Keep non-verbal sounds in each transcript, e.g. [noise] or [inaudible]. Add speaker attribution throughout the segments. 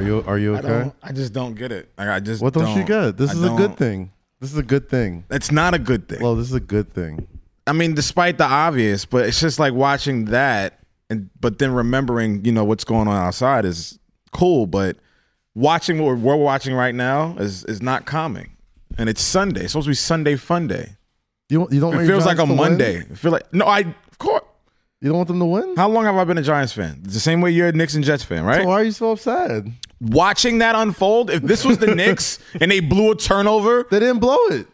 Speaker 1: you are you
Speaker 2: I
Speaker 1: okay?
Speaker 2: don't. I just don't get it. Like, I just.
Speaker 1: What don't you get? This
Speaker 2: I
Speaker 1: is a good
Speaker 2: don't-
Speaker 1: thing. This is a good thing.
Speaker 2: It's not a good thing.
Speaker 1: Well, this is a good thing.
Speaker 2: I mean, despite the obvious, but it's just like watching that, and but then remembering, you know, what's going on outside is cool, but watching what we're, we're watching right now is is not calming. And it's Sunday. It's supposed to be Sunday fun day.
Speaker 1: You don't, you don't.
Speaker 2: It
Speaker 1: want your
Speaker 2: feels like a
Speaker 1: Giants to win?
Speaker 2: Monday. It feel like no, I of course.
Speaker 1: You don't want them to win.
Speaker 2: How long have I been a Giants fan? It's the same way you're a Knicks and Jets fan, right?
Speaker 1: So why are you so upset?
Speaker 2: watching that unfold, if
Speaker 1: [laughs]
Speaker 2: this was the Knicks and they blew a turnover,
Speaker 1: They didn't blow it.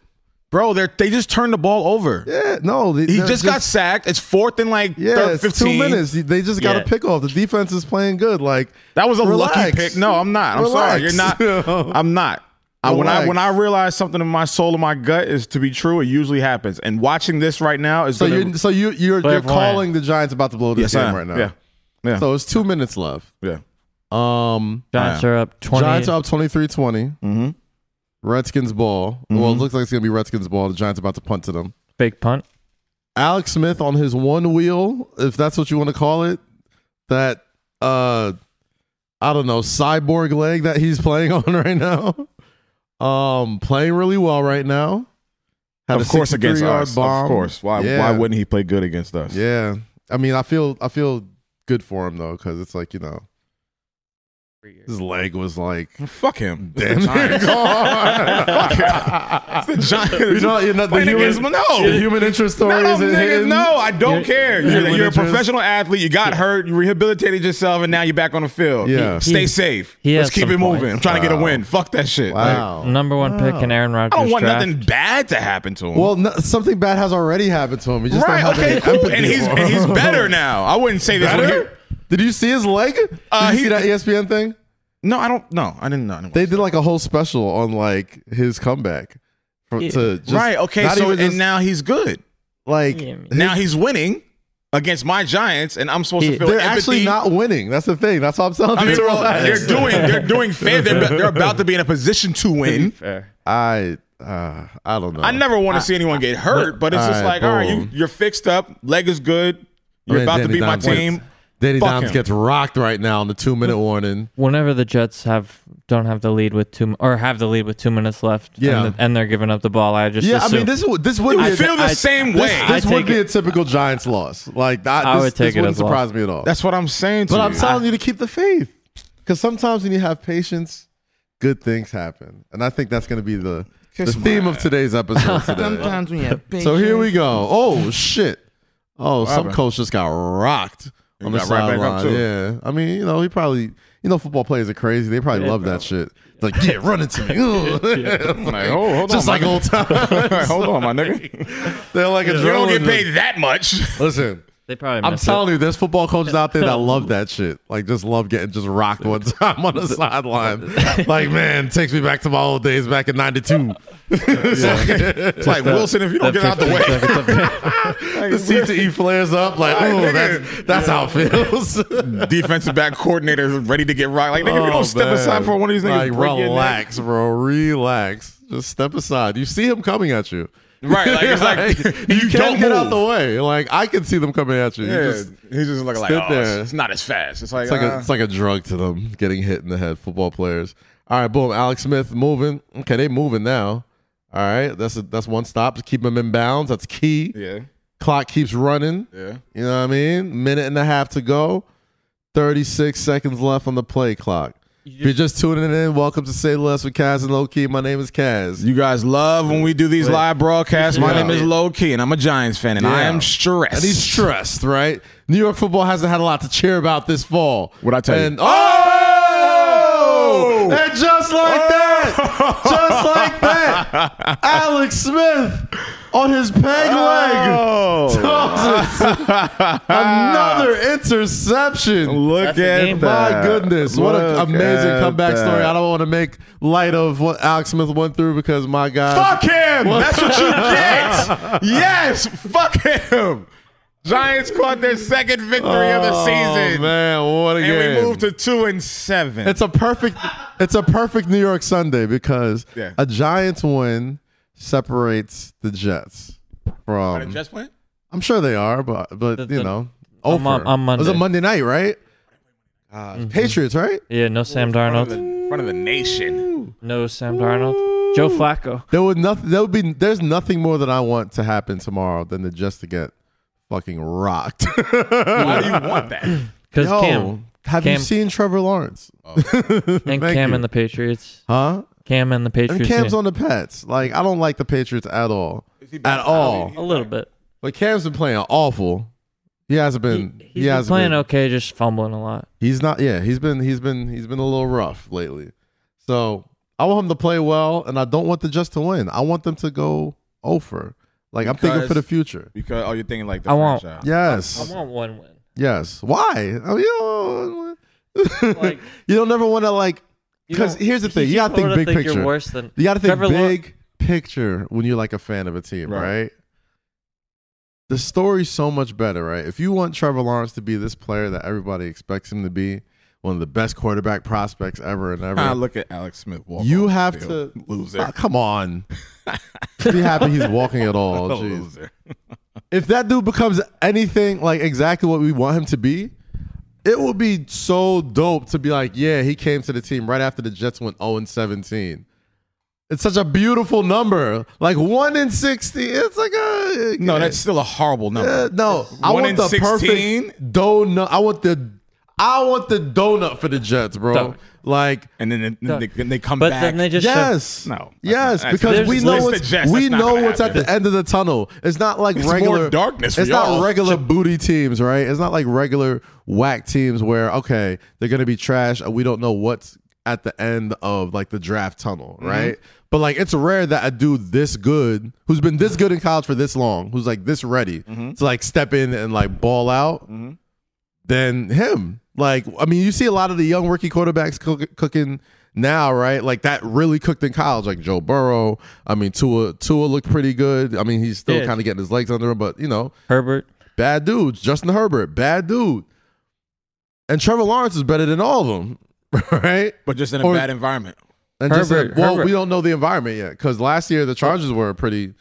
Speaker 2: bro, they they just turned the ball over.
Speaker 1: Yeah, no. They,
Speaker 2: He
Speaker 1: they're
Speaker 2: just, got sacked. It's fourth and like
Speaker 1: Yeah,
Speaker 2: third,
Speaker 1: it's
Speaker 2: 15.
Speaker 1: two minutes. They just got
Speaker 2: Yeah.
Speaker 1: a pick off. The defense is playing good. Like
Speaker 2: That was a lucky
Speaker 1: relax.
Speaker 2: pick. No, I'm not. I'm sorry. You're
Speaker 1: Relax. [laughs]
Speaker 2: not. I'm not. I, when I
Speaker 1: Relax.
Speaker 2: when I realize something in my soul and my gut is to be true, it usually happens. And watching this right now is
Speaker 1: so
Speaker 2: gonna-
Speaker 1: you so you you're, you're
Speaker 3: Clairvoyant.
Speaker 1: calling the Giants about to blow this
Speaker 2: Yes, I
Speaker 1: game
Speaker 2: am.
Speaker 1: right now.
Speaker 2: Yeah, yeah,
Speaker 1: So it's two minutes left.
Speaker 2: yeah.
Speaker 1: Um,
Speaker 3: Giants are up twenty.
Speaker 1: Giants are up 23-20.
Speaker 2: Mm-hmm.
Speaker 1: Redskins ball. Well, it looks like it's gonna be Redskins ball. The Giants about to punt to them.
Speaker 3: Fake punt.
Speaker 1: Alex Smith on his one wheel, if that's what you want to call it, that uh I don't know, cyborg leg that he's playing [laughs] on right now. Um playing really well right now. Had
Speaker 2: Of course, against
Speaker 1: 63-yard
Speaker 2: us.
Speaker 1: bomb.
Speaker 2: Of course. Why?
Speaker 1: Yeah.
Speaker 2: Why wouldn't he play good against us?
Speaker 1: Yeah. I mean, I feel I feel good for him though cuz it's like, you know, his leg was
Speaker 2: [laughs]
Speaker 1: like
Speaker 2: Fuck him.
Speaker 1: damn
Speaker 2: It's the
Speaker 1: near [laughs]
Speaker 2: Giants. [laughs]
Speaker 1: gone.
Speaker 2: Fuck him. It's the Giants.
Speaker 1: You know, you know the
Speaker 2: Playing
Speaker 1: human,
Speaker 2: against- no.
Speaker 1: the human interest story
Speaker 2: No,
Speaker 1: isn't
Speaker 2: nigga,
Speaker 1: hidden.
Speaker 2: no, I don't care.
Speaker 1: you're
Speaker 2: You're,
Speaker 1: the
Speaker 2: you're a
Speaker 1: winner, Chris.
Speaker 2: professional athlete. You got hurt. You rehabilitated yourself, and now you're back on the field.
Speaker 1: Yeah.
Speaker 2: Stay
Speaker 3: He-
Speaker 2: safe.
Speaker 3: he
Speaker 2: Let's
Speaker 3: has
Speaker 2: keep
Speaker 3: some
Speaker 2: it moving. I'm
Speaker 3: points.
Speaker 2: trying to get a win. Fuck that shit. Like,
Speaker 1: Wow.
Speaker 3: Number one pick in Aaron Rodgers.
Speaker 2: I don't want
Speaker 3: draft.
Speaker 2: nothing bad to happen to him.
Speaker 1: Well, no, something bad has already happened to him. He just
Speaker 2: right?
Speaker 1: not having
Speaker 2: Okay.
Speaker 1: any
Speaker 2: Cool.
Speaker 1: empathy
Speaker 2: And he's
Speaker 1: for
Speaker 2: and
Speaker 1: him.
Speaker 2: he's better now. I wouldn't say this. when
Speaker 1: Better?
Speaker 2: he-
Speaker 1: Did you see his leg? Did
Speaker 2: Uh,
Speaker 1: you
Speaker 2: he-
Speaker 1: see that E ESPN thing?
Speaker 2: no, I don't. No, I didn't know. I didn't-
Speaker 1: They did like a whole special on like his comeback. For, to just,
Speaker 2: right. Okay.
Speaker 1: not
Speaker 2: So
Speaker 1: even
Speaker 2: and
Speaker 1: just,
Speaker 2: now he's good.
Speaker 1: like
Speaker 3: Yeah,
Speaker 1: [laughs]
Speaker 3: man.
Speaker 2: Now he's winning against my Giants, and I'm supposed to
Speaker 3: He-
Speaker 2: feel
Speaker 1: they're
Speaker 2: empathy.
Speaker 1: actually not winning. That's the thing. That's what I'm telling
Speaker 2: I
Speaker 1: you.
Speaker 2: mean,
Speaker 1: to
Speaker 2: well,
Speaker 1: relax.
Speaker 2: they're doing
Speaker 1: [laughs]
Speaker 2: they're doing fair. They're, they're about to be in a position to win.
Speaker 3: Fair.
Speaker 1: I uh, I don't know.
Speaker 2: I never want to see anyone get hurt, but it's just
Speaker 1: Alright,
Speaker 2: like, all right, you,
Speaker 1: boom.
Speaker 2: you're fixed up, leg is good, you're about to beat my team.
Speaker 1: Danny
Speaker 2: Fuck
Speaker 1: Dimes
Speaker 2: him.
Speaker 1: gets rocked right now on the two minute warning.
Speaker 3: Whenever the Jets have don't have the lead with two or have the lead with two minutes left,
Speaker 1: Yeah.
Speaker 3: and, the- and they're giving up the ball, I just
Speaker 1: Yeah, I
Speaker 3: assume,
Speaker 1: mean this would this would be
Speaker 2: I
Speaker 1: a-
Speaker 2: feel the
Speaker 3: I-
Speaker 2: same
Speaker 3: this-
Speaker 2: way.
Speaker 3: I
Speaker 1: this would
Speaker 3: take
Speaker 1: be
Speaker 3: it-
Speaker 1: a typical Giants loss. Like I,
Speaker 3: I
Speaker 1: this,
Speaker 3: would
Speaker 1: this
Speaker 3: take it
Speaker 1: wouldn't
Speaker 3: as loss.
Speaker 1: surprise me at all.
Speaker 2: That's what I'm saying to
Speaker 1: But
Speaker 2: you.
Speaker 1: I'm telling you to keep the faith, because sometimes when you have patience, good things happen, and I think that's going to be the the
Speaker 2: Kiss my
Speaker 1: theme of today's episode. [laughs] Today.
Speaker 4: Sometimes when you have
Speaker 1: so here we go. Oh shit! Oh, some
Speaker 2: happened?
Speaker 1: coach just got rocked on the
Speaker 2: got right back
Speaker 1: sideline.
Speaker 2: up, too.
Speaker 1: yeah, I mean, you know, he probably, you know, football players are crazy. They probably love that shit. It's like, yeah, run into [laughs] me. Ugh.
Speaker 2: I'm like, oh, hold
Speaker 1: just
Speaker 2: on,
Speaker 1: like
Speaker 2: my
Speaker 1: old
Speaker 2: nigga.
Speaker 1: times.
Speaker 2: hold on, my
Speaker 1: [laughs]
Speaker 2: nigga.
Speaker 1: They're like a
Speaker 2: [laughs] You don't get paid that much.
Speaker 1: Listen,
Speaker 3: they probably.
Speaker 1: I'm
Speaker 3: miss it.
Speaker 1: telling you, there's football coaches out there
Speaker 2: [laughs]
Speaker 1: that love that shit. Like, just love getting just rocked one time on the sideline. Like, man, takes me back to my old days back in
Speaker 2: [laughs]
Speaker 1: '92.
Speaker 2: It's like Wilson, if you don't get out the way,
Speaker 1: [laughs] The CTE flares up. Like,
Speaker 2: Right,
Speaker 1: oh,
Speaker 2: nigga.
Speaker 1: that's that's how it
Speaker 2: [laughs]
Speaker 1: feels.
Speaker 2: defensive back coordinator is ready to get rocked. Like, nigga, if you don't step
Speaker 1: Oh, man.
Speaker 2: aside for one of these niggas,
Speaker 1: like,
Speaker 2: break your neck.
Speaker 1: relax, bro. Relax. Just step aside. You see him coming at you.
Speaker 2: Right, like,
Speaker 1: [laughs]
Speaker 2: it's like,
Speaker 1: you,
Speaker 2: you
Speaker 1: can't
Speaker 2: don't
Speaker 1: get out
Speaker 2: move.
Speaker 1: the way. Like, I can see them coming at you. You
Speaker 2: Yeah,
Speaker 1: just-
Speaker 2: he's just looking like,
Speaker 1: sit
Speaker 2: oh,
Speaker 1: there.
Speaker 2: It's, it's not as fast. It's like,
Speaker 1: It's like a,
Speaker 2: uh,
Speaker 1: it's like a drug to them getting hit in the head. Football players. All right, boom. Alex Smith moving. Okay, they moving now. All right, that's a, that's one stop to keep them in bounds. That's key.
Speaker 2: yeah,
Speaker 1: Clock keeps running.
Speaker 2: yeah.
Speaker 1: You know what I mean? Minute and a half to go. Thirty six seconds left on the play clock. if you're just tuning in, welcome to Say Less with Kaz and Low Key. My name is Kaz.
Speaker 2: You guys love when we do these live broadcasts. My
Speaker 1: Yeah.
Speaker 2: name is Low Key, and I'm a Giants fan, and I
Speaker 1: Yeah.
Speaker 2: am stressed.
Speaker 1: And
Speaker 2: [laughs]
Speaker 1: he's stressed, right? New York football hasn't had a lot to cheer about this fall.
Speaker 2: What'd I tell you?
Speaker 1: and, Oh! And just like that, just like
Speaker 2: [laughs]
Speaker 1: that, Alex Smith on his peg leg.
Speaker 2: Oh,
Speaker 1: Another interception.
Speaker 2: Ah! look
Speaker 3: That's the
Speaker 2: at
Speaker 3: game.
Speaker 2: that!
Speaker 1: My goodness, what an
Speaker 2: Look
Speaker 1: amazing
Speaker 2: at
Speaker 1: comeback story.
Speaker 2: that.
Speaker 1: I don't want to make light of what Alex Smith went through because my God.
Speaker 2: Fuck him! That's
Speaker 1: [laughs]
Speaker 2: what you get. yes, fuck him. Giants caught their second victory of the season,
Speaker 1: Oh, man, what a
Speaker 2: and
Speaker 1: game.
Speaker 2: we moved to two and seven.
Speaker 1: It's a perfect it's a perfect New York Sunday because
Speaker 2: Yeah.
Speaker 1: a Giants win separates the Jets from
Speaker 2: just went.
Speaker 1: I'm sure they are, but but
Speaker 3: The-
Speaker 1: you
Speaker 3: the-
Speaker 1: know.
Speaker 3: on Mon-
Speaker 1: over.
Speaker 3: on
Speaker 1: It was a
Speaker 3: Monday. Mm-hmm.
Speaker 1: Monday night, right?
Speaker 2: Uh,
Speaker 1: Patriots, right?
Speaker 3: Yeah, no Sam Darnold.
Speaker 2: in front of the nation.
Speaker 3: No Sam Darnold. Joe Flacco.
Speaker 1: There would nothing. There would be. There's nothing more that I want to happen tomorrow than to just to get fucking
Speaker 3: [laughs]
Speaker 1: rocked.
Speaker 2: Why do you want that?
Speaker 3: Because
Speaker 1: Yo,
Speaker 3: Cam
Speaker 1: have you
Speaker 3: Cam.
Speaker 1: seen Trevor Lawrence? [laughs]
Speaker 2: Oh,
Speaker 3: and
Speaker 1: thank
Speaker 3: Cam
Speaker 1: you.
Speaker 3: and the Patriots.
Speaker 1: Huh?
Speaker 3: Cam and the Patriots.
Speaker 1: And Cam's
Speaker 3: yeah.
Speaker 1: on the Pats. Like I don't like the Patriots at all. At all.
Speaker 3: a little bit.
Speaker 1: But Cam's been playing awful. He hasn't
Speaker 3: He,
Speaker 1: been.
Speaker 3: he's
Speaker 1: he
Speaker 3: been
Speaker 1: hasn't
Speaker 3: playing
Speaker 1: been-
Speaker 3: okay, just fumbling a lot.
Speaker 1: He's not. Yeah, he's been. He's been. He's been a little rough lately. So I want him to play well, and I don't want the just to win. I want them to go over. Like I'm thinking
Speaker 2: Because-
Speaker 1: for the future.
Speaker 2: Because oh, you're thinking like the
Speaker 3: I won't.
Speaker 2: franchise.
Speaker 1: Yes.
Speaker 3: I want one win.
Speaker 1: Yes. Why? Oh, you don't,
Speaker 3: Like-
Speaker 1: [laughs] you don't ever want to like.
Speaker 3: You
Speaker 1: Because
Speaker 3: don't-
Speaker 1: here's the thing: you
Speaker 3: people
Speaker 1: gotta think
Speaker 3: wanna
Speaker 1: big
Speaker 3: You're
Speaker 1: picture.
Speaker 3: worse than
Speaker 1: You gotta think
Speaker 3: Trevor Law-
Speaker 1: big picture when you're like a fan of a team,
Speaker 2: Right.
Speaker 1: right? The story's so much better, right? If you want Trevor Lawrence to be this player that everybody expects him to be, one of the best quarterback prospects ever and ever,
Speaker 2: Ah, look at Alex Smith. Walk
Speaker 1: You
Speaker 2: off the
Speaker 1: have
Speaker 2: field. [laughs] loser.
Speaker 1: Ah, come
Speaker 3: [laughs]
Speaker 1: on, be happy he's walking at all.
Speaker 2: A
Speaker 1: Jeez.
Speaker 2: loser.
Speaker 1: if that dude becomes anything like exactly what we want him to be, it would be so dope to be like, yeah, he came to the team right after the Jets went 0 and 17. It's such a beautiful number. Like 1 in 60. It's like a
Speaker 2: No, that's still a horrible number.
Speaker 1: uh, no, I
Speaker 2: One
Speaker 1: want
Speaker 2: in
Speaker 1: the
Speaker 2: 16?
Speaker 1: perfect donut. I want the I want the donut for the Jets, bro.
Speaker 3: Donut.
Speaker 1: Like
Speaker 2: And then, then, they, then they come
Speaker 3: But
Speaker 2: back.
Speaker 3: then they just
Speaker 1: Yes.
Speaker 2: No, that's
Speaker 1: Yes,
Speaker 2: not-
Speaker 1: because
Speaker 3: that's-
Speaker 1: we
Speaker 3: there's-
Speaker 1: know
Speaker 3: let's
Speaker 1: what's
Speaker 2: suggest
Speaker 1: we
Speaker 2: that's not
Speaker 1: know
Speaker 2: gonna
Speaker 1: what's at
Speaker 2: happen.
Speaker 1: the end of the tunnel. It's not like
Speaker 2: It's more
Speaker 1: regular
Speaker 2: darkness for
Speaker 1: It's not
Speaker 2: y'all.
Speaker 1: regular booty teams, right? It's not like regular whack teams where okay, they're gonna be trash. and We don't know what's at the end of like the draft tunnel,
Speaker 2: Mm-hmm.
Speaker 1: right? But like it's rare that a dude this good, who's been this good in college for this long, who's like this ready
Speaker 2: Mm-hmm.
Speaker 1: to like step in and like ball out, than him. Like, I mean, you see a lot of the young rookie quarterbacks cook, cooking now, right? Like that really cooked in college, like Joe Burrow. I mean, Tua Tua looked pretty good. I mean, he's still
Speaker 3: Yeah.
Speaker 1: kind of getting his legs under him, but you know,
Speaker 3: Herbert.
Speaker 1: bad dudes. Justin Herbert, bad dude. And Trevor Lawrence is better than all of them, [laughs] right?
Speaker 2: but just in a
Speaker 1: Or-
Speaker 2: bad environment.
Speaker 1: And just
Speaker 3: Herbert-
Speaker 1: said, well,
Speaker 3: Herbert-
Speaker 1: we don't know the environment yet because last year the Chargers were a pretty.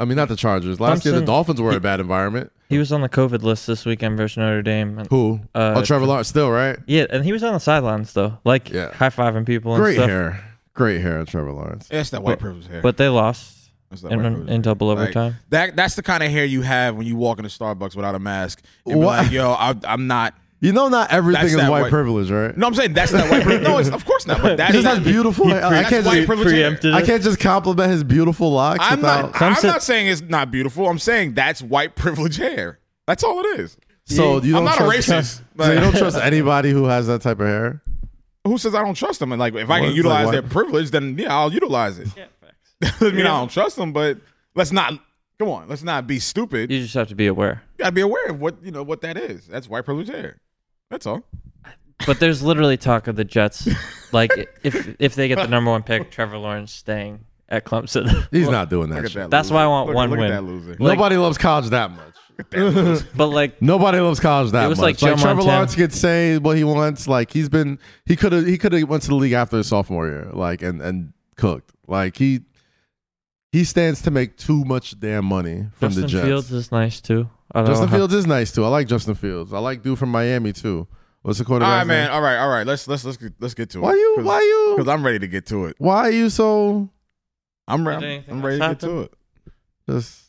Speaker 1: I mean, not the Chargers. Last year the
Speaker 3: Clemson-
Speaker 1: Dolphins were a bad environment.
Speaker 3: He was on the COVID list this weekend versus Notre Dame. And,
Speaker 1: Who?
Speaker 3: Uh,
Speaker 1: oh, Trevor Lawrence still right.
Speaker 3: yeah, and he was on the sidelines though, like
Speaker 1: Yeah.
Speaker 3: high fiving people and
Speaker 1: Great
Speaker 3: stuff.
Speaker 1: hair, great hair, Trevor Lawrence.
Speaker 2: It's that white privilege hair.
Speaker 3: But they lost
Speaker 2: It's that
Speaker 3: in,
Speaker 2: white privilege
Speaker 3: in
Speaker 2: hair.
Speaker 3: double
Speaker 2: Like,
Speaker 3: overtime.
Speaker 2: that that's the kind of hair you have when you walk into Starbucks without a mask. And be
Speaker 1: What?
Speaker 2: like, yo, I, I'm not.
Speaker 1: You know, not everything
Speaker 2: That's
Speaker 1: is
Speaker 2: that
Speaker 1: white,
Speaker 2: white-
Speaker 1: privilege, right?
Speaker 2: No, I'm saying that's not white privilege. No, it's, of course not. But
Speaker 3: [laughs]
Speaker 2: that's
Speaker 1: Because that's beautiful. I, I
Speaker 2: That's
Speaker 1: can't
Speaker 2: white
Speaker 1: just,
Speaker 2: privilege hair.
Speaker 3: preempted
Speaker 1: I can't just compliment his beautiful locks
Speaker 2: I'm
Speaker 1: without.
Speaker 2: not.
Speaker 3: Some
Speaker 2: I'm
Speaker 3: say-
Speaker 2: not saying it's not beautiful. I'm saying that's white privilege hair. That's all it is.
Speaker 1: so you don't
Speaker 2: I'm not a
Speaker 1: trust,
Speaker 2: racist.
Speaker 1: [laughs] So you
Speaker 2: Like,
Speaker 1: don't trust anybody who has that type of hair.
Speaker 2: who says I don't trust them? And like, if I
Speaker 1: Well,
Speaker 2: can
Speaker 1: it's
Speaker 2: utilize
Speaker 1: like,
Speaker 2: their
Speaker 1: why-
Speaker 2: privilege, then yeah, I'll utilize it. [laughs] Doesn't mean I don't trust them, but let's not. Come on, let's not be stupid.
Speaker 3: You just have to be aware.
Speaker 2: You gotta be aware of what you know what that is. That's white privilege hair. That's all.
Speaker 3: But there's literally talk of the Jets,
Speaker 1: [laughs]
Speaker 3: like if if they get the number one pick, Trevor Lawrence staying at Clemson. [laughs]
Speaker 1: He's not doing that.
Speaker 2: Look at
Speaker 1: shit.
Speaker 2: that.
Speaker 3: That's
Speaker 2: loser.
Speaker 3: why I want
Speaker 2: Look-
Speaker 3: one
Speaker 2: look
Speaker 3: win.
Speaker 2: At that loser.
Speaker 3: Like-
Speaker 1: Nobody loves college that much.
Speaker 3: but like
Speaker 1: Nobody loves college that
Speaker 3: It was
Speaker 1: much.
Speaker 3: like Joe
Speaker 1: Trevor
Speaker 3: Montana.
Speaker 1: Lawrence can say what he wants. Like he's been, he could have, he could have went to the league after his sophomore year, like and and cooked. Like he, he stands to make too much damn money from
Speaker 3: Justin
Speaker 1: the Jets.
Speaker 3: Fields is nice too. I don't
Speaker 1: Justin
Speaker 3: know how-
Speaker 1: Fields is nice too. I like Justin Fields. I like dude from Miami too. What's the
Speaker 2: all
Speaker 1: quarterback?
Speaker 2: right, man. All right, all right. Let's let's let's get, let's get to it.
Speaker 1: Why you? Why
Speaker 2: Because
Speaker 1: you?
Speaker 2: I'm ready to get to it.
Speaker 1: Why are you so?
Speaker 2: I'm
Speaker 3: Did
Speaker 2: ready.
Speaker 3: anything
Speaker 2: I'm ready to
Speaker 3: else
Speaker 2: get to
Speaker 3: happen?
Speaker 2: it.
Speaker 1: Just,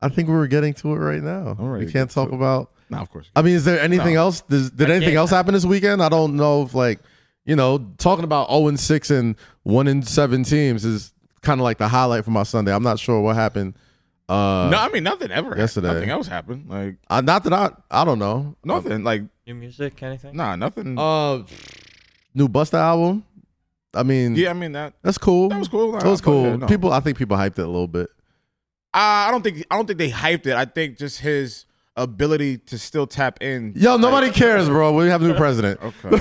Speaker 1: I think we were getting to it right now.
Speaker 2: I'm ready
Speaker 1: We
Speaker 2: to
Speaker 1: can't
Speaker 2: get
Speaker 1: talk
Speaker 2: to it.
Speaker 1: about.
Speaker 2: No, of course.
Speaker 1: I mean, is there anything
Speaker 2: No.
Speaker 1: else? Does, did
Speaker 3: I
Speaker 1: anything
Speaker 3: can't-
Speaker 1: else happen this weekend? I don't know if like, you know, talking about zero and six and one and seven teams is kind of like the highlight for my Sunday. I'm not sure what happened. Uh,
Speaker 2: no, I mean nothing ever. happened.
Speaker 1: yesterday. Uh,
Speaker 2: nothing else happened. Like
Speaker 1: I, not that I, I don't know.
Speaker 2: nothing. Like
Speaker 3: New music, anything?
Speaker 2: nah, nothing.
Speaker 1: Uh, new Busta album. I mean,
Speaker 2: yeah, I mean that.
Speaker 1: that's cool.
Speaker 2: That was cool.
Speaker 1: It was
Speaker 2: I thought, yeah,
Speaker 1: cool.
Speaker 2: no.
Speaker 1: People, I think people hyped it a little bit.
Speaker 2: I I don't think I don't think they hyped it. I think just his ability to still tap in.
Speaker 1: Yo, nobody cares, bro. We have a new
Speaker 2: [laughs]
Speaker 1: president.
Speaker 2: Okay.
Speaker 1: Nah,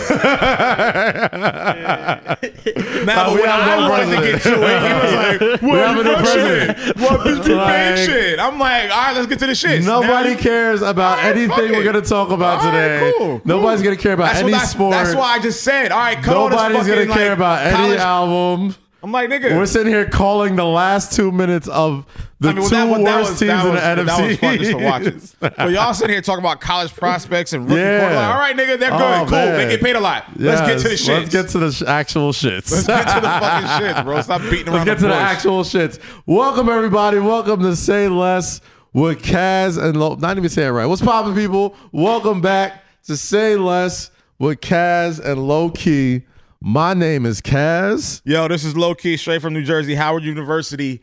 Speaker 2: now,
Speaker 1: we
Speaker 2: but when
Speaker 1: have
Speaker 2: I
Speaker 1: no
Speaker 2: wanted to get
Speaker 1: president. [laughs]
Speaker 2: to it, [laughs] he was like,
Speaker 1: We
Speaker 2: "What
Speaker 1: have a
Speaker 2: you
Speaker 1: new
Speaker 2: rushing?
Speaker 1: president." [laughs]
Speaker 2: What you doing
Speaker 1: Like-
Speaker 2: shit?" I'm like, "All right, let's get to the shit."
Speaker 1: Nobody cares about
Speaker 2: All right, fuck
Speaker 1: anything
Speaker 2: it.
Speaker 1: we're gonna talk about
Speaker 2: All right,
Speaker 1: today.
Speaker 2: cool,
Speaker 1: Nobody's
Speaker 2: cool.
Speaker 1: gonna care about
Speaker 2: That's
Speaker 1: any
Speaker 2: what I,
Speaker 1: sport.
Speaker 2: That's why I just said, "All right, come on, this
Speaker 1: Nobody's gonna
Speaker 2: fucking,
Speaker 1: care
Speaker 2: like,
Speaker 1: about any
Speaker 2: college
Speaker 1: album.
Speaker 2: I'm like, nigga.
Speaker 1: We're sitting here calling the last two minutes of the
Speaker 2: I mean, well,
Speaker 1: two
Speaker 2: that, well, that
Speaker 1: worst
Speaker 2: was,
Speaker 1: teams
Speaker 2: that
Speaker 1: in
Speaker 2: was,
Speaker 1: the
Speaker 2: That was
Speaker 1: NFC.
Speaker 2: fun just to watch
Speaker 1: [laughs]
Speaker 2: it. Well, y'all sitting here talking about college prospects and rookie
Speaker 1: Yeah.
Speaker 2: quarterback. All right, nigga, they're good.
Speaker 1: Oh,
Speaker 2: cool.
Speaker 1: man.
Speaker 2: They get paid a lot. let's get to the
Speaker 1: Yes,
Speaker 2: shit.
Speaker 1: Let's get to the sh- actual shits.
Speaker 2: Let's get to the fucking shit, bro. Stop beating around
Speaker 1: Let's get
Speaker 2: the
Speaker 1: to the
Speaker 2: bush.
Speaker 1: actual shits. Welcome everybody. Welcome to Say Less with Kaz and Lo. Not even saying it right. What's poppin', people? Welcome back to Say Less with Kaz and Low Key. My name is Kaz.
Speaker 2: Yo, this is Low Key, straight from New Jersey, Howard University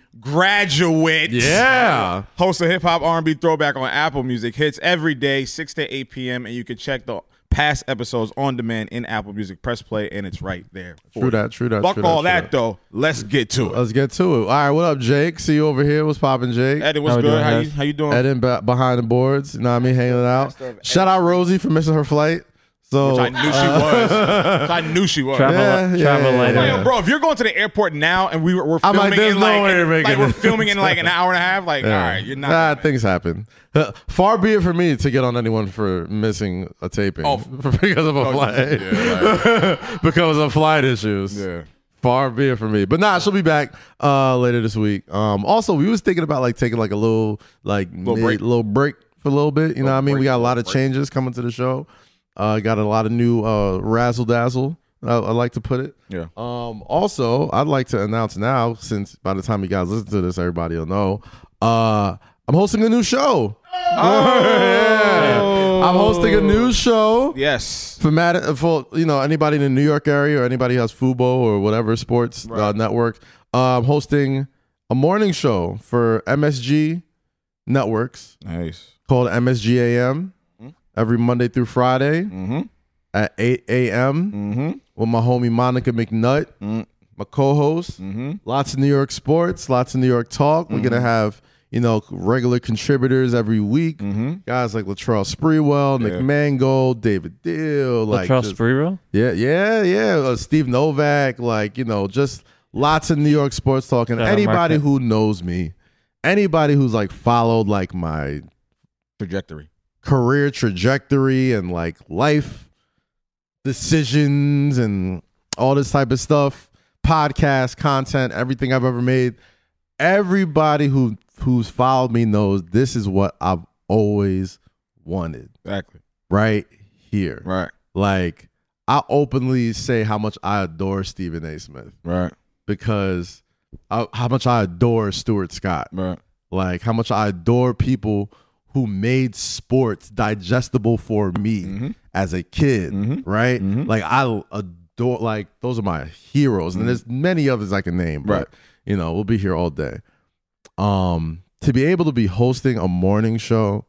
Speaker 2: graduate.
Speaker 1: Yeah.
Speaker 2: Host a hip hop R&B throwback on Apple Music. Hits every day, 6 to 8 p.m. And you can check the past episodes on demand in Apple Music. Press play, and it's right there. for
Speaker 1: True
Speaker 2: you.
Speaker 1: that. True that.
Speaker 2: Fuck
Speaker 1: true
Speaker 2: all
Speaker 1: true
Speaker 2: that, though. Let's get to it.
Speaker 1: Let's get to it. All right. What up, Jake? See you over here. What's poppin', Jake?
Speaker 2: Eddie, what's
Speaker 3: How we
Speaker 2: good?
Speaker 3: doing,
Speaker 2: How
Speaker 3: guys?
Speaker 2: you, how you doing?
Speaker 1: Eden ba- behind the boards. You know what I mean? Hanging it out. Shout out Rosie for missing her flight. So
Speaker 2: Which I knew
Speaker 1: [laughs]
Speaker 2: she was. Which I knew she was.
Speaker 3: [laughs] Travel,
Speaker 1: Yeah, yeah,
Speaker 3: travel
Speaker 1: yeah,
Speaker 3: lighter.
Speaker 2: Like,
Speaker 1: yeah.
Speaker 2: bro, if you're going to the airport now and we were, we're
Speaker 1: I'm
Speaker 2: filming
Speaker 1: like, there's
Speaker 2: in
Speaker 1: no
Speaker 2: like,
Speaker 1: way
Speaker 2: in-
Speaker 1: you're making
Speaker 2: like we're
Speaker 1: this.
Speaker 2: filming
Speaker 1: [laughs]
Speaker 2: in like an hour and a half, like
Speaker 1: Yeah.
Speaker 2: all right, you're not.
Speaker 1: Nah, things happen. Uh, Far be it for me to get on anyone for missing a taping
Speaker 2: Oh,
Speaker 1: [laughs] because of a flight, [laughs] because of flight issues.
Speaker 2: Yeah.
Speaker 1: Far be it for me. But nah, she'll be back uh, later this week. Um, also, we was thinking about like taking like a little like mid-
Speaker 2: break.
Speaker 1: little break for a little bit. You know what I mean? we
Speaker 2: break,
Speaker 1: got a lot
Speaker 2: little
Speaker 1: of
Speaker 2: break.
Speaker 1: changes coming to the show. Uh, got a lot of new uh, razzle dazzle. I, I like to put it.
Speaker 2: yeah.
Speaker 1: Um, also, I'd like to announce now, since by the time you guys listen to this, everybody will know, uh, I'm hosting a new show.
Speaker 2: Oh.
Speaker 1: Yeah. I'm hosting a new show
Speaker 2: Yes.
Speaker 1: for Matt, for you know anybody in the New York area or anybody who has Fubo or whatever sports uh, network. Uh, I'm hosting a morning show for MSG networks
Speaker 2: Nice.
Speaker 1: called MSGAM every Monday through Friday
Speaker 2: Mm-hmm.
Speaker 1: at 8 a.m.
Speaker 2: Mm-hmm.
Speaker 1: with my homie Monica McNutt,
Speaker 2: Mm.
Speaker 1: my co-host.
Speaker 2: Mm-hmm.
Speaker 1: Lots of New York sports, lots of New York talk. We're gonna have you know regular contributors every week,
Speaker 2: Mhm.
Speaker 1: guys like Latrell Sprewell, Nick
Speaker 2: Yeah.
Speaker 1: Mangold, David Deal, like
Speaker 3: Latrell
Speaker 1: just-
Speaker 3: Sprewell?
Speaker 1: yeah, yeah, yeah, uh, Steve Novak, like you know, just lots of New York sports talk. And
Speaker 3: Shout out
Speaker 1: anybody
Speaker 3: Mark.
Speaker 1: who knows me, anybody who's like followed like my
Speaker 2: Trajectory.
Speaker 1: career trajectory and like life decisions and all this type of stuff podcast content everything i've ever made everybody who who's followed me knows this is what i've always wanted
Speaker 2: Exactly.
Speaker 1: right here
Speaker 2: Right.
Speaker 1: like i openly say how much i adore stephen a smith
Speaker 2: Right.
Speaker 1: because I, how much i adore stuart scott
Speaker 2: Right.
Speaker 1: like how much I adore people who made sports digestible for me
Speaker 2: Mm-hmm.
Speaker 1: as a kid, right? Like I adore like those are my heroes and there's many others I can name, but
Speaker 2: Mm-hmm. Right.
Speaker 1: you know, we'll be here all day. Um to be able to be hosting a morning show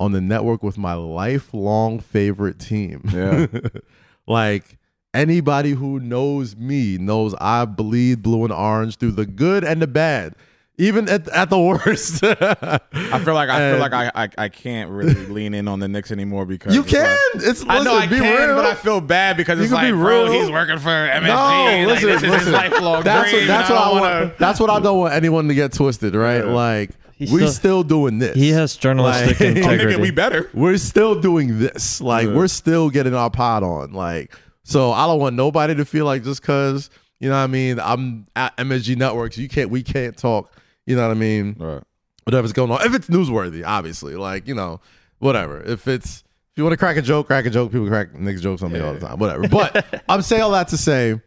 Speaker 1: on the network with my lifelong favorite team.
Speaker 2: Yeah.
Speaker 1: [laughs] like anybody who knows me knows I bleed blue and orange through the good and the bad, even at, at the worst. [laughs]
Speaker 2: I
Speaker 1: I
Speaker 2: feel like I feel
Speaker 1: And-
Speaker 2: like I, I I can't really [laughs] lean in on the Knicks anymore because
Speaker 1: you
Speaker 2: it's like-
Speaker 1: can. It's listen,
Speaker 2: I know I
Speaker 1: be
Speaker 2: can,
Speaker 1: real.
Speaker 2: but I feel bad because
Speaker 1: You
Speaker 2: it's
Speaker 1: can
Speaker 2: like,
Speaker 1: be
Speaker 2: bro,
Speaker 1: real.
Speaker 2: he's working for MSG.
Speaker 1: no,
Speaker 2: like,
Speaker 1: listen,
Speaker 2: this is his
Speaker 1: listen.
Speaker 2: lifelong
Speaker 1: that's
Speaker 2: dream.
Speaker 1: What, that's
Speaker 2: and
Speaker 1: what I,
Speaker 2: don't
Speaker 1: want. [laughs]
Speaker 2: wanna-
Speaker 1: That's what I don't want anyone to get twisted, right? Like
Speaker 3: He
Speaker 1: we're
Speaker 3: still-
Speaker 1: still doing this.
Speaker 3: He has
Speaker 1: Like- [laughs]
Speaker 3: journalistic
Speaker 1: Oh, nigga,
Speaker 2: Oh,
Speaker 3: integrity.
Speaker 2: nigga, we better.
Speaker 1: we're still doing this. Like we're still getting our pod on. Like so, I don't want nobody to feel like just because you know what I mean. I'm at MSG Networks. You can't. We can't talk. You know what I mean.
Speaker 2: Right.
Speaker 1: Whatever's going on. If it's newsworthy, obviously. Like you know, whatever. If it's if you want to crack a joke, crack a joke. People crack Nick's jokes on me all the time. Whatever. But I'm saying all that to say,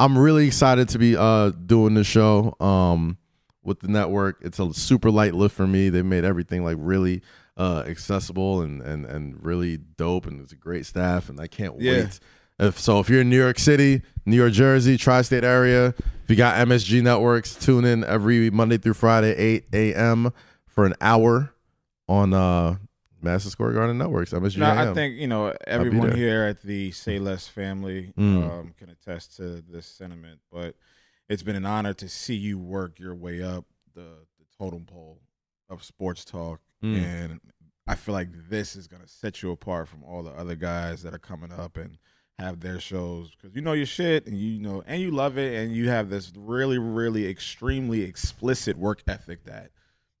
Speaker 1: I'm really excited to be uh doing the show. Um with the network. It's a super light lift for me. They made everything like really uh, accessible and, and and really dope, and it's a great staff, and I can't
Speaker 2: Yeah.
Speaker 1: wait. If so, if you're in New York City, New York Jersey, tri-state area, if you got MSG networks, tune in every Monday through Friday, 8 a.m. for an hour on uh Madison Square Garden networks. MSG.
Speaker 2: No, I
Speaker 1: AM.
Speaker 2: think you know everyone
Speaker 1: there.
Speaker 2: here at the Say Less family
Speaker 1: Mm.
Speaker 2: um, can attest to this sentiment. But it's been an honor to see you work your way up the, the totem pole of sports talk,
Speaker 1: Mm.
Speaker 2: and I feel like this is gonna set you apart from all the other guys that are coming up and have their shows because you know your shit and you know and you love it and you have this really really extremely explicit work ethic that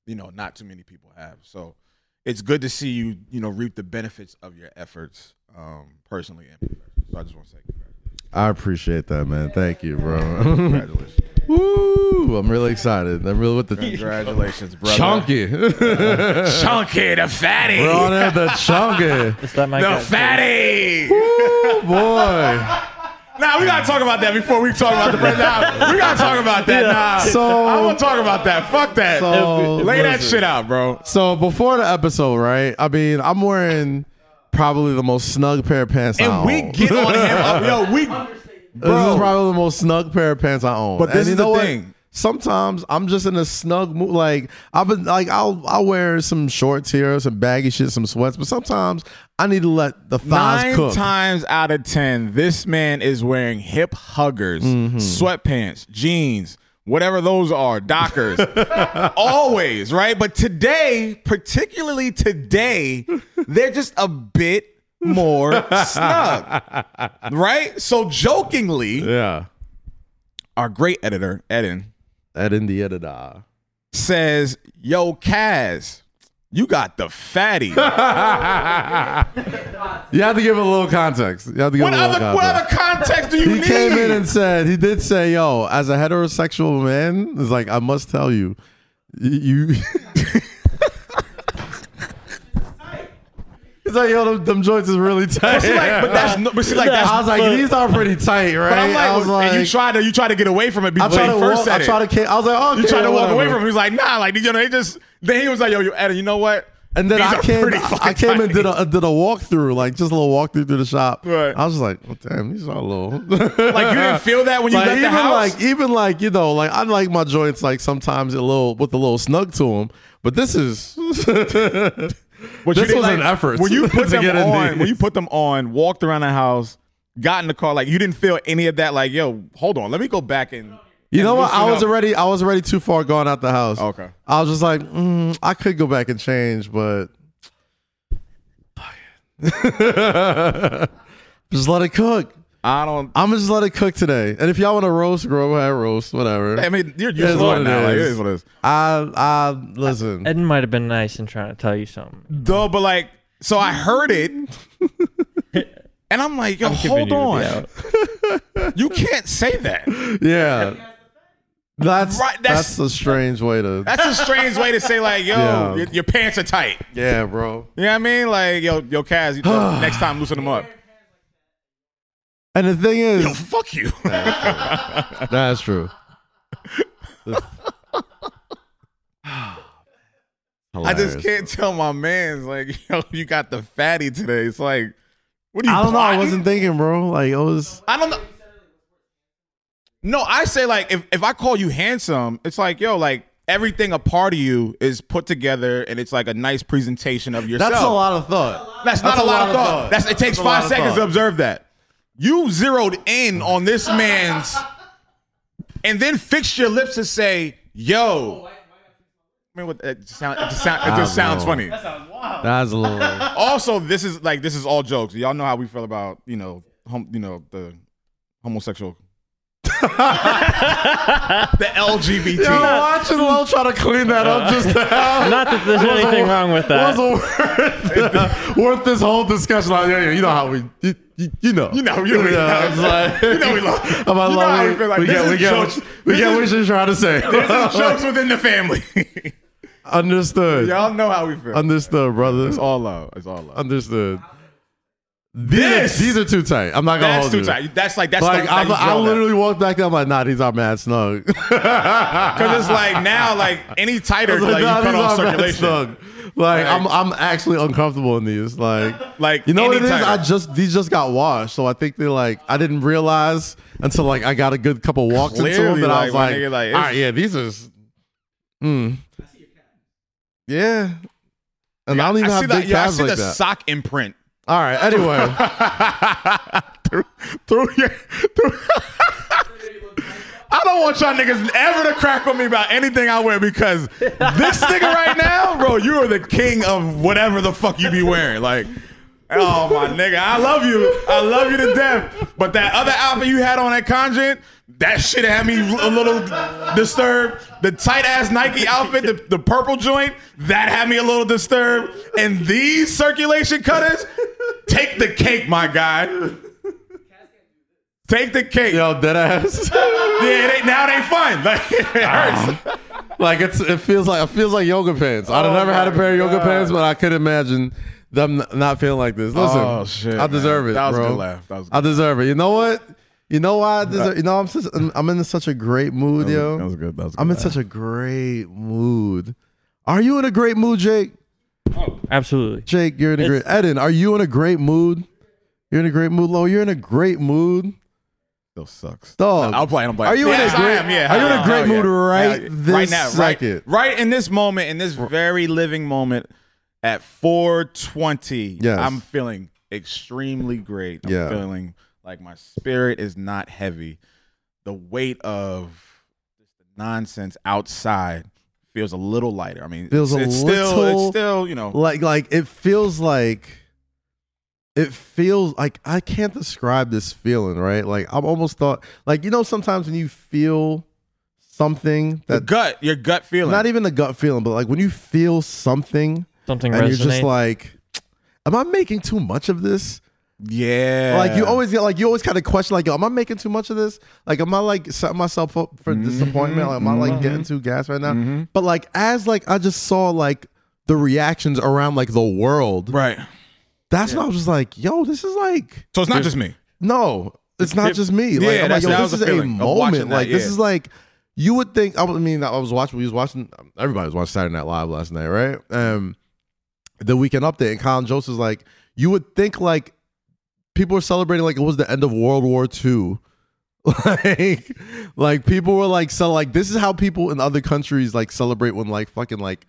Speaker 2: you know not too many people have so it's good to
Speaker 1: [laughs]
Speaker 2: see you you know reap the benefits of your efforts um personally and professionally. so i just want to say congratulations
Speaker 1: I appreciate that, man. Thank you, bro. [laughs] Woo! I'm really excited. I'm really with the
Speaker 2: Congratulations, brother.
Speaker 1: chunky. [laughs]
Speaker 2: Chunky the fatty.
Speaker 1: We're on at the chunky.
Speaker 3: Is that my
Speaker 2: The
Speaker 3: guy?
Speaker 2: fatty.
Speaker 1: Woo, boy.
Speaker 2: Nah, we gotta talk about that before we talk about the bread. Nah, we gotta talk about that. Nah,
Speaker 1: So-
Speaker 2: I want to talk about that. Fuck that.
Speaker 1: So,
Speaker 2: Lay that
Speaker 1: listen.
Speaker 2: shit out, bro.
Speaker 1: So before the episode, right? I mean, I'm wearing probably the most snug pair of pants I
Speaker 2: And
Speaker 1: own.
Speaker 2: we get on him. Yo, we.
Speaker 1: This is
Speaker 2: Bro.
Speaker 1: probably the most snug pair of pants I own.
Speaker 2: But this
Speaker 1: And you
Speaker 2: is the
Speaker 1: know what?
Speaker 2: thing.
Speaker 1: Sometimes I'm just in a snug mood. Like I've been like I'll I'll wear some shorts here, some baggy shit, some sweats. But sometimes I need to let the thighs
Speaker 2: Nine
Speaker 1: cook.
Speaker 2: times out of ten, this man is wearing hip huggers,
Speaker 1: Mm-hmm.
Speaker 2: sweatpants, jeans, whatever those are,
Speaker 1: [laughs]
Speaker 2: Dockers. Always, right? But today, particularly today, they're just a bit more snug, right? So jokingly,
Speaker 1: Yeah.
Speaker 2: our great editor, Eden,
Speaker 1: At in the editor.
Speaker 2: says, "Yo, Kaz, you got
Speaker 1: [laughs]
Speaker 2: the fatty."
Speaker 1: You have to give it a little context. You have to give
Speaker 2: what
Speaker 1: it a little
Speaker 2: other
Speaker 1: context.
Speaker 2: what other context do you
Speaker 1: he
Speaker 2: need?
Speaker 1: came in and said he did say, "Yo, as a heterosexual man, it's like I must tell you, y- you." [laughs] He's like, "Yo, them, them joints is really tight."
Speaker 2: She's like, but that's no, but she's like, that's
Speaker 1: [laughs] I was [laughs] like,
Speaker 2: but-
Speaker 1: "These are pretty tight, right?"
Speaker 2: But I'm like,
Speaker 1: I was
Speaker 2: and you try to you try to get away from it
Speaker 1: I
Speaker 2: before
Speaker 1: tried
Speaker 2: he
Speaker 1: to
Speaker 2: first
Speaker 1: walk.
Speaker 2: said
Speaker 1: I tried to.
Speaker 2: it.
Speaker 1: ca- I was like, "Okay."
Speaker 2: you tried to walk away
Speaker 1: whatever."
Speaker 2: from him. He was like, nah, like you know, they just then he was like, yo, you Adam, you
Speaker 1: [laughs]
Speaker 2: know what?
Speaker 1: And then
Speaker 2: These
Speaker 1: I
Speaker 2: are
Speaker 1: came,
Speaker 2: pretty
Speaker 1: I, I
Speaker 2: fucking
Speaker 1: came and
Speaker 2: tight.
Speaker 1: did a did a walkthrough, like just a little walkthrough through the shop.
Speaker 2: Right.
Speaker 1: I was like, oh, "Damn, these are a little."
Speaker 2: Like you didn't feel that when you
Speaker 1: like,
Speaker 2: left
Speaker 1: even
Speaker 2: the house.
Speaker 1: like even like you know like I like my joints like sometimes a little with a little snug to them, but this is
Speaker 2: But
Speaker 1: this
Speaker 2: didn't,
Speaker 1: was an effort
Speaker 2: When
Speaker 1: [laughs]
Speaker 2: you
Speaker 1: to
Speaker 2: put them
Speaker 1: get in
Speaker 2: on,
Speaker 1: these. [laughs]
Speaker 2: when you put them on, walked around the house, got in the car, like you didn't feel any of that. Like yo, hold on, let me go back and
Speaker 1: you
Speaker 2: and
Speaker 1: know what
Speaker 2: loosen
Speaker 1: I was
Speaker 2: up.
Speaker 1: already I was already too far gone out the house.
Speaker 2: Okay.
Speaker 1: I was just like mm, I could go back and change, but [laughs] just let it cook.
Speaker 2: I don't.
Speaker 1: I'm gonna just let it cook today. And if y'all want to roast, grow ahead roast, whatever.
Speaker 2: I mean, you're
Speaker 1: It is
Speaker 2: used
Speaker 1: what
Speaker 2: to
Speaker 1: it
Speaker 2: it now. Like, it
Speaker 1: is.
Speaker 2: is what it is.
Speaker 1: I I listen.
Speaker 3: Ed might have been nice in trying to tell you something.
Speaker 2: Duh, but like, so I
Speaker 1: [laughs]
Speaker 2: heard it, and I'm like, yo,
Speaker 3: Giving
Speaker 2: hold
Speaker 3: you the
Speaker 2: on,
Speaker 3: out.
Speaker 2: you can't say that.
Speaker 1: yeah. That's,
Speaker 2: Right,
Speaker 1: that's a
Speaker 2: that's-
Speaker 1: strange way to
Speaker 2: That's a strange way to say like, yo,
Speaker 1: Yeah.
Speaker 2: your, your pants are tight.
Speaker 1: yeah, bro.
Speaker 2: You know what I mean? Like, yo, yo, Kaz,
Speaker 1: [sighs]
Speaker 2: you- next time loosen them up.
Speaker 1: And the thing is,
Speaker 2: Yo, fuck [laughs] you.
Speaker 1: That's true.
Speaker 2: I just can't tell my man's like, [laughs] yo, you got the fatty today. It's like, what are you?
Speaker 1: I don't know. I [laughs]
Speaker 2: plotting?
Speaker 1: wasn't thinking, bro. Like it was.
Speaker 2: I don't know. No, I say like if, if I call you handsome, it's like yo, like everything a part of you is put together, and it's like a nice presentation of yourself.
Speaker 1: That's a lot of thought.
Speaker 2: That's not a lot, of thought. That's it takes
Speaker 1: That's a lot
Speaker 2: five
Speaker 1: of
Speaker 2: seconds to
Speaker 1: thought.
Speaker 2: observe that. You zeroed in on this man's, and then fixed your lips to say, "Yo." I mean, what, it just, sound, it just, sound,
Speaker 1: I
Speaker 2: it just
Speaker 1: don't
Speaker 2: sounds
Speaker 1: know.
Speaker 2: funny.
Speaker 1: That's a little.
Speaker 2: Also, this is like this is all jokes. Y'all know how we feel about you know, hom- you know the
Speaker 1: [laughs]
Speaker 2: homosexual, the LGBT.
Speaker 1: Yo, watching Lil try to clean that up just now.
Speaker 3: Not that there's anything wrong with that.
Speaker 1: Wasn't worth, worth this whole discussion. Like, yeah, yeah, you know how we, you, you, you know,
Speaker 2: You know, you know,
Speaker 1: Yeah, it's like-
Speaker 2: you know we love.
Speaker 1: about
Speaker 2: you know how we feel like
Speaker 1: we
Speaker 2: this
Speaker 1: get,
Speaker 2: is
Speaker 1: we
Speaker 2: jokes.
Speaker 1: get, we
Speaker 2: This
Speaker 1: get
Speaker 2: is-
Speaker 1: what you're trying to say. [laughs]
Speaker 2: This is jokes within the family. [laughs]
Speaker 1: Understood.
Speaker 2: Y'all know how we feel.
Speaker 1: Understood, brother.
Speaker 2: It's all love. It's all love.
Speaker 1: Understood.
Speaker 2: This.
Speaker 1: These are too tight. I'm not gonna
Speaker 2: That's
Speaker 1: hold
Speaker 2: too
Speaker 1: you.
Speaker 2: tight. That's like that's
Speaker 1: Like I, I literally walked back. I'm like, nah, these are mad snug.
Speaker 2: because it's like now like any
Speaker 1: [laughs]
Speaker 2: tighter like,
Speaker 1: nah,
Speaker 2: you cut
Speaker 1: these
Speaker 2: off
Speaker 1: are mad
Speaker 2: circulation.
Speaker 1: snug. Like I'm, I'm actually uncomfortable in these. Like,
Speaker 2: Like
Speaker 1: you know what it
Speaker 2: any
Speaker 1: is? I
Speaker 2: tighter.
Speaker 1: just these just got washed, so I think they like I didn't realize until like I got a good couple walks into them
Speaker 2: Clearly,
Speaker 1: that I
Speaker 2: like,
Speaker 1: was
Speaker 2: my
Speaker 1: like,
Speaker 2: nigga, like,
Speaker 1: all
Speaker 2: it's-
Speaker 1: right, yeah, these are. Mm. Yeah, and I don't even
Speaker 2: I see
Speaker 1: have
Speaker 2: the,
Speaker 1: big
Speaker 2: yeah, I
Speaker 1: calves
Speaker 2: see
Speaker 1: like
Speaker 2: the
Speaker 1: that.
Speaker 2: sock imprint.
Speaker 1: All right. Anyway.
Speaker 2: [laughs] through, through your, through I don't want y'all niggas ever to crack on me about anything I wear because this nigga right now, bro, you are the king of whatever the fuck you be wearing. Like, oh my nigga, I love you. I love you to death. But that other outfit you had on at Conjent, that shit had me a little disturbed. The tight ass Nike outfit, the, the purple joint, that had me a little disturbed. And these circulation cutters, take the cake, my guy. Take the cake.
Speaker 1: Yo, dead ass.
Speaker 2: Yeah, it ain't, now it ain't fun. [laughs] Like it hurts.
Speaker 1: like it's it feels like it feels like yoga pants. I've
Speaker 2: Oh
Speaker 1: never had a
Speaker 2: my
Speaker 1: pair of yoga
Speaker 2: God.
Speaker 1: pants, but I could imagine them n- not feeling like this. Listen,
Speaker 2: Oh, shit,
Speaker 1: I deserve
Speaker 2: man.
Speaker 1: it,
Speaker 2: That was a
Speaker 1: bro.
Speaker 2: good laugh. That was a
Speaker 1: I deserve it. You know what? You know why? I deserve, you know I'm such, I'm in such a great mood, yo.
Speaker 2: good. That was good.
Speaker 1: I'm in such a great mood. Are you in a great mood, Jake?
Speaker 3: Absolutely.
Speaker 1: Jake, you're in a great. Eden, are you in a great mood? You're in a great mood, Lo. You're in a great mood,
Speaker 2: still sucks.
Speaker 1: dog.
Speaker 2: I'll play. I'm playing.
Speaker 1: Are you in a great-
Speaker 2: yeah,
Speaker 1: are you in a
Speaker 2: hell
Speaker 1: great
Speaker 2: yeah.
Speaker 1: mood right
Speaker 2: Hell
Speaker 1: this
Speaker 2: right now,
Speaker 1: second?
Speaker 2: Right, right in this moment, in this very living moment, at 4:20.
Speaker 1: Yes.
Speaker 2: I'm feeling extremely great. I'm
Speaker 1: Yeah.
Speaker 2: feeling like my spirit is not heavy. The weight of nonsense outside feels a little lighter. I mean,
Speaker 1: Feels
Speaker 2: it's,
Speaker 1: a
Speaker 2: it's still,
Speaker 1: little
Speaker 2: it's still, you know,
Speaker 1: like like it feels like it feels like I can't describe this feeling, right? Like I've almost thought like you know sometimes when you feel something
Speaker 2: the
Speaker 1: that
Speaker 2: gut, your gut feeling.
Speaker 1: not even the gut feeling, but like when you feel something
Speaker 3: Something
Speaker 1: and you're just
Speaker 3: resonates.
Speaker 1: like Am I making too much of this?
Speaker 2: yeah,
Speaker 1: Like you always get, like you always kind of question, like, am I making too much of this? Like, am I like setting myself up for
Speaker 2: Mm-hmm.
Speaker 1: disappointment? Like, am I like getting too gas right now? But like, as like I just saw like the reactions around like the world,
Speaker 2: right.
Speaker 1: that's when I was just like, yo, this is like,
Speaker 2: So it's not just me.
Speaker 1: no, it's not just me. Like,
Speaker 2: Yeah,
Speaker 1: I'm like,
Speaker 2: that's-
Speaker 1: yo,
Speaker 2: that
Speaker 1: this
Speaker 2: was
Speaker 1: is
Speaker 2: the
Speaker 1: a
Speaker 2: feeling of watching
Speaker 1: moment.
Speaker 2: that,
Speaker 1: Like, this
Speaker 2: yeah.
Speaker 1: is like, you would think, I was- I mean, I was watching, we was watching, everybody was watching Saturday Night Live last night, right? Um, the weekend update, and Colin Jost is like, you would think like people were celebrating like it was the end of World War II. [laughs] Like, like people were like, so like this is how people in other countries like celebrate when like fucking like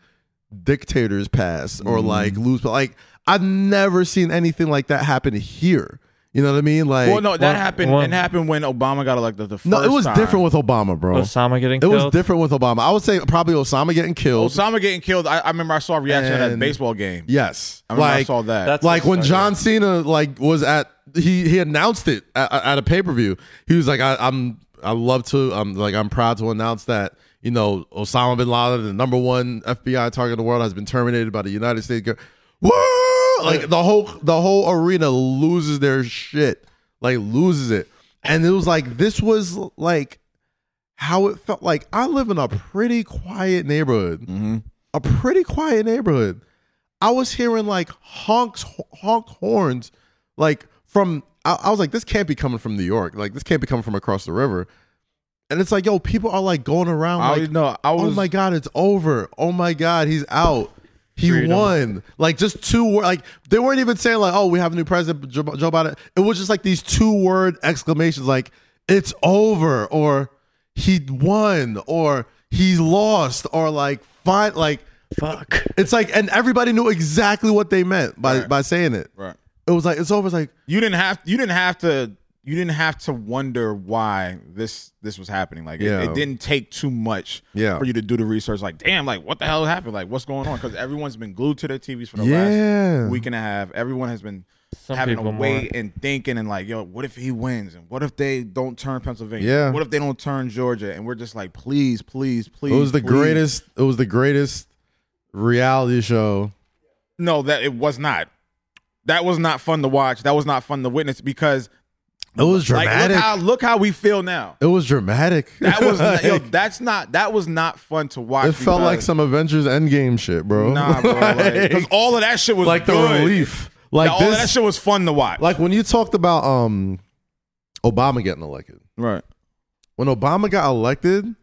Speaker 1: dictators pass
Speaker 2: Mm-hmm.
Speaker 1: or like lose. But like I've never seen anything like that happen here. You know what I mean? Like,
Speaker 2: Well, no, that
Speaker 3: Well,
Speaker 2: happened.
Speaker 3: well-
Speaker 2: it happened when Obama got elected. The first
Speaker 1: no, it was
Speaker 2: time.
Speaker 1: different with Obama, bro.
Speaker 3: Osama getting
Speaker 1: oh. it
Speaker 3: killed.
Speaker 1: was different with Obama. I would say probably Osama getting killed.
Speaker 2: Osama getting killed. I, I remember I saw a reaction at a
Speaker 1: And-
Speaker 2: baseball game.
Speaker 1: yes,
Speaker 2: I remember I
Speaker 1: like
Speaker 2: saw that.
Speaker 3: That's
Speaker 1: like when
Speaker 3: Sorry.
Speaker 1: John Cena like was at he he announced it at, at a pay per view. He was like, I, I'm I love to I'm like I'm proud to announce that you know Osama bin Laden, the number one FBI target in the world, has been terminated by the United States. gov- Woo! Like the whole the whole arena loses their shit, like loses it, and it was like this was like how it felt like. I live in a pretty quiet neighborhood
Speaker 2: Mhm.
Speaker 1: a pretty quiet neighborhood. I was hearing like honks, honk horns, like from. I, I was like, this can't be coming from New York. Like this can't be coming from across the river. And it's like, yo, people are like going around
Speaker 2: I
Speaker 1: like,
Speaker 2: was- no, I
Speaker 1: oh
Speaker 2: was
Speaker 1: my god, it's over. Oh my god, he's out. He
Speaker 3: Freedom.
Speaker 1: won. Like just two word. Like they weren't even saying like, oh, we have a new president, Joe Joe Biden. It was just like these two word exclamations like, it's over, or he won, or he lost, or like fine, like
Speaker 3: Fuck.
Speaker 1: it's like, and everybody knew exactly what they meant by
Speaker 2: Right.
Speaker 1: by saying it.
Speaker 2: Right.
Speaker 1: It was like it's over. It's like
Speaker 2: You didn't have. You didn't have to. You didn't have to wonder why this this was happening. Like it-
Speaker 1: Yeah.
Speaker 2: it, didn't take too much
Speaker 1: Yeah.
Speaker 2: for you to do the research. Like damn, like what the hell happened? Like what's going on? Because everyone's been glued to their TVs for the
Speaker 1: Yeah.
Speaker 2: last week and a half. Everyone has been
Speaker 3: Some
Speaker 2: having to
Speaker 3: people
Speaker 2: wait and thinking and like, yo, what if he wins? And what if they don't turn Pennsylvania?
Speaker 1: Yeah.
Speaker 2: What if they don't turn Georgia? And we're just like, please, please, please.
Speaker 1: it was the
Speaker 2: please.
Speaker 1: greatest. It was the greatest reality show.
Speaker 2: No, that it was not. That was not fun to watch. That was not fun to witness because
Speaker 1: It was
Speaker 2: like
Speaker 1: dramatic.
Speaker 2: look how look how we feel now.
Speaker 1: it was dramatic. [laughs]
Speaker 2: That was not, yo,
Speaker 1: Like,
Speaker 2: that's not that was not fun to watch.
Speaker 1: It felt like
Speaker 2: because-
Speaker 1: some Avengers Endgame shit, bro. [laughs]
Speaker 2: nah, bro. Like, 'cause
Speaker 1: like,
Speaker 2: all of that shit was
Speaker 1: like the
Speaker 2: good.
Speaker 1: relief,
Speaker 2: Like
Speaker 1: like
Speaker 2: all of that
Speaker 1: this,
Speaker 2: shit was fun to watch.
Speaker 1: like when you talked about um, Obama getting elected.
Speaker 2: right.
Speaker 1: When Obama got elected,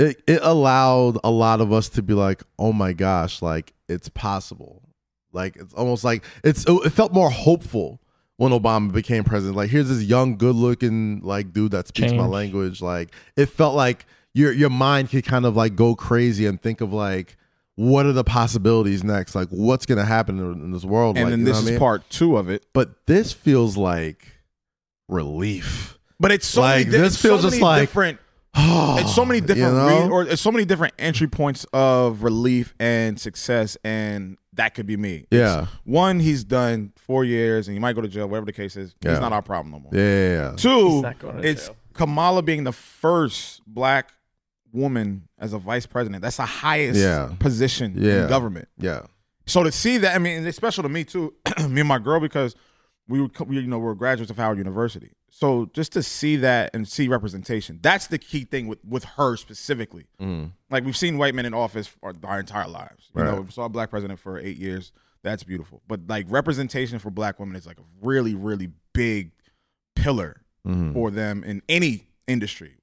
Speaker 1: it it allowed a lot of us to be like, oh my gosh, like it's possible. Like it's almost like it's it felt more hopeful when Obama became president. Like here's this young, good looking like dude that speaks my
Speaker 3: Change.
Speaker 1: language. Like it felt like your your mind could kind of like go crazy and think of like what are the possibilities next? Like what's gonna happen in, in this world?
Speaker 2: And
Speaker 1: like,
Speaker 2: then
Speaker 1: you know
Speaker 2: this
Speaker 1: what
Speaker 2: is
Speaker 1: I mean?
Speaker 2: part two of it.
Speaker 1: But this feels like relief.
Speaker 2: But it's so
Speaker 1: Like,
Speaker 2: many, di-
Speaker 1: this
Speaker 2: it's so
Speaker 1: feels just
Speaker 2: many
Speaker 1: like-
Speaker 2: different
Speaker 1: it's
Speaker 2: it's
Speaker 1: Oh, [sighs]
Speaker 2: so many different re- or it's so many different entry points of relief and success and that could be me It's-
Speaker 1: Yeah.
Speaker 2: one he's done four years and he might go to jail whatever the case is
Speaker 1: Yeah.
Speaker 2: he's not our problem no more
Speaker 1: yeah, yeah, yeah.
Speaker 2: two
Speaker 3: not going to
Speaker 2: it's
Speaker 3: jail.
Speaker 2: kamala being the first black woman as a vice president that's the highest
Speaker 1: Yeah.
Speaker 2: position
Speaker 1: Yeah.
Speaker 2: in government
Speaker 1: yeah.
Speaker 2: so to see that i [clears throat] mean and it's special to me too me and my girl because we were co- we, you know we were graduates of howard university So just to see that and see representation, that's the key thing with with her specifically. Like we've seen white men in office for our entire lives. You know,
Speaker 1: Right.
Speaker 2: we saw a black president for eight years. That's beautiful. But like representation for black women is like a really, really big pillar
Speaker 1: Mm-hmm.
Speaker 2: for them in any industry,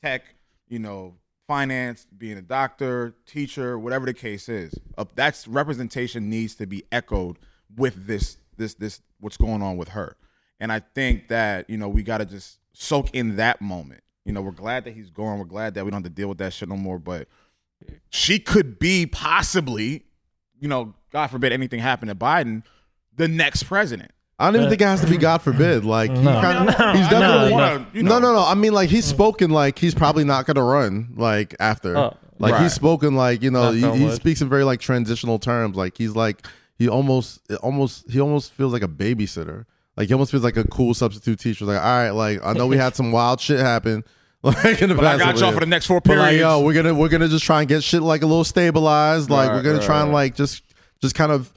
Speaker 2: tech, you know, finance, being a doctor, teacher, whatever the case is. Uh, that's representation needs to be echoed with this this this what's going on with her. And I think that, you know, we got to just soak in that moment. You know, we're glad that he's gone. We're glad that we don't have to deal with that shit no more, but she could be possibly, you know, God forbid anything happened to Biden, the next president.
Speaker 1: I don't even think it has to be God forbid. Like he kind of,
Speaker 3: No,
Speaker 1: he's
Speaker 3: no,
Speaker 1: definitely
Speaker 3: no.
Speaker 2: Wanna, you
Speaker 1: no,
Speaker 2: know, Mm.
Speaker 1: no, no. I mean, like he's spoken like he's probably not gonna run like after.
Speaker 3: Oh.
Speaker 1: like
Speaker 2: Right.
Speaker 1: he's spoken like you know
Speaker 3: Knock
Speaker 1: he,
Speaker 3: on
Speaker 1: he
Speaker 3: wood.
Speaker 1: speaks in very like transitional terms. Like he's like he almost it almost he almost feels like a babysitter. Like he almost feels like a cool substitute teacher. Like all right, like I know we
Speaker 2: [laughs]
Speaker 1: had some wild shit happen. [laughs] Like in the
Speaker 2: But I
Speaker 1: past
Speaker 2: got
Speaker 1: couple
Speaker 2: y'all
Speaker 1: years.
Speaker 2: for the next four
Speaker 1: But
Speaker 2: periods.
Speaker 1: like, yo, we're gonna we're gonna just try and get shit like a little stabilized. Like
Speaker 2: Right,
Speaker 1: we're gonna
Speaker 2: right,
Speaker 1: try and
Speaker 2: right.
Speaker 1: like just just kind of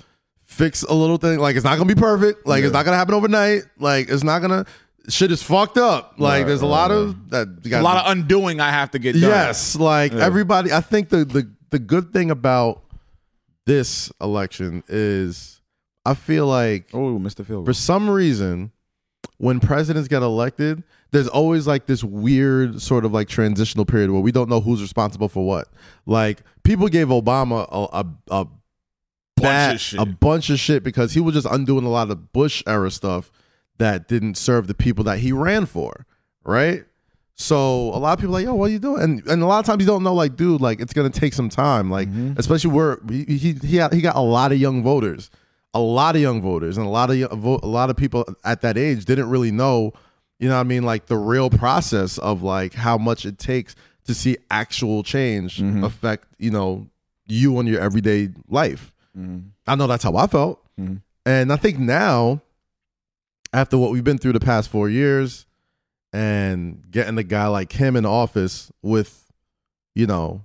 Speaker 1: fix a little thing. Like it's not gonna be perfect. Like it's not gonna happen overnight. Like it's not gonna shit is fucked up. Like there's a lot of that you
Speaker 2: a
Speaker 1: gotta-
Speaker 2: lot of undoing I have to get done.
Speaker 1: yes. Like everybody, I think the the the good thing about this election is I feel like
Speaker 2: Oh, Mr. Phil.
Speaker 1: for some reason when presidents get elected there's always like this weird sort of like transitional period where we don't know who's responsible for what like people gave obama a, a, a bad-
Speaker 2: of shit.
Speaker 1: a bunch of shit because he was just undoing a lot of bush era stuff that didn't serve the people that he ran for right so a lot of people are like yo what are you doing and, and a lot of times you don't know like dude like it's gonna take some time like
Speaker 2: Mm-hmm.
Speaker 1: especially where he he he got, he got a lot of young voters a lot of young voters and a lot of yo- vo- a lot of people at that age didn't really know you know what i mean like the real process of like how much it takes to see actual change affect you know you on your everyday life i know that's how i felt and i think now after what we've been through the past four years and getting a guy like him in office with you know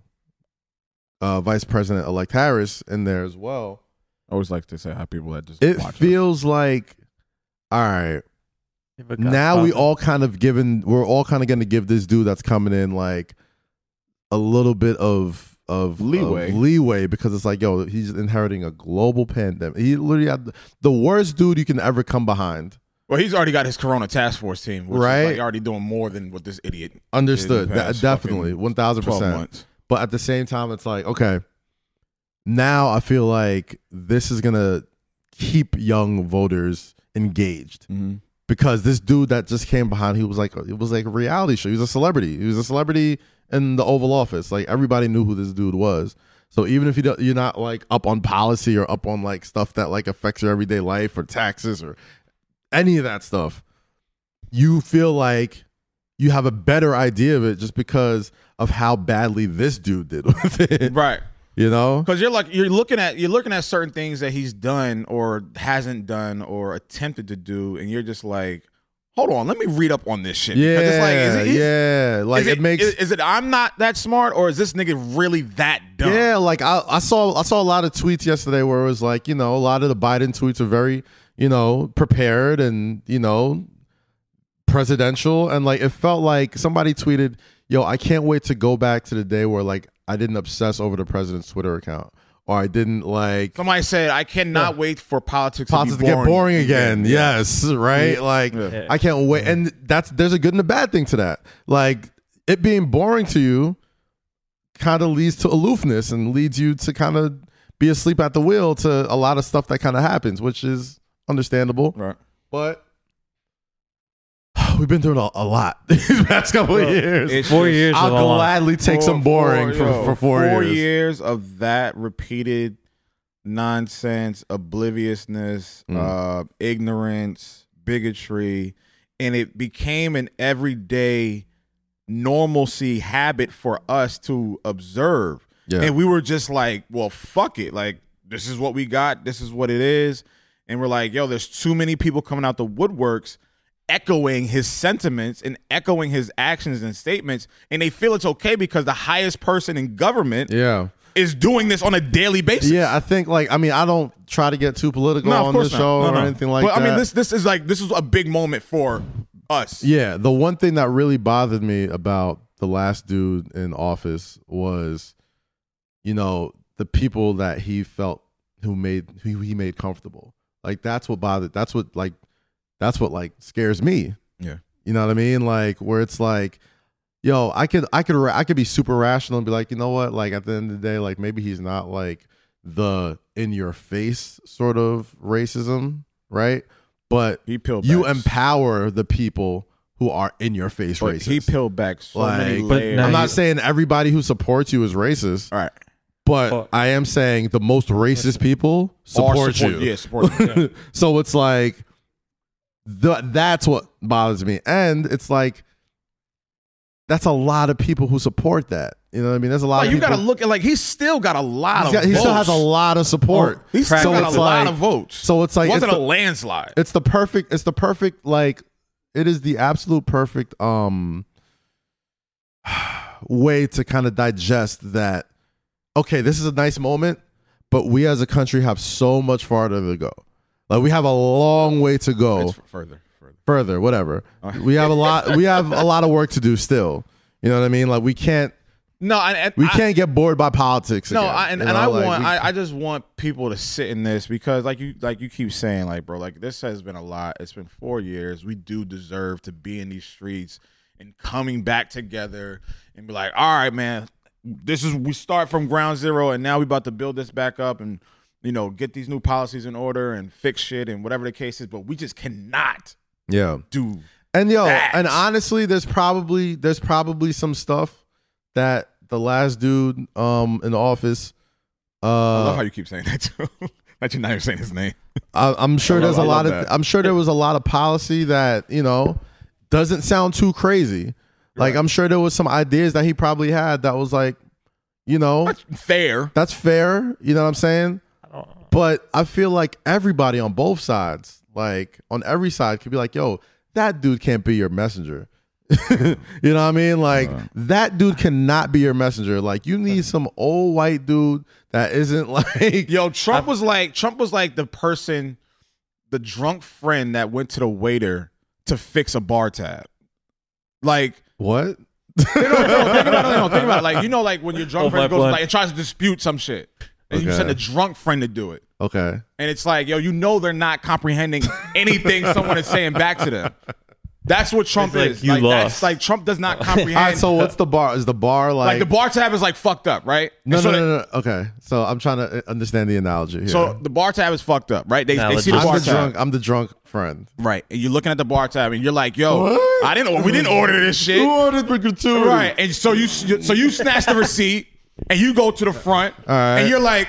Speaker 1: uh, vice president elect harris in there as well
Speaker 2: I always like to say how people that just
Speaker 1: it
Speaker 2: watch us.
Speaker 1: feels like all right now we all kind of given we're all kind of going to give this dude that's coming in like a little bit of of of
Speaker 2: Leeway.
Speaker 1: leeway because it's like yo he's inheriting a global pandemic he literally had the worst dude you can ever come behind
Speaker 2: Well, he's already got his Corona Task Force team, which
Speaker 1: Right.
Speaker 2: is like already doing more than what this idiot.
Speaker 1: understood
Speaker 2: Yeah,
Speaker 1: that,
Speaker 2: past
Speaker 1: definitely
Speaker 2: fucking
Speaker 1: 1000%
Speaker 2: 12 months.
Speaker 1: but at the same time it's like okay now i feel like this is going to keep young voters engaged because this dude that just came behind, he was like, it was like a reality show. He was a celebrity. He was a celebrity in the Oval Office. Like everybody knew who this dude was. So even if you don't, you're not like up on policy or up on like stuff that like affects your everyday life or taxes or any of that stuff, you feel like you have a better idea of it just because of how badly this dude did with it.
Speaker 2: Right.
Speaker 1: You know?
Speaker 2: Because you're like you're looking at you're looking at certain things that he's done or hasn't done or attempted to do, and you're just like, hold on, let me read up on this shit.
Speaker 1: Yeah,
Speaker 2: Because it's like, is it, is-
Speaker 1: yeah. Like
Speaker 2: is
Speaker 1: it, makes
Speaker 2: is, is it I'm not that smart or is this nigga really that dumb?
Speaker 1: Yeah, like I, I saw I saw a lot of tweets yesterday where it was like, you know, a lot of the Biden tweets are very, you know, prepared and, you know, presidential and like it felt like somebody tweeted, "Yo, I can't wait to go back to the day where like I didn't obsess over the president's Twitter account or I didn't like
Speaker 2: Somebody said I cannot wait for politics,
Speaker 1: politics
Speaker 2: to,
Speaker 1: to
Speaker 2: be
Speaker 1: get boring again. Yes, right. Like I can't wait. And that's there's a good and a bad thing to that. Like it being boring to you kind of leads to aloofness and leads you to kind of be asleep at the wheel to a lot of stuff that kind of happens, which is understandable.
Speaker 2: Right.
Speaker 1: But [sighs] we've been through a, a lot [laughs] these past couple of years.
Speaker 2: It's
Speaker 3: four
Speaker 2: just-
Speaker 3: years. is a
Speaker 1: I'll
Speaker 3: lot.
Speaker 1: gladly take
Speaker 2: Four-
Speaker 1: some boring for,
Speaker 2: yo,
Speaker 1: for four, years.
Speaker 2: of that repeated nonsense, obliviousness,
Speaker 1: Mm.
Speaker 2: uh, ignorance, bigotry, and it became an everyday normalcy habit for us to observe.
Speaker 1: Yeah.
Speaker 2: And we were just like, well, fuck it. Like, this is what we got. This is what it is. And we're like, yo, there's too many people coming out the woodworks echoing his sentiments and echoing his actions and statements. And they feel it's okay because the highest person in government
Speaker 1: Yeah.
Speaker 2: is doing this on a daily basis.
Speaker 1: Yeah, I think like I mean I don't try to get too political
Speaker 2: No, of
Speaker 1: on
Speaker 2: course
Speaker 1: this
Speaker 2: not.
Speaker 1: show
Speaker 2: No,
Speaker 1: or
Speaker 2: no.
Speaker 1: anything like
Speaker 2: but,
Speaker 1: that.
Speaker 2: I mean, this this is like this is a big moment for Us.
Speaker 1: Yeah, the one thing that really bothered me about the last dude in office was, you know, the people that he felt who made who he made comfortable. Like that's what bothered. That's what like, that's what like scares me.
Speaker 2: Yeah.
Speaker 1: you know what I mean. Like where it's like, yo, I could I could ra- I could be super rational and be like, you know what? Like at the end of the day, like maybe he's not like the in your face sort of racism, right? But
Speaker 2: He peeled
Speaker 1: you
Speaker 2: back.
Speaker 1: empower the people who are in your face
Speaker 2: But
Speaker 1: racist.
Speaker 2: He peeled back so many
Speaker 1: Like,
Speaker 3: But
Speaker 2: layers.
Speaker 3: now
Speaker 1: I'm
Speaker 3: you-
Speaker 1: not saying everybody who supports you is racist,
Speaker 2: All right.
Speaker 1: but
Speaker 3: Fuck.
Speaker 1: I am saying the most racist people
Speaker 2: Or
Speaker 1: support, you.
Speaker 2: Yeah,
Speaker 1: [laughs]
Speaker 2: support you.
Speaker 1: so it's like th- that's what bothers me, and it's like that's a lot of people who support that. You know what I mean? There's a lot.
Speaker 2: Like,
Speaker 1: of
Speaker 2: you got to
Speaker 1: people,
Speaker 2: look at like he's still got a
Speaker 1: He's
Speaker 2: lot of.
Speaker 1: got- he still
Speaker 2: votes.
Speaker 1: has a lot of support.
Speaker 2: He still
Speaker 1: So
Speaker 2: got a
Speaker 1: it's
Speaker 2: lot
Speaker 1: like-
Speaker 2: of votes.
Speaker 1: So it's like it's
Speaker 2: wasn't
Speaker 1: the-
Speaker 2: a landslide.
Speaker 1: it's the perfect it's the perfect like it is the absolute perfect um [sighs] way to kind of digest that okay this is a nice moment but we as a country have so much farther to go like we have a long way to go
Speaker 2: It's f- further, further.
Speaker 1: further
Speaker 2: [laughs]
Speaker 1: whatever we have a lot we have a lot of work to do still you know what i mean like we can't
Speaker 2: No, and, and
Speaker 1: we
Speaker 2: I-
Speaker 1: can't get bored by politics
Speaker 2: No,
Speaker 1: again,
Speaker 2: I, and,
Speaker 1: you
Speaker 2: and
Speaker 1: know?
Speaker 2: I
Speaker 1: Like,
Speaker 2: want
Speaker 1: we-
Speaker 2: I, I just want people to sit in this because like you like you keep saying like bro like this has been a lot. It's been four years. We do deserve to be in these streets and coming back together and be like, all right, man, this is we start from ground zero and now we about to build this back up and you know get these new policies in order and fix shit and whatever the case is. But we just cannot
Speaker 1: yeah
Speaker 2: do
Speaker 1: And yo,
Speaker 2: Facts.
Speaker 1: and honestly, there's probably there's probably some stuff that the last dude um in the office
Speaker 2: I love
Speaker 1: uh
Speaker 2: how you keep saying that too. [laughs] that you're not even saying his name.
Speaker 1: I, I'm sure
Speaker 2: I love-
Speaker 1: there's a
Speaker 2: I
Speaker 1: lot
Speaker 2: love
Speaker 1: of
Speaker 2: that.
Speaker 1: I'm sure there was a lot of policy that, you know, doesn't sound too crazy. Like I'm sure there was some ideas that he probably had that was like, you know,
Speaker 2: Fair.
Speaker 1: that's fair, you know what I'm saying?
Speaker 3: I don't-
Speaker 1: But I feel like everybody on both sides, like on every side, could be like, yo, that dude can't be your messenger. [laughs] you know what I mean? Like that dude cannot be your messenger. Like you need some old white dude that isn't [laughs] like
Speaker 2: Yo, Trump was like Trump was like the person, the drunk friend that went to the waiter to fix a bar tab. Like,
Speaker 1: what?
Speaker 2: no, no, no, think about it. No, think about it. Like, you know, like when your drunk
Speaker 3: Oh, my
Speaker 2: friend goes
Speaker 3: blood.
Speaker 2: like and tries to dispute some shit, and you
Speaker 1: Okay.
Speaker 2: send a drunk friend to do it,
Speaker 1: Okay.
Speaker 2: and it's like, yo, you know, they're not comprehending
Speaker 1: [laughs]
Speaker 2: anything someone is saying back to them. That's what Trump
Speaker 3: It's like,
Speaker 2: is.
Speaker 3: you
Speaker 2: like,
Speaker 3: lost.
Speaker 2: That's, like Trump does not
Speaker 1: [laughs] All right,
Speaker 2: comprehend.
Speaker 1: so what's the bar? Is the bar like,
Speaker 2: uh, like the bar tab is like fucked up, right? And
Speaker 1: No,
Speaker 2: so
Speaker 1: no,
Speaker 2: the-
Speaker 1: no, no, no. Okay. So I'm trying to uh, understand the analogy here.
Speaker 2: So the bar tab is fucked up, right? They,
Speaker 3: Nah,
Speaker 2: they see the
Speaker 3: legit.
Speaker 1: I'm
Speaker 2: bar
Speaker 1: the
Speaker 2: tab.
Speaker 1: drunk I'm the drunk friend.
Speaker 2: Right. And you're looking at the bar tab and you're like, yo,
Speaker 1: What?
Speaker 2: I didn't we didn't order this shit.
Speaker 1: ordered the gratuity?
Speaker 2: Right. And so you so you snatch the receipt and you go to the front
Speaker 1: right.
Speaker 2: and you're like,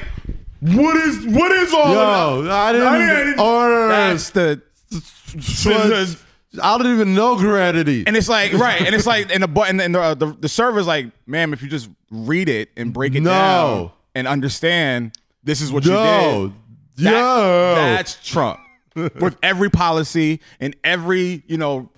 Speaker 2: what is what is all of
Speaker 1: Yo,
Speaker 2: that?
Speaker 1: I didn't, order
Speaker 2: That's the
Speaker 1: But I don't even know gravity.
Speaker 2: and it's like right, and it's like and the button and the, uh, the the server's like, ma'am, if you just read it and break it
Speaker 1: No.
Speaker 2: down and understand, this is what you did.
Speaker 1: no, yo,
Speaker 2: That- that's
Speaker 1: [laughs]
Speaker 2: Trump with every policy and every you know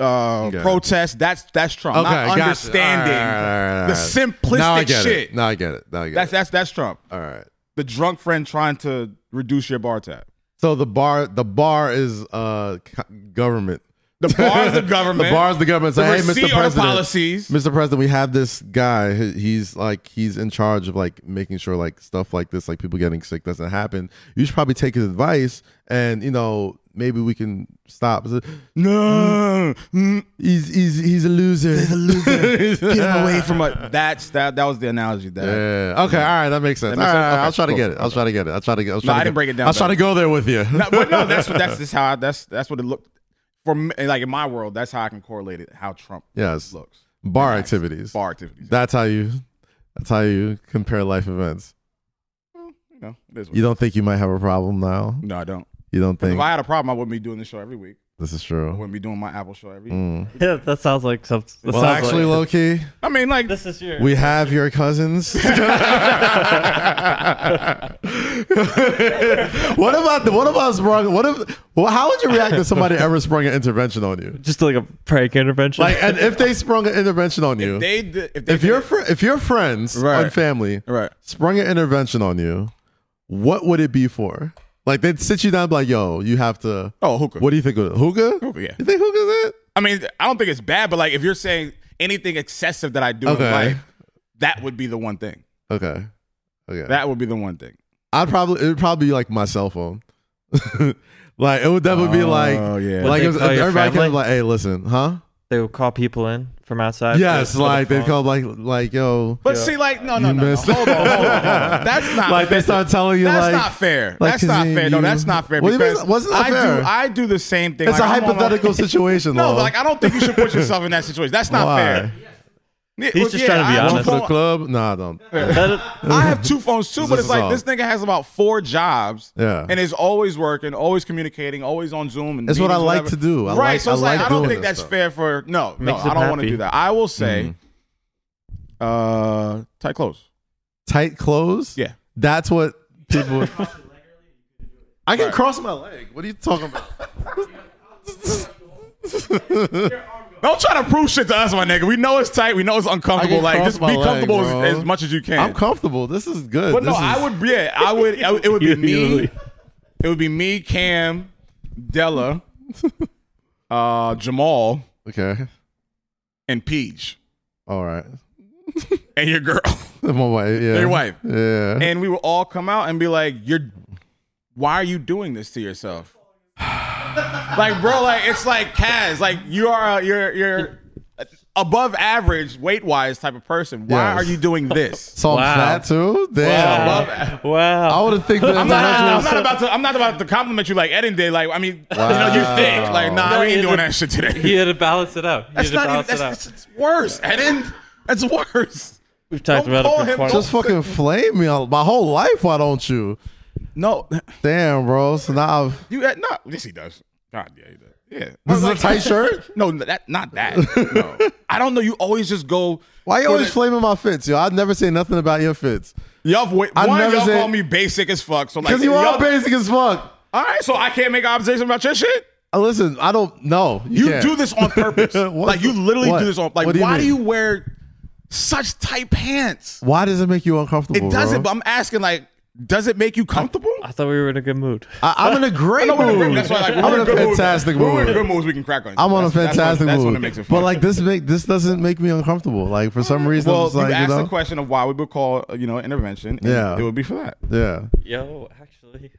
Speaker 2: uh,
Speaker 1: Okay.
Speaker 2: protest. That's that's Trump.
Speaker 1: gotcha. All
Speaker 2: Not
Speaker 1: right,
Speaker 2: understanding
Speaker 1: all right, all right, all
Speaker 2: the
Speaker 1: right.
Speaker 2: simplistic
Speaker 1: Now I get
Speaker 2: shit.
Speaker 1: It. Now I get it. Now I get
Speaker 2: That's
Speaker 1: it.
Speaker 2: that's that's Trump.
Speaker 1: All right.
Speaker 2: The drunk friend trying to reduce your bar tab.
Speaker 1: So the bar, the bar is uh co- government.
Speaker 2: The bar
Speaker 1: [laughs]
Speaker 2: is the government.
Speaker 1: the bar is the government. So
Speaker 2: The
Speaker 1: hey, Mr.
Speaker 2: receipt are the
Speaker 1: President,
Speaker 2: policies.
Speaker 1: Mr. President, we have this guy. He- He's like he's in charge of like making sure like stuff like this, like people getting sick, doesn't happen. You should probably take his advice, and you know maybe we can stop.
Speaker 2: No,
Speaker 1: He's he's he's a loser. He's a [laughs] loser.
Speaker 2: mm. get
Speaker 1: [laughs]
Speaker 2: him away from a, that's that. That was the analogy. That
Speaker 1: Yeah. Okay. All right. That makes sense.
Speaker 2: That makes
Speaker 1: All right,
Speaker 2: sense?
Speaker 1: all right,
Speaker 2: Okay,
Speaker 1: I'll try to
Speaker 2: cool.
Speaker 1: get it. I'll try to get it. I'll try to get. I'll try
Speaker 2: No,
Speaker 1: to
Speaker 2: I
Speaker 1: get-
Speaker 2: didn't break it down
Speaker 1: I'll try to go there with you.
Speaker 2: No,
Speaker 1: [laughs]
Speaker 2: but no, that's that's just how I, that's that's what it looked for. Me, like in my world, that's how I can correlate it. How Trump
Speaker 1: yes.
Speaker 2: looks.
Speaker 1: Bar activities.
Speaker 2: Bar activities.
Speaker 1: That's how you. That's how you compare life events.
Speaker 2: you know, it is what
Speaker 1: You don't think you might have a problem now.
Speaker 2: No, I don't.
Speaker 1: You don't
Speaker 2: 'Cause
Speaker 1: think
Speaker 2: If I had a problem, I wouldn't be doing this show every week.
Speaker 1: this is
Speaker 2: I
Speaker 1: true.
Speaker 2: wouldn't be doing my Apple show every.
Speaker 1: Mm.
Speaker 3: [laughs] Yeah, that sounds like something. that
Speaker 1: Well,
Speaker 3: sounds
Speaker 1: actually,
Speaker 3: like,
Speaker 1: low key,
Speaker 2: I mean, like,
Speaker 3: [laughs] this is your.
Speaker 1: we have your
Speaker 2: [laughs]
Speaker 1: cousins. what about the, what about sprung? What if? Well, how would you react if somebody ever sprung an intervention on you?
Speaker 3: just like a prank intervention.
Speaker 1: Like, and if they sprung an intervention on you,
Speaker 2: they did- if they
Speaker 1: if your
Speaker 2: did-
Speaker 1: fr- if your friends
Speaker 2: Right.
Speaker 1: and family
Speaker 2: right,
Speaker 1: sprung an intervention on you, what would it be for? Like they'd sit you down, and be like, "Yo, you have to."
Speaker 2: oh hookah,
Speaker 1: What do you think of it? hookah?
Speaker 2: Hookah, yeah.
Speaker 1: You think hookah's it?
Speaker 2: I mean, I don't think it's bad, but like if you're saying anything excessive that I do
Speaker 1: Okay.
Speaker 2: in life, that would be the one thing.
Speaker 1: Okay. Okay.
Speaker 2: That would be the one thing.
Speaker 1: I'd probably it would probably be like my cell phone. [laughs] like it would definitely be like
Speaker 2: oh yeah,
Speaker 1: like
Speaker 3: they
Speaker 1: if- if
Speaker 3: call your
Speaker 1: everybody
Speaker 3: family?
Speaker 1: kind of like, hey, listen, huh?
Speaker 3: They would call people in from outside.
Speaker 1: yes,
Speaker 3: for the- for the
Speaker 1: like they
Speaker 3: phone.
Speaker 1: call like like yo.
Speaker 2: but see, like no, no,
Speaker 1: you
Speaker 2: no, no.
Speaker 1: missed.
Speaker 2: Hold on, hold on,
Speaker 1: [laughs]
Speaker 2: hold on. That's not
Speaker 1: like they
Speaker 2: fair.
Speaker 1: start telling you
Speaker 2: That's
Speaker 1: like
Speaker 2: not fair.
Speaker 1: like,
Speaker 2: that's not
Speaker 1: 'cause
Speaker 2: fair. No,
Speaker 1: you-
Speaker 2: that's not fair.
Speaker 1: What do you mean
Speaker 2: because
Speaker 1: it's- wasn't that
Speaker 2: I
Speaker 1: fair?
Speaker 2: do. I do the same thing.
Speaker 1: it's
Speaker 2: Like,
Speaker 1: a
Speaker 2: I'm on, like-
Speaker 1: hypothetical
Speaker 2: [laughs]
Speaker 1: situation.
Speaker 2: No,
Speaker 1: Lon.
Speaker 2: like I don't think you should put yourself in that situation. That's not
Speaker 1: Why?
Speaker 2: fair. Yeah,
Speaker 3: He's
Speaker 2: well,
Speaker 3: just trying to be
Speaker 2: I have
Speaker 1: One
Speaker 3: honest.
Speaker 1: for
Speaker 2: two
Speaker 1: the
Speaker 2: phone-
Speaker 1: club? Nah, I don't.
Speaker 3: That-
Speaker 2: [laughs] I have two phones too, but
Speaker 1: This
Speaker 2: it's
Speaker 1: is
Speaker 2: like
Speaker 1: all.
Speaker 2: this nigga has about four jobs.
Speaker 1: Yeah.
Speaker 2: And is always working, always communicating, always on Zoom. And
Speaker 1: It's what I
Speaker 2: meetings,
Speaker 1: like
Speaker 2: whatever.
Speaker 1: to do. I
Speaker 2: right.
Speaker 1: like-
Speaker 2: so it's
Speaker 1: I
Speaker 2: like,
Speaker 1: like
Speaker 2: I don't
Speaker 1: doing
Speaker 2: think
Speaker 1: this
Speaker 2: that's
Speaker 1: stuff.
Speaker 2: fair for no, no,
Speaker 3: Makes
Speaker 2: I
Speaker 3: him
Speaker 2: don't want to
Speaker 3: happy.
Speaker 2: do that. I will say
Speaker 1: Mm-hmm.
Speaker 2: uh tight clothes.
Speaker 1: Tight clothes?
Speaker 2: Yeah.
Speaker 1: That's what people
Speaker 3: [laughs]
Speaker 1: would. I can cross my leg. What are you talking
Speaker 2: [laughs]
Speaker 1: about?
Speaker 2: Don't try to prove shit to us, my nigga. We know it's tight. We know it's uncomfortable.
Speaker 1: I can
Speaker 2: Like
Speaker 1: cross
Speaker 2: just
Speaker 1: my
Speaker 2: be
Speaker 1: leg,
Speaker 2: comfortable
Speaker 1: bro.
Speaker 2: as, as much as you can.
Speaker 1: I'm comfortable. This is good.
Speaker 2: But no,
Speaker 1: This is-
Speaker 2: I would. Yeah, I would. I
Speaker 1: [laughs]
Speaker 2: would- It would be me.
Speaker 3: Usually.
Speaker 2: It would be me, Cam,
Speaker 1: [laughs]
Speaker 2: Della, uh, Jamal,
Speaker 1: Okay.
Speaker 2: and Peach,
Speaker 1: All right. [laughs]
Speaker 2: and your girl.
Speaker 1: My wife. Yeah.
Speaker 2: Your wife.
Speaker 1: Yeah.
Speaker 2: [laughs] And we would all come out and be like, "You're, why are you doing this to yourself?" [sighs] like, bro, like it's like Kaz, like you are, a, you're, you're above average weight wise type of person. Why
Speaker 1: Yes.
Speaker 2: are you doing
Speaker 1: [laughs]
Speaker 2: this?
Speaker 1: so
Speaker 3: Wow.
Speaker 1: I'm fat too. Damn.
Speaker 2: Above
Speaker 3: wow.
Speaker 1: I would have think that.
Speaker 2: I'm not, I'm not about to. I'm not about to compliment you like Eden did. Like I mean, you know, you think like, nah,
Speaker 3: No,
Speaker 2: we ain't
Speaker 3: it's
Speaker 2: doing
Speaker 3: a-
Speaker 2: that shit today.
Speaker 3: [laughs] He had to balance it out.
Speaker 2: [laughs]
Speaker 3: He
Speaker 2: that's
Speaker 3: had to
Speaker 2: not. Even,
Speaker 3: balance
Speaker 2: that's,
Speaker 3: it out.
Speaker 2: that's, it's worse. Eden, that's worse.
Speaker 3: We've talked
Speaker 2: don't
Speaker 3: about
Speaker 2: call
Speaker 3: it
Speaker 2: him-
Speaker 3: before.
Speaker 1: just fucking flame me all- my whole life. Why don't you?
Speaker 2: No,
Speaker 1: Damn, bro. So now I've,
Speaker 2: you had no. Yes, he does. God, yeah, he does. Yeah.
Speaker 1: this is a tight shirt.
Speaker 2: No, that not that. No. I don't know. You always just go.
Speaker 1: [laughs] Why you
Speaker 2: for
Speaker 1: always
Speaker 2: the-
Speaker 1: flaming my fits, yo? I'd never say nothing about your fits
Speaker 2: Y'all, wait,
Speaker 1: I
Speaker 2: one,
Speaker 1: never
Speaker 2: y'all
Speaker 1: said-
Speaker 2: call me basic as fuck. So like,
Speaker 1: because you are
Speaker 2: y'all-
Speaker 1: basic as fuck.
Speaker 2: all right. So I can't make observations about your shit.
Speaker 1: Uh, Listen, I don't know.
Speaker 2: You
Speaker 1: can't.
Speaker 2: do this on
Speaker 1: [laughs]
Speaker 2: purpose.
Speaker 1: What?
Speaker 2: like you literally
Speaker 1: What?
Speaker 2: do this on. Like
Speaker 1: What do you
Speaker 2: why do
Speaker 1: mean?
Speaker 2: you wear such tight pants?
Speaker 1: Why does it make you uncomfortable?
Speaker 2: It doesn't, but
Speaker 1: bro?
Speaker 2: I'm asking like, does it make you comfortable?
Speaker 3: I thought we were in a good mood.
Speaker 1: I, I'm in a great
Speaker 2: No, we're in a good mood.
Speaker 1: mood.
Speaker 2: That's why, like, we're
Speaker 1: I'm in a
Speaker 2: good mood.
Speaker 1: fantastic
Speaker 2: When We're in good
Speaker 1: mood.
Speaker 2: moods. We can crack on.
Speaker 1: I'm on a
Speaker 2: That's- that's
Speaker 1: fantastic
Speaker 2: when- That's when it
Speaker 1: mood.
Speaker 2: makes it fun.
Speaker 1: But like this make this doesn't make me uncomfortable. Like for some reason,
Speaker 2: well,
Speaker 1: it's like
Speaker 2: you
Speaker 1: you
Speaker 2: asked
Speaker 1: know,
Speaker 2: the question of why we would call uh, you know intervention. and
Speaker 1: Yeah.
Speaker 2: it would be for that.
Speaker 1: yeah.
Speaker 3: Yo, actually,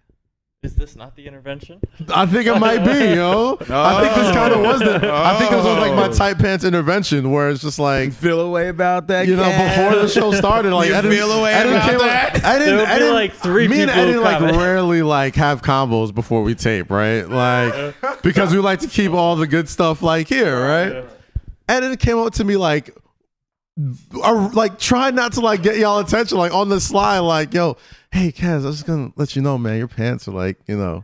Speaker 3: is this not the intervention?
Speaker 1: I think it might be, yo. I think this kind of was the. I think this was like my tight pants intervention, where it's just like
Speaker 2: Feel away about that.
Speaker 1: you know before the show started, like
Speaker 2: You
Speaker 1: I didn't,
Speaker 2: feel the way
Speaker 1: I didn't
Speaker 2: about
Speaker 1: came up-
Speaker 2: that?
Speaker 1: I didn't,
Speaker 3: There'll
Speaker 1: I
Speaker 3: be,
Speaker 1: didn't-
Speaker 3: like, three
Speaker 1: Me and
Speaker 3: people
Speaker 1: Eddie like
Speaker 3: comment.
Speaker 1: rarely like have combos before we tape, right?
Speaker 2: [laughs]
Speaker 1: Like because we like to keep all the good stuff like here, right? And it came up to me like. Are, like try not to like get y'all attention like on the slide like yo hey Kaz I was just gonna let you know man your pants are like you know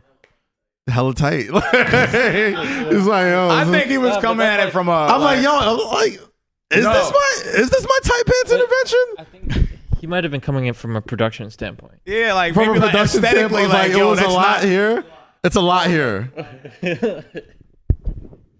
Speaker 1: hella tight [laughs] Like, it's like yo
Speaker 2: I
Speaker 1: this is-
Speaker 2: think he was
Speaker 3: Yeah, but
Speaker 2: coming at
Speaker 3: that's
Speaker 2: it
Speaker 3: like-
Speaker 2: from a.
Speaker 1: I'm like, yo, I'm like, is
Speaker 2: No.
Speaker 1: this my is this my tight pants
Speaker 3: I
Speaker 1: intervention?
Speaker 3: think [laughs] he might have been coming in from a production standpoint.
Speaker 2: yeah, like
Speaker 1: From
Speaker 2: maybe
Speaker 1: a
Speaker 2: like
Speaker 1: production
Speaker 2: aesthetically,
Speaker 1: standpoint, like,
Speaker 2: like,
Speaker 1: it
Speaker 2: yo,
Speaker 1: was a
Speaker 2: that's
Speaker 1: lot
Speaker 2: not.
Speaker 1: here. It's a lot here.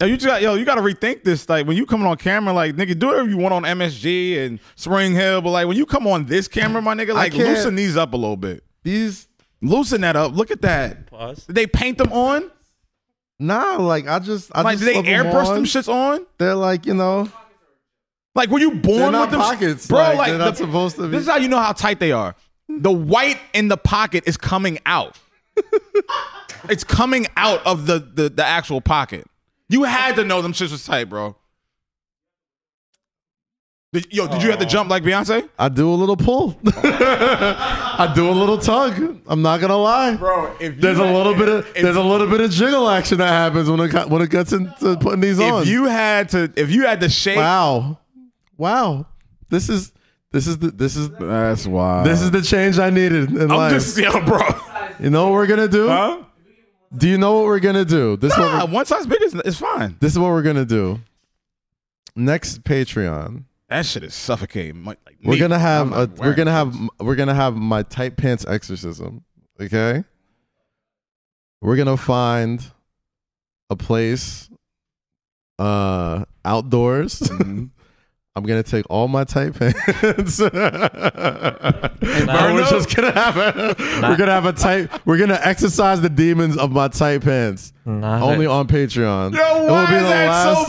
Speaker 2: Yo, you just, yo, you got to rethink this. Like when you coming on camera, like nigga, do whatever you want on MSG and Spring Hill, but like when you come on this camera, my nigga, like
Speaker 1: can't-
Speaker 2: loosen these up a little bit.
Speaker 1: These
Speaker 2: Loosen that up. Look at that.
Speaker 3: Pause.
Speaker 2: Did they paint them on?
Speaker 1: nah, like I just I
Speaker 2: Like,
Speaker 1: just
Speaker 2: did they
Speaker 1: slip 'em
Speaker 2: airbrush
Speaker 1: on.
Speaker 2: them shits on?
Speaker 1: They're like you know
Speaker 2: Like, were you born
Speaker 1: they're
Speaker 2: with
Speaker 1: not
Speaker 2: them? sh-
Speaker 1: pockets,
Speaker 2: bro. Like,
Speaker 1: they're
Speaker 2: the-
Speaker 1: not supposed to be.
Speaker 2: this is how you know how tight they are. The white in the pocket is coming [laughs] out. it's coming out of the, the the actual pocket. You had to know them shits was tight, bro. Did, yo, did you have
Speaker 1: Oh.
Speaker 2: to jump like Beyonce?
Speaker 1: I do a little pull. [laughs] I do a little tug. I'm not gonna lie,
Speaker 2: Bro, if you
Speaker 1: There's a
Speaker 2: had-
Speaker 1: little bit of
Speaker 2: if-
Speaker 1: there's a little bit of jiggle action that happens when it co- when it gets into putting these on.
Speaker 2: If you had to, if you had to shake,
Speaker 1: wow, wow, this is this is the this is
Speaker 2: that's wild.
Speaker 1: This is the change I needed in
Speaker 2: I'm
Speaker 1: life.
Speaker 2: just yo, bro.
Speaker 1: you know what we're gonna do?
Speaker 2: Huh?
Speaker 1: Do you know what we're gonna do? This is
Speaker 2: Nah,
Speaker 1: what we're,
Speaker 2: one size bigger is, is fine.
Speaker 1: this is what we're gonna do. Next Patreon,
Speaker 2: That shit is suffocating. Like, like
Speaker 1: we're
Speaker 2: me.
Speaker 1: gonna have
Speaker 2: I'm
Speaker 1: a,
Speaker 2: not
Speaker 1: we're
Speaker 2: wearing
Speaker 1: gonna have
Speaker 2: those.
Speaker 1: we're gonna have my tight pants exorcism. Okay, we're gonna find
Speaker 2: Mm-hmm.
Speaker 1: a place uh outdoors. [laughs] I'm gonna take all my tight pants. [laughs]
Speaker 3: I
Speaker 1: But we're
Speaker 3: know.
Speaker 1: just gonna have a, we're gonna have a tight. We're gonna exercise the demons of my tight pants
Speaker 3: Not
Speaker 1: only on Patreon.
Speaker 2: Yo, why is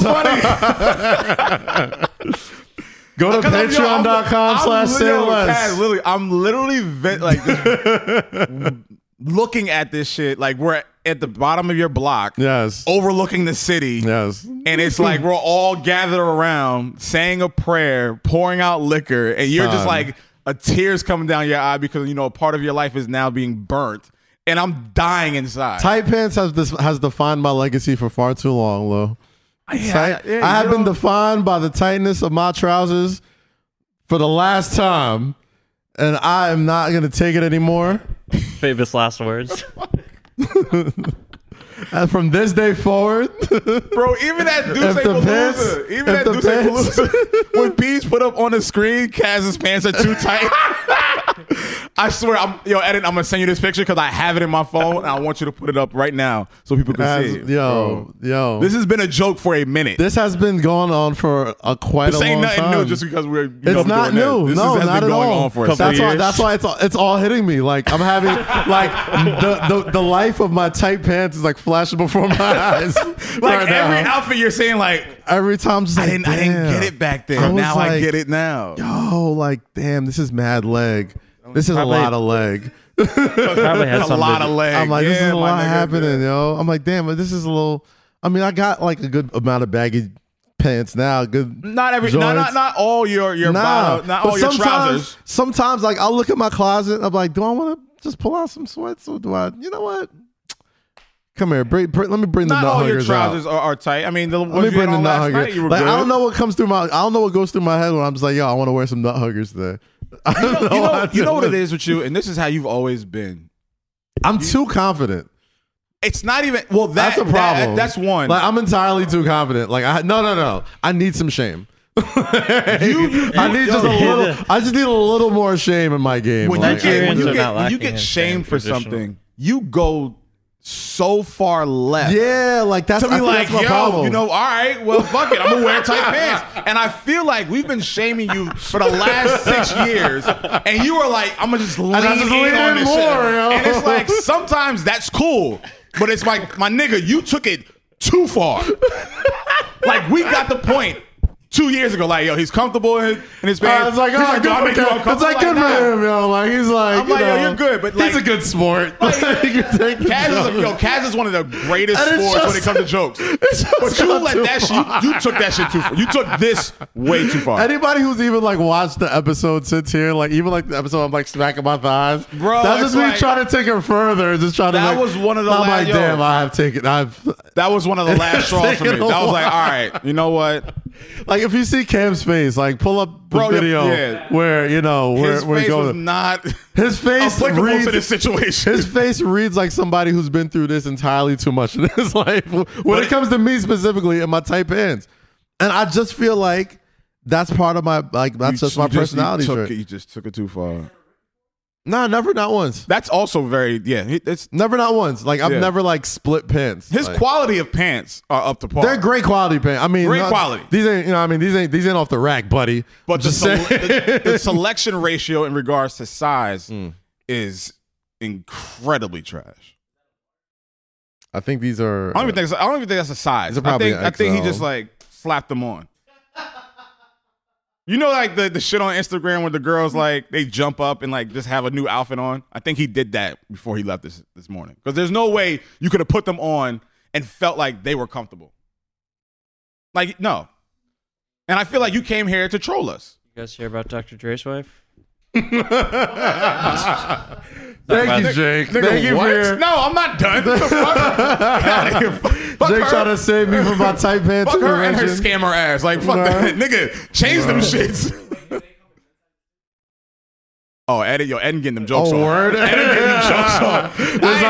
Speaker 2: that so
Speaker 1: funny?
Speaker 2: [laughs]
Speaker 1: Go to
Speaker 2: Because I'm- yo, I'm-
Speaker 1: patreon.com
Speaker 2: I'm
Speaker 1: slash say
Speaker 2: literally- Pat,
Speaker 1: less.
Speaker 2: Literally, I'm literally ve- like
Speaker 1: [laughs]
Speaker 2: just looking at this shit. Like we're at the bottom of your block,
Speaker 1: Yes.
Speaker 2: overlooking the city,
Speaker 1: Yes.
Speaker 2: and it's like we're all gathered around, saying a prayer, pouring out liquor, and you're just
Speaker 1: Son.
Speaker 2: like a tears coming down your eye because you know a part of your life is now being burnt, and I'm dying inside.
Speaker 1: Tight pants has this has defined my legacy for far too long, Lo. Tight-
Speaker 2: yeah,
Speaker 1: I have
Speaker 2: you
Speaker 1: been
Speaker 2: don't-
Speaker 1: defined by the tightness of my trousers for the last time, and I am not gonna take it anymore.
Speaker 3: famous
Speaker 2: [laughs]
Speaker 3: last words.
Speaker 1: And from this day forward, [laughs]
Speaker 2: Bro, even that Duce
Speaker 1: If the pants-
Speaker 2: Palooza, even
Speaker 1: if
Speaker 2: that
Speaker 1: the
Speaker 2: Duce Palooza, [laughs] when Beach put up on the screen, Kaz's pants are too tight. [laughs] I swear, I'm yo, edit. I'm gonna send you this picture because I have it in my phone, and I want you to put it up right now so people can
Speaker 1: as-
Speaker 2: see it.
Speaker 1: yo, yo,
Speaker 2: Bro, this has been a joke for a minute.
Speaker 1: this
Speaker 2: This,
Speaker 1: has been going on for a quite a long
Speaker 2: ain't nothing
Speaker 1: time.
Speaker 2: new just because we're. You know,
Speaker 1: It's not
Speaker 2: doing
Speaker 1: new.
Speaker 2: This, this
Speaker 1: no,
Speaker 2: has
Speaker 1: not
Speaker 2: been
Speaker 1: at
Speaker 2: going
Speaker 1: all.
Speaker 2: on for a
Speaker 1: that's
Speaker 2: couple
Speaker 1: why.
Speaker 2: years.
Speaker 1: That's why it's all, it's all hitting me. Like I'm
Speaker 2: [laughs]
Speaker 1: having like the, the the life of my tight pants is like flashing before my [laughs] eyes.
Speaker 2: [laughs] Like
Speaker 1: right
Speaker 2: every
Speaker 1: now.
Speaker 2: outfit you're saying, like
Speaker 1: every time, I'm just
Speaker 2: I
Speaker 1: like,
Speaker 2: didn't, I didn't
Speaker 1: damn.
Speaker 2: get it back
Speaker 1: I
Speaker 2: then.
Speaker 1: was
Speaker 2: Now I
Speaker 1: like,
Speaker 2: get it now.
Speaker 1: Oh, like damn, this is mad leg. This is
Speaker 3: Probably-
Speaker 1: a lot of leg.
Speaker 3: Probably had
Speaker 2: That's a
Speaker 3: something
Speaker 2: lot
Speaker 3: to
Speaker 2: of
Speaker 3: do-
Speaker 2: legs.
Speaker 1: I'm like, this
Speaker 2: Yeah,
Speaker 1: is a
Speaker 2: my
Speaker 1: lot
Speaker 2: nigga.
Speaker 1: happening, yo. I'm like, damn, this is a little. I mean, I got like a good amount of baggy pants now. Good.
Speaker 2: Not every, not, not
Speaker 1: joints.
Speaker 2: not all your your bottom, not
Speaker 1: but
Speaker 2: all your
Speaker 1: sometimes-
Speaker 2: trousers.
Speaker 1: Sometimes, like, I'll look at my closet. I'm like, do I want to just pull out some sweats, or do I? You know what? Come here, bring, bring, let me bring the
Speaker 2: Not
Speaker 1: nut
Speaker 2: all your
Speaker 1: huggers out.
Speaker 2: trousers are, are tight. I mean, the
Speaker 1: Let me
Speaker 2: ones you had
Speaker 1: bring the
Speaker 2: on
Speaker 1: nut
Speaker 2: last night, you
Speaker 1: huggers.
Speaker 2: were
Speaker 1: Like,
Speaker 2: good.
Speaker 1: I don't know what comes through my. I don't know what goes through my head when I'm just like, yo, I want to wear some nut huggers today. [laughs] I
Speaker 2: You know,
Speaker 1: don't
Speaker 2: you
Speaker 1: how
Speaker 2: know,
Speaker 1: to
Speaker 2: you know what
Speaker 1: look.
Speaker 2: it is with you, and this is how you've always been.
Speaker 1: I'm too confident.
Speaker 2: It's not even well. That,
Speaker 1: that's a problem.
Speaker 2: that- that's one.
Speaker 1: Like I'm entirely too confident. Like I no no no. I need some shame. [laughs] I need just a
Speaker 3: yo.
Speaker 1: little. I just need a little more shame in my game.
Speaker 2: when you
Speaker 1: Like,
Speaker 2: get when
Speaker 3: Nigerians
Speaker 2: you
Speaker 3: are
Speaker 2: get
Speaker 3: not
Speaker 2: when you
Speaker 3: lacking
Speaker 2: get
Speaker 3: in
Speaker 2: shamed
Speaker 3: saying
Speaker 2: for
Speaker 3: traditional.
Speaker 2: something, you go so far left.
Speaker 1: yeah, like that's
Speaker 2: To
Speaker 1: I
Speaker 2: be
Speaker 1: think
Speaker 2: like,
Speaker 1: that's my
Speaker 2: yo,
Speaker 1: problem.
Speaker 2: you know, all right, well, fuck it, I'm gonna wear tight
Speaker 1: [laughs]
Speaker 2: pants, and I feel like we've been shaming you for the last six years, and you are like, I'm gonna just lean
Speaker 1: I just
Speaker 2: in
Speaker 1: lean
Speaker 2: on
Speaker 1: in
Speaker 2: this
Speaker 1: more,
Speaker 2: shit.
Speaker 1: yo.
Speaker 2: and it's like sometimes that's cool, but it's like, my nigga, you took it too far. like we got the point. Two years ago, like yo, he's comfortable in, in his
Speaker 1: Uh,
Speaker 2: pants.
Speaker 1: it's like,
Speaker 2: He's
Speaker 1: oh,
Speaker 2: "Do I
Speaker 1: good
Speaker 2: make
Speaker 1: for
Speaker 2: you
Speaker 1: him.
Speaker 2: uncomfortable?"
Speaker 1: It's like good
Speaker 2: nah.
Speaker 1: for him, yo. Like he's like,
Speaker 2: I'm
Speaker 1: you
Speaker 2: like, yo,
Speaker 1: know,
Speaker 2: you're good, but, like-
Speaker 1: he's a good sport.
Speaker 2: [laughs]
Speaker 1: Like, [laughs] you take the
Speaker 2: Kaz is, a,
Speaker 1: joke.
Speaker 2: yo, Kaz is one of the greatest
Speaker 1: And it's
Speaker 2: sports when it
Speaker 1: just-
Speaker 2: comes to
Speaker 1: [laughs]
Speaker 2: jokes.
Speaker 1: It's just
Speaker 2: But you
Speaker 1: gone
Speaker 2: let
Speaker 1: too
Speaker 2: that
Speaker 1: far.
Speaker 2: shit, you took that shit too far. You took this way too far.
Speaker 1: Anybody who's even like watched the episode sits here, like even like the episode, I'm like smacking my thighs,
Speaker 2: Bro,
Speaker 1: That's
Speaker 2: it's
Speaker 1: just me
Speaker 2: like-
Speaker 1: trying to take it further, just trying to.
Speaker 2: That
Speaker 1: like-
Speaker 2: was one of the
Speaker 1: I'm
Speaker 2: la-
Speaker 1: like,
Speaker 2: yo.
Speaker 1: damn, I have taken. I've
Speaker 2: That was one of
Speaker 1: [laughs]
Speaker 2: the last straws for me. That
Speaker 1: Taking a
Speaker 2: was like, all
Speaker 1: while.
Speaker 2: right, you know what?
Speaker 1: like if you see Cam's face, like pull up the
Speaker 2: Bro, yeah,
Speaker 1: video
Speaker 2: yeah.
Speaker 1: where you know where
Speaker 2: His
Speaker 1: where he
Speaker 2: face
Speaker 1: goes.
Speaker 2: was not
Speaker 1: his face
Speaker 2: [laughs] applicable to this
Speaker 1: reads.
Speaker 2: situation. [laughs]
Speaker 1: His face reads like somebody who's been through this entirely too much in his [laughs] life. When it,
Speaker 2: it-
Speaker 1: comes to me specifically and my tight pants, and I just feel like that's part of my like that's just my
Speaker 2: You
Speaker 1: personality
Speaker 2: You,
Speaker 1: trait.
Speaker 2: took it, you just took it too far.
Speaker 1: Nah, never, not once.
Speaker 2: That's also very yeah. he- It's
Speaker 1: Never, not once. Like I've
Speaker 2: Yeah.
Speaker 1: never like split pants.
Speaker 2: his
Speaker 1: Like,
Speaker 2: quality of pants are up to par.
Speaker 1: they're great quality pants. I mean,
Speaker 2: Great
Speaker 1: not-
Speaker 2: quality.
Speaker 1: These ain't you know. I mean, these ain't these ain't off the rack, buddy.
Speaker 2: But the,
Speaker 1: Just
Speaker 2: sele-
Speaker 1: saying.
Speaker 2: the,
Speaker 1: [laughs]
Speaker 2: the selection ratio in regards to size
Speaker 1: Hmm.
Speaker 2: is incredibly trash.
Speaker 1: I think these are.
Speaker 2: I don't even think I don't even think that's a
Speaker 1: It's
Speaker 2: size. I
Speaker 1: probably
Speaker 2: think I think he
Speaker 1: XL.
Speaker 2: just like slapped them on. You know, like the, the shit on Instagram where the girls like they jump up and like just have a new outfit on. I think he did that before he left this this morning because there's no way you could have put them on and felt like they were comfortable. Like no, and I feel like you came here to troll us.
Speaker 3: You guys hear about Dr. Dre's wife?
Speaker 1: uh, Thank you, Jake. Thank you for your-
Speaker 2: No, I'm not done. What the fuck? Get
Speaker 1: [laughs]
Speaker 2: outta here. Fuck
Speaker 1: Jake
Speaker 2: her.
Speaker 1: trying to save me from my tight pants.
Speaker 2: Fuck her and her
Speaker 1: convention.
Speaker 2: scammer ass. Like, fuck that. [laughs] Nigga, change them shits. [laughs] oh, Ed, yo, Ed getting them jokes
Speaker 1: Oh,
Speaker 2: on. [laughs]
Speaker 1: word.
Speaker 2: Ed
Speaker 1: [laughs]
Speaker 2: getting them jokes on. This
Speaker 1: This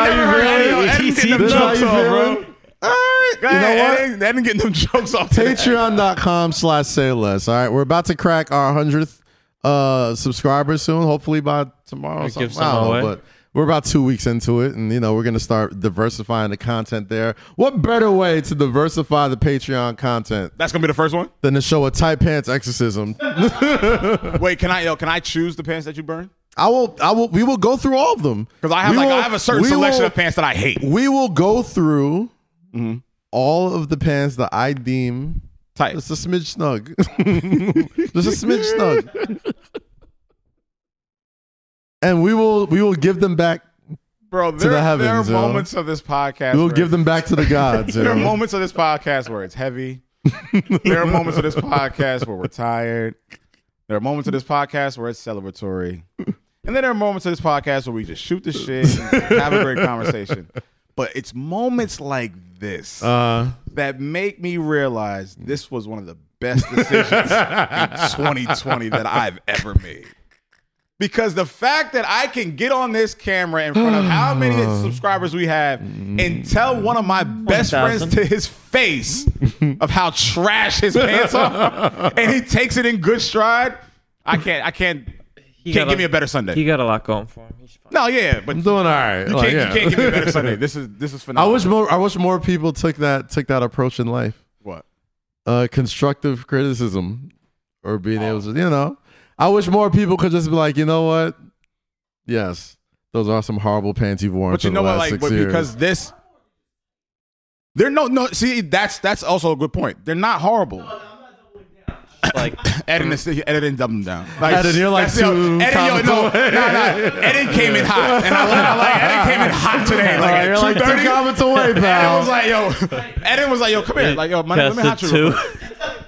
Speaker 1: how you feeling?
Speaker 2: Ed getting them
Speaker 1: This how
Speaker 2: jokes
Speaker 1: you
Speaker 2: on, bro.
Speaker 1: feeling? All right. You know what?
Speaker 2: Ed, Ed getting them [laughs] jokes off. today.
Speaker 1: patreon.com slash say less all right we're about to crack our 100th uh subscribers soon hopefully by tomorrow or
Speaker 3: Give
Speaker 1: something.
Speaker 3: some
Speaker 1: I don't know,
Speaker 3: away.
Speaker 1: but we're about two weeks into it, and you know we're gonna start diversifying the content there. What better way to diversify the Patreon content
Speaker 2: That's gonna be the first one.
Speaker 1: than to show a tight pants
Speaker 2: [laughs]
Speaker 1: exorcism?
Speaker 2: Wait, can I yo? Can I choose the pants that you burn?
Speaker 1: I will. I will. We will go through all of them
Speaker 2: Because I have
Speaker 1: We
Speaker 2: like
Speaker 1: will-
Speaker 2: I have a certain
Speaker 1: we
Speaker 2: selection
Speaker 1: will-
Speaker 2: of pants that I hate.
Speaker 1: We will go through
Speaker 2: Mhm.
Speaker 1: all of the pants that I deem
Speaker 2: Tight.
Speaker 1: just a smidge snug. [laughs] just a smidge snug. And we will we will give them back.
Speaker 2: Bro, there,
Speaker 1: the
Speaker 2: there
Speaker 1: heavens, yo.
Speaker 2: are moments of this podcast.
Speaker 1: We will
Speaker 2: where-
Speaker 1: give them back to the gods.
Speaker 2: [laughs] There are
Speaker 1: yo.
Speaker 2: moments of this podcast where it's heavy. there are moments of this podcast where we're tired. There are moments of this podcast where it's celebratory. And then there are moments of this podcast where we just shoot the shit and have a great conversation. But it's moments like this
Speaker 1: Uh,
Speaker 2: that make me realize
Speaker 1: Mm.
Speaker 2: this was one of the best
Speaker 1: [laughs]
Speaker 2: decisions in 2020 that I've ever made. Because the fact that I can get on this camera in front of
Speaker 1: [sighs]
Speaker 2: how many subscribers we have
Speaker 1: Mm.
Speaker 2: and tell one of my best
Speaker 3: 1,000.
Speaker 2: friends to his face of how trash his
Speaker 1: [laughs]
Speaker 2: pants are, and he takes it in good stride, I can't, I can't, can't
Speaker 3: got
Speaker 2: give
Speaker 3: a-
Speaker 2: me a better Sunday.
Speaker 3: He got a lot going for him. He's fine.
Speaker 2: no, yeah, but
Speaker 1: I'm
Speaker 2: you
Speaker 1: doing all right. Like,
Speaker 2: can't,
Speaker 1: yeah.
Speaker 2: you can't give me
Speaker 1: [laughs]
Speaker 2: a better Sunday. This is this is
Speaker 1: I
Speaker 2: phenomenal.
Speaker 1: wish more. I wish more people took that took that approach in life.
Speaker 2: what?
Speaker 1: Uh, constructive criticism, or being able to,
Speaker 2: Oh.
Speaker 1: you know, I wish more people could just be like, you know what? Yes, those are some horrible pants you've worn.
Speaker 2: But
Speaker 1: for
Speaker 2: you know
Speaker 1: the
Speaker 2: what?
Speaker 1: last
Speaker 2: Like,
Speaker 1: six
Speaker 2: but
Speaker 1: years.
Speaker 2: because this, they're no, no. See, that's that's also a good point. They're
Speaker 1: [laughs]
Speaker 2: not horrible.
Speaker 3: [laughs] Like
Speaker 2: Eden, is- Eden dumbed them down. Like,
Speaker 1: Eden, you're like
Speaker 2: that's the-
Speaker 1: two
Speaker 2: Eden, yo,
Speaker 1: comments
Speaker 2: no, no,
Speaker 1: away.
Speaker 2: no. Eden came in hot, and I, I like Eden came in hot
Speaker 1: [laughs]
Speaker 2: today. Like
Speaker 1: Alright,
Speaker 2: at
Speaker 1: you're like
Speaker 2: two
Speaker 1: two
Speaker 2: thirty,
Speaker 1: comments
Speaker 2: [laughs]
Speaker 1: away,
Speaker 2: Eden was
Speaker 1: pal.
Speaker 2: like, "Yo," [laughs] Eden was like, "Yo, come here, like, yo, my, let me hot you."
Speaker 3: Tested
Speaker 2: real
Speaker 3: two.
Speaker 2: quick. [laughs]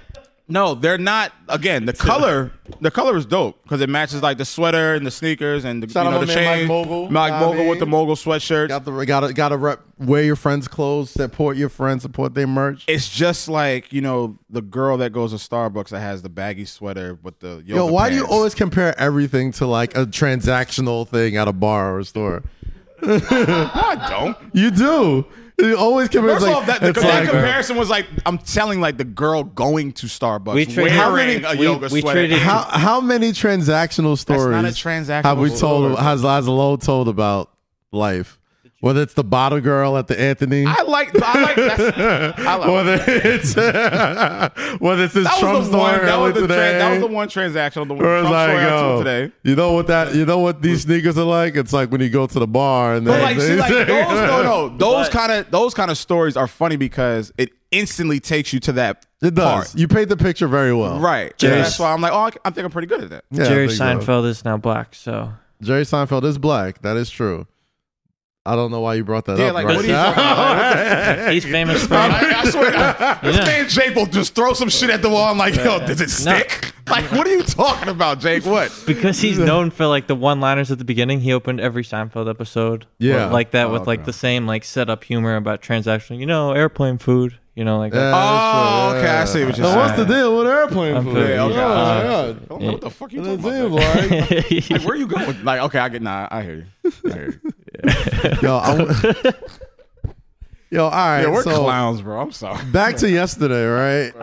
Speaker 2: No, they're not. Again, the color, the color is dope because it matches like the sweater and the sneakers and the,
Speaker 1: Shout
Speaker 2: you know,
Speaker 1: out
Speaker 2: the
Speaker 1: my man Mike
Speaker 2: chain.
Speaker 1: Mogul.
Speaker 2: Mike
Speaker 1: I
Speaker 2: Mogul
Speaker 1: mean-
Speaker 2: with the mogul sweatshirt.
Speaker 1: Got the got to got to rep. Wear your friends' clothes. Support your friends. Support their merch.
Speaker 2: it's just like you know the girl that goes to Starbucks that has the baggy sweater with the yoga
Speaker 1: Yo, why do you
Speaker 2: pants.
Speaker 1: always compare everything to like a transactional thing at a bar or a store?
Speaker 2: I don't.
Speaker 1: You do. You always compare.
Speaker 2: First
Speaker 1: it's like,
Speaker 2: off, that, the,
Speaker 1: it's
Speaker 2: that
Speaker 1: like, uh,
Speaker 2: comparison was like I'm telling like the girl going to Starbucks
Speaker 3: We treat-
Speaker 2: wearing
Speaker 3: how
Speaker 1: many-
Speaker 2: a
Speaker 3: we-
Speaker 2: yoga
Speaker 3: we
Speaker 2: sweater.
Speaker 3: treated-
Speaker 1: how how many transactional
Speaker 2: That's
Speaker 1: stories
Speaker 2: not a transactional
Speaker 1: have we
Speaker 2: story.
Speaker 1: told? Has Lazlo told about life? Whether it's the bottle girl at the Anthony.
Speaker 2: I like. I
Speaker 1: [laughs]
Speaker 2: like. That's, I like
Speaker 1: whether it's [laughs] whether it's this
Speaker 2: that
Speaker 1: Trump
Speaker 2: was the
Speaker 1: store
Speaker 2: one. That
Speaker 1: early
Speaker 2: was the,
Speaker 1: today,
Speaker 2: tran- that was the one transaction. The one
Speaker 1: Or it's
Speaker 2: Trump
Speaker 1: like,
Speaker 2: story I
Speaker 1: yo,
Speaker 2: told today.
Speaker 1: you know what that, you know what these sneakers are like? It's like when you go to the bar and
Speaker 2: But
Speaker 1: they- [laughs]
Speaker 2: like,
Speaker 1: they
Speaker 2: see, like
Speaker 1: say-
Speaker 2: those, no, no, those
Speaker 3: But-
Speaker 2: kind of those kind of stories are funny because it instantly takes you to that
Speaker 1: it does.
Speaker 2: part.
Speaker 1: You paint the picture very well,
Speaker 2: Right.
Speaker 3: Jerry-
Speaker 2: That's why I'm like, oh, I, I think I'm pretty good at that.
Speaker 1: Yeah, I
Speaker 3: Jerry
Speaker 1: think so.
Speaker 3: Seinfeld is now black, so
Speaker 1: Jerry Seinfeld is black. That is true. I don't know why you brought that
Speaker 2: Yeah,
Speaker 1: up.
Speaker 2: like,
Speaker 1: right
Speaker 2: what are you
Speaker 1: now.
Speaker 2: talking
Speaker 1: [laughs]
Speaker 2: about? [laughs]
Speaker 3: he's famous for.
Speaker 2: I, I swear, I, this
Speaker 3: Yeah.
Speaker 2: man Jake will just throw some shit at the wall. I'm like, yo, does it
Speaker 3: No.
Speaker 2: stick? Like, what are you talking about, Jake? What?
Speaker 3: because he's known for like the one-liners at the beginning. He opened every Seinfeld episode,
Speaker 1: Yeah.
Speaker 3: like that with
Speaker 2: Oh,
Speaker 3: like
Speaker 2: okay.
Speaker 3: the same like setup humor about transactional, you know, airplane food, you know, like
Speaker 1: Yeah,
Speaker 2: Oh,
Speaker 3: that.
Speaker 1: that's true.
Speaker 2: okay, I see what you're
Speaker 1: Now, what's the
Speaker 2: saying.
Speaker 1: deal with airplane
Speaker 3: I'm
Speaker 1: food?
Speaker 3: pretty-
Speaker 1: Oh,
Speaker 2: okay.
Speaker 1: my
Speaker 3: Uh,
Speaker 1: God.
Speaker 2: I don't know what the fuck you
Speaker 1: It
Speaker 2: talking
Speaker 1: seems
Speaker 2: about.
Speaker 1: like-
Speaker 2: [laughs]
Speaker 3: [laughs]
Speaker 2: Like, where you going? Like, okay, I get. Nah, I hear you. I hear
Speaker 1: [laughs]
Speaker 2: you.
Speaker 1: Yo, I w- [laughs] Yo, all right.
Speaker 2: Yeah, we're
Speaker 1: so
Speaker 2: clowns, bro. I'm sorry.
Speaker 1: back to yesterday, right?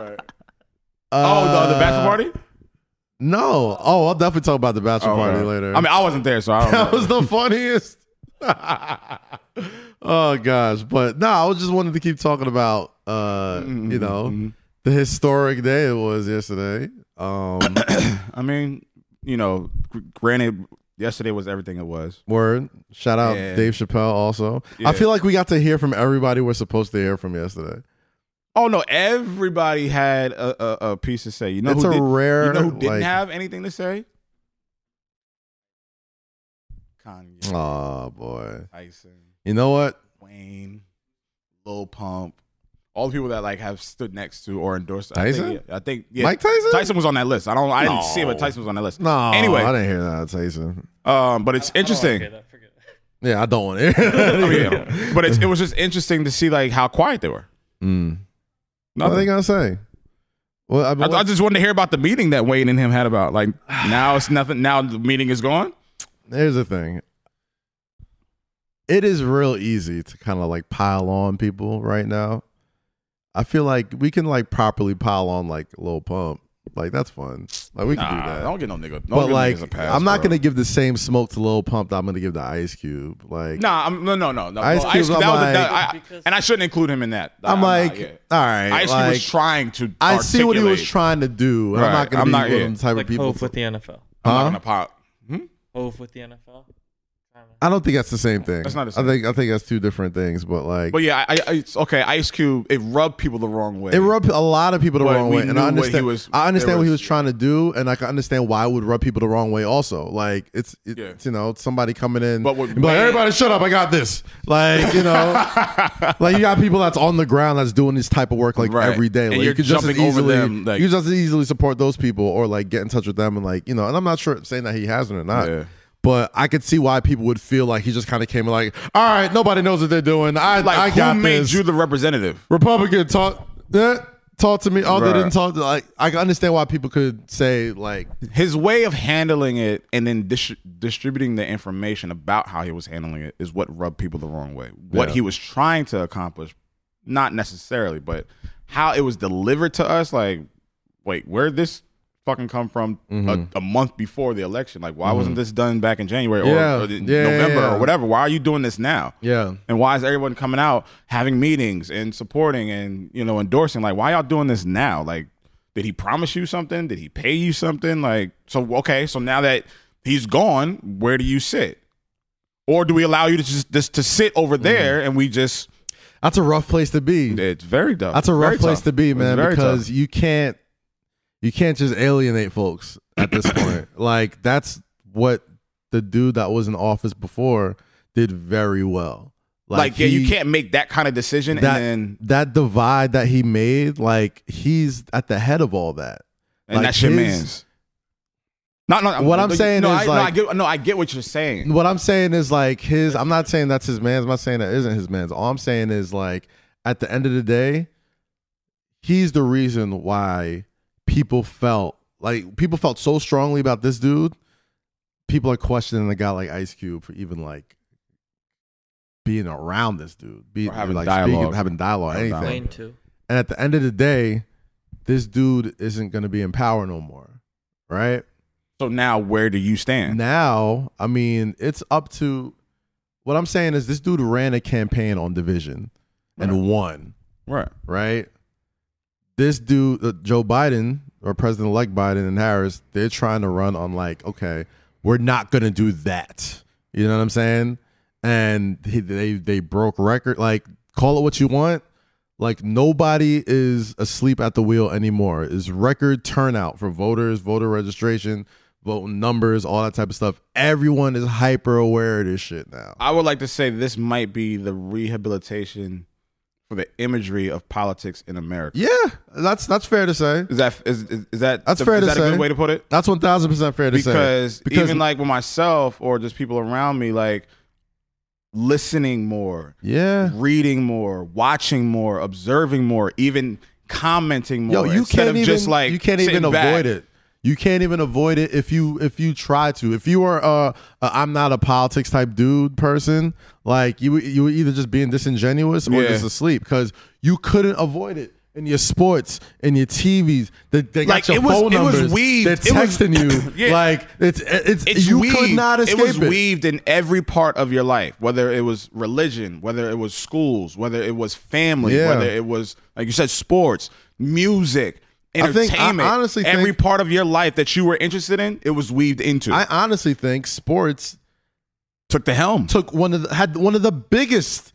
Speaker 2: Oh,
Speaker 1: Uh,
Speaker 2: the, the bachelor party. Oh,
Speaker 1: No. Oh, I'll definitely talk about the bachelor
Speaker 2: Okay.
Speaker 1: party later. [laughs]
Speaker 2: I mean, I wasn't there, so I don't know.
Speaker 1: that was
Speaker 2: [laughs]
Speaker 1: the funniest. [laughs] oh gosh, but no, I was just wanted to keep talking about uh,
Speaker 2: Mm-hmm,
Speaker 1: you know, the historic day it was yesterday.
Speaker 2: [coughs]
Speaker 1: Um
Speaker 2: I mean, you know, gr- granted, yesterday was everything it was.
Speaker 1: word. Shout out
Speaker 2: Yeah.
Speaker 1: Dave Chappelle also.
Speaker 2: Yeah.
Speaker 1: I feel like we got to hear from everybody we're supposed to hear from yesterday.
Speaker 2: Oh no, everybody had a, a, a piece to say. You know,
Speaker 1: it's
Speaker 2: who
Speaker 1: a
Speaker 2: did-
Speaker 1: rare
Speaker 2: You know who didn't
Speaker 1: like,
Speaker 2: have anything to say? Kanye,
Speaker 1: Oh boy.
Speaker 2: Tyson,
Speaker 1: You know what?
Speaker 2: Wayne, Lil Pump, all the people that like have stood next to or endorsed. I
Speaker 1: Tyson?
Speaker 2: think, yeah, I think yeah.
Speaker 1: Mike Tyson?
Speaker 2: Tyson was on that list. I don't. I didn't see it, but
Speaker 1: No.
Speaker 2: Tyson was on that list.
Speaker 1: No.
Speaker 2: Anyway.
Speaker 1: I didn't hear that Tyson.
Speaker 2: Um, but it's interesting.
Speaker 1: Yeah, I don't want
Speaker 2: [laughs]
Speaker 1: to hear that.
Speaker 2: I mean, Oh, yeah. But it's, it was just interesting to see like how quiet they were.
Speaker 1: [laughs] Mm. What are they
Speaker 2: Nothing.
Speaker 1: gonna say? Well, I, mean,
Speaker 2: I,
Speaker 1: what-
Speaker 2: I just wanted to hear about the meeting that Wayne and him had
Speaker 1: [sighs]
Speaker 2: about like now it's nothing. Now the meeting is gone.
Speaker 1: here's the thing. It is real easy to kind of like pile on people right now. I feel like we can like properly pile on like Lil Pump Like that's fun. Like we can do
Speaker 2: Nah,
Speaker 1: that.
Speaker 2: don't get no nigga. Don't
Speaker 1: but
Speaker 2: give
Speaker 1: like,
Speaker 2: niggas a pass,
Speaker 1: I'm not
Speaker 2: bro.
Speaker 1: gonna give the same smoke to Lil Pump that I'm gonna give to Ice Cube. Like,
Speaker 2: Nah, I'm, no, no, no, no.
Speaker 1: Ice
Speaker 2: Well,
Speaker 1: Cube,
Speaker 2: Cube,
Speaker 1: I'm
Speaker 2: that was a,
Speaker 1: like-
Speaker 2: that, I-
Speaker 3: Because-
Speaker 2: and I shouldn't include him in that.
Speaker 1: I'm,
Speaker 2: not-
Speaker 1: like,
Speaker 2: yeah.
Speaker 1: all right.
Speaker 2: Ice Cube
Speaker 1: like,
Speaker 2: was trying to.
Speaker 1: I see what he was
Speaker 2: articulate.
Speaker 1: trying to do. and I'm not
Speaker 2: Right.
Speaker 1: gonna
Speaker 2: I'm
Speaker 1: be
Speaker 2: not
Speaker 1: one of
Speaker 2: here.
Speaker 1: them type
Speaker 3: like
Speaker 1: of people.
Speaker 3: Hove with the NFL.
Speaker 2: I'm
Speaker 1: Huh?
Speaker 2: not gonna pop.
Speaker 3: Hove with the NFL.
Speaker 1: I don't think that's the same thing.
Speaker 2: That's not the
Speaker 1: I think I think that's two different things. But like,
Speaker 2: But yeah, I, I, it's okay. Ice Cube, it rubbed people the wrong way.
Speaker 1: It rubbed a lot of people the
Speaker 2: But
Speaker 1: wrong
Speaker 2: we
Speaker 1: way, and
Speaker 2: knew
Speaker 1: I
Speaker 2: what he
Speaker 1: understand.
Speaker 2: was-
Speaker 1: I understand
Speaker 2: there
Speaker 1: what he was
Speaker 2: was-
Speaker 1: trying to do, and I can understand why it would rub people the wrong way. Also, like it's, it-
Speaker 2: Yeah.
Speaker 1: you know somebody coming in,
Speaker 2: But
Speaker 1: but,
Speaker 2: what-
Speaker 1: like everybody shut up, I got this. Like you know,
Speaker 2: [laughs]
Speaker 1: like you got people that's on the ground that's doing this type of work like
Speaker 2: Right.
Speaker 1: every day.
Speaker 2: And
Speaker 1: Like you
Speaker 2: you're
Speaker 1: could just as
Speaker 2: jumping over
Speaker 1: easily,
Speaker 2: them, like-
Speaker 1: you could just as easily support those people or like get in touch with them and like you know. And I'm not sure saying that he hasn't or not.
Speaker 2: Yeah.
Speaker 1: But I could see why people would feel like he just kind of came and like, all right, nobody knows what they're doing. I,
Speaker 2: Like,
Speaker 1: I
Speaker 2: who
Speaker 1: got
Speaker 2: made
Speaker 1: this.
Speaker 2: you the representative?
Speaker 1: Republican talk eh, talk to me. Oh, they
Speaker 2: Right.
Speaker 1: didn't talk. To, like I can understand why people could say like
Speaker 2: His way of handling it and then dis- distributing the information about how he was handling it is what rubbed people the wrong way. What
Speaker 1: Yeah.
Speaker 2: he was trying to accomplish, not necessarily, but how it was delivered to us. Like, wait, where would this fucking come from?
Speaker 1: Mm-hmm.
Speaker 2: A, a month before the election, like, why wasn't this done back in January or,
Speaker 1: Yeah.
Speaker 2: or the-
Speaker 1: Yeah, yeah,
Speaker 2: November
Speaker 1: yeah.
Speaker 2: or whatever? Why are you doing this now?
Speaker 1: yeah.
Speaker 2: And why is everyone coming out having meetings and supporting and you know endorsing? Like, why y'all doing this now? Like, did he promise you something? Did he pay you something? Like, so okay, so now that he's gone, where do you sit? Or do we allow you to just, just to sit over
Speaker 1: Mm-hmm.
Speaker 2: there and we just?
Speaker 1: That's a rough place to be.
Speaker 2: It's very tough.
Speaker 1: That's a rough
Speaker 2: Very
Speaker 1: place
Speaker 2: tough.
Speaker 1: to be,
Speaker 2: It's
Speaker 1: man,
Speaker 2: very
Speaker 1: because
Speaker 2: tough.
Speaker 1: you can't you can't just alienate folks at this
Speaker 2: [coughs]
Speaker 1: point. Like that's what the dude that was in office before did very well.
Speaker 2: like, yeah,
Speaker 1: he-
Speaker 2: you can't make that kind of decision
Speaker 1: that
Speaker 2: and then
Speaker 1: that divide that he made. Like he's at the head of all that.
Speaker 2: and
Speaker 1: like
Speaker 2: that's your
Speaker 1: his-
Speaker 2: man's. No, no.
Speaker 1: What I'm
Speaker 2: no,
Speaker 1: saying
Speaker 2: no,
Speaker 1: is,
Speaker 2: I, no, I
Speaker 1: like-
Speaker 2: get, no, I get what you're saying.
Speaker 1: What I'm saying is like his. I'm not saying that's his man's. I'm not saying that isn't his man's. All I'm saying is like at the end of the day, he's the reason why people felt like people felt so strongly about this dude. People are questioning a guy like Ice Cube for even like being around this dude, being
Speaker 2: Or having
Speaker 1: like
Speaker 2: dialogue.
Speaker 1: having dialogue,
Speaker 2: Having
Speaker 1: anything.
Speaker 3: Wayne too.
Speaker 1: And at the end of the day, this dude isn't going to be in power no more, right?
Speaker 2: So now, where do you stand?
Speaker 1: now, I mean, it's up to what I'm saying is this dude ran a campaign on division and won,
Speaker 2: Right.
Speaker 1: right? This dude, uh, Joe Biden or President elect Biden and Harris, they're trying to run on like, okay, we're not going to do that. You know what I'm saying? And he, they they broke record like call it what you want. Like nobody is asleep at the wheel anymore. It's record turnout for voters, voter registration, voting numbers, all that type of stuff. Everyone is hyper aware of this shit now.
Speaker 2: I would like to say this might be the rehabilitation for the imagery of politics in America.
Speaker 1: Yeah, that's that's fair to say.
Speaker 2: Is that is, is, is that
Speaker 1: That's
Speaker 2: is
Speaker 1: fair to
Speaker 2: that a
Speaker 1: say.
Speaker 2: good way to put it?
Speaker 1: That's one thousand percent fair to
Speaker 2: Because,
Speaker 1: say. Because
Speaker 2: even like with myself or just people around me, like listening more,
Speaker 1: yeah,
Speaker 2: reading more, watching more, observing more, even commenting
Speaker 1: Yo,
Speaker 2: more.
Speaker 1: you
Speaker 2: instead
Speaker 1: can't
Speaker 2: of
Speaker 1: even
Speaker 2: just like
Speaker 1: you can't even
Speaker 2: sitting
Speaker 1: avoid
Speaker 2: back.
Speaker 1: it. You can't even avoid it if you if you try to. If you are a, a I'm not a politics type dude person, like you you were either just being disingenuous or
Speaker 2: Yeah.
Speaker 1: just asleep because you couldn't avoid it in your sports, in your TVs. They, they got
Speaker 2: Like,
Speaker 1: your
Speaker 2: it was-
Speaker 1: phone
Speaker 2: it was
Speaker 1: numbers.
Speaker 2: weaved.
Speaker 1: They're
Speaker 2: It was-
Speaker 1: texting you.
Speaker 2: [laughs] Yeah.
Speaker 1: Like it's it's,
Speaker 2: It's
Speaker 1: you
Speaker 2: weaved.
Speaker 1: could not escape
Speaker 2: it was weaved in every part of your life, whether it was religion, whether it was schools, whether it was family,
Speaker 1: Yeah.
Speaker 2: whether it was like you said, sports, music,
Speaker 1: think- I
Speaker 2: entertainment.
Speaker 1: honestly
Speaker 2: every
Speaker 1: think-
Speaker 2: part of your life that you were interested in, it was weaved into.
Speaker 1: I honestly think sports
Speaker 2: took the helm.
Speaker 1: took one of the, had one of the biggest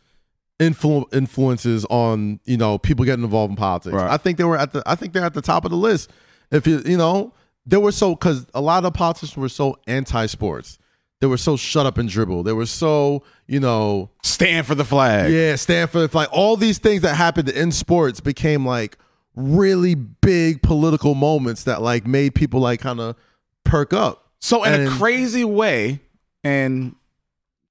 Speaker 1: influ- influences on you know people getting involved in politics.
Speaker 2: Right.
Speaker 1: I think they were at the I think they're at the top of the list. If you you know they were so because a lot of politicians were so anti sports. They were so shut up and dribble. They were so you know
Speaker 2: Stand for the flag.
Speaker 1: yeah Stanford like all these things that happened in sports became like really big political moments that like made people like kind of perk up.
Speaker 2: So in a
Speaker 1: And-
Speaker 2: crazy way, and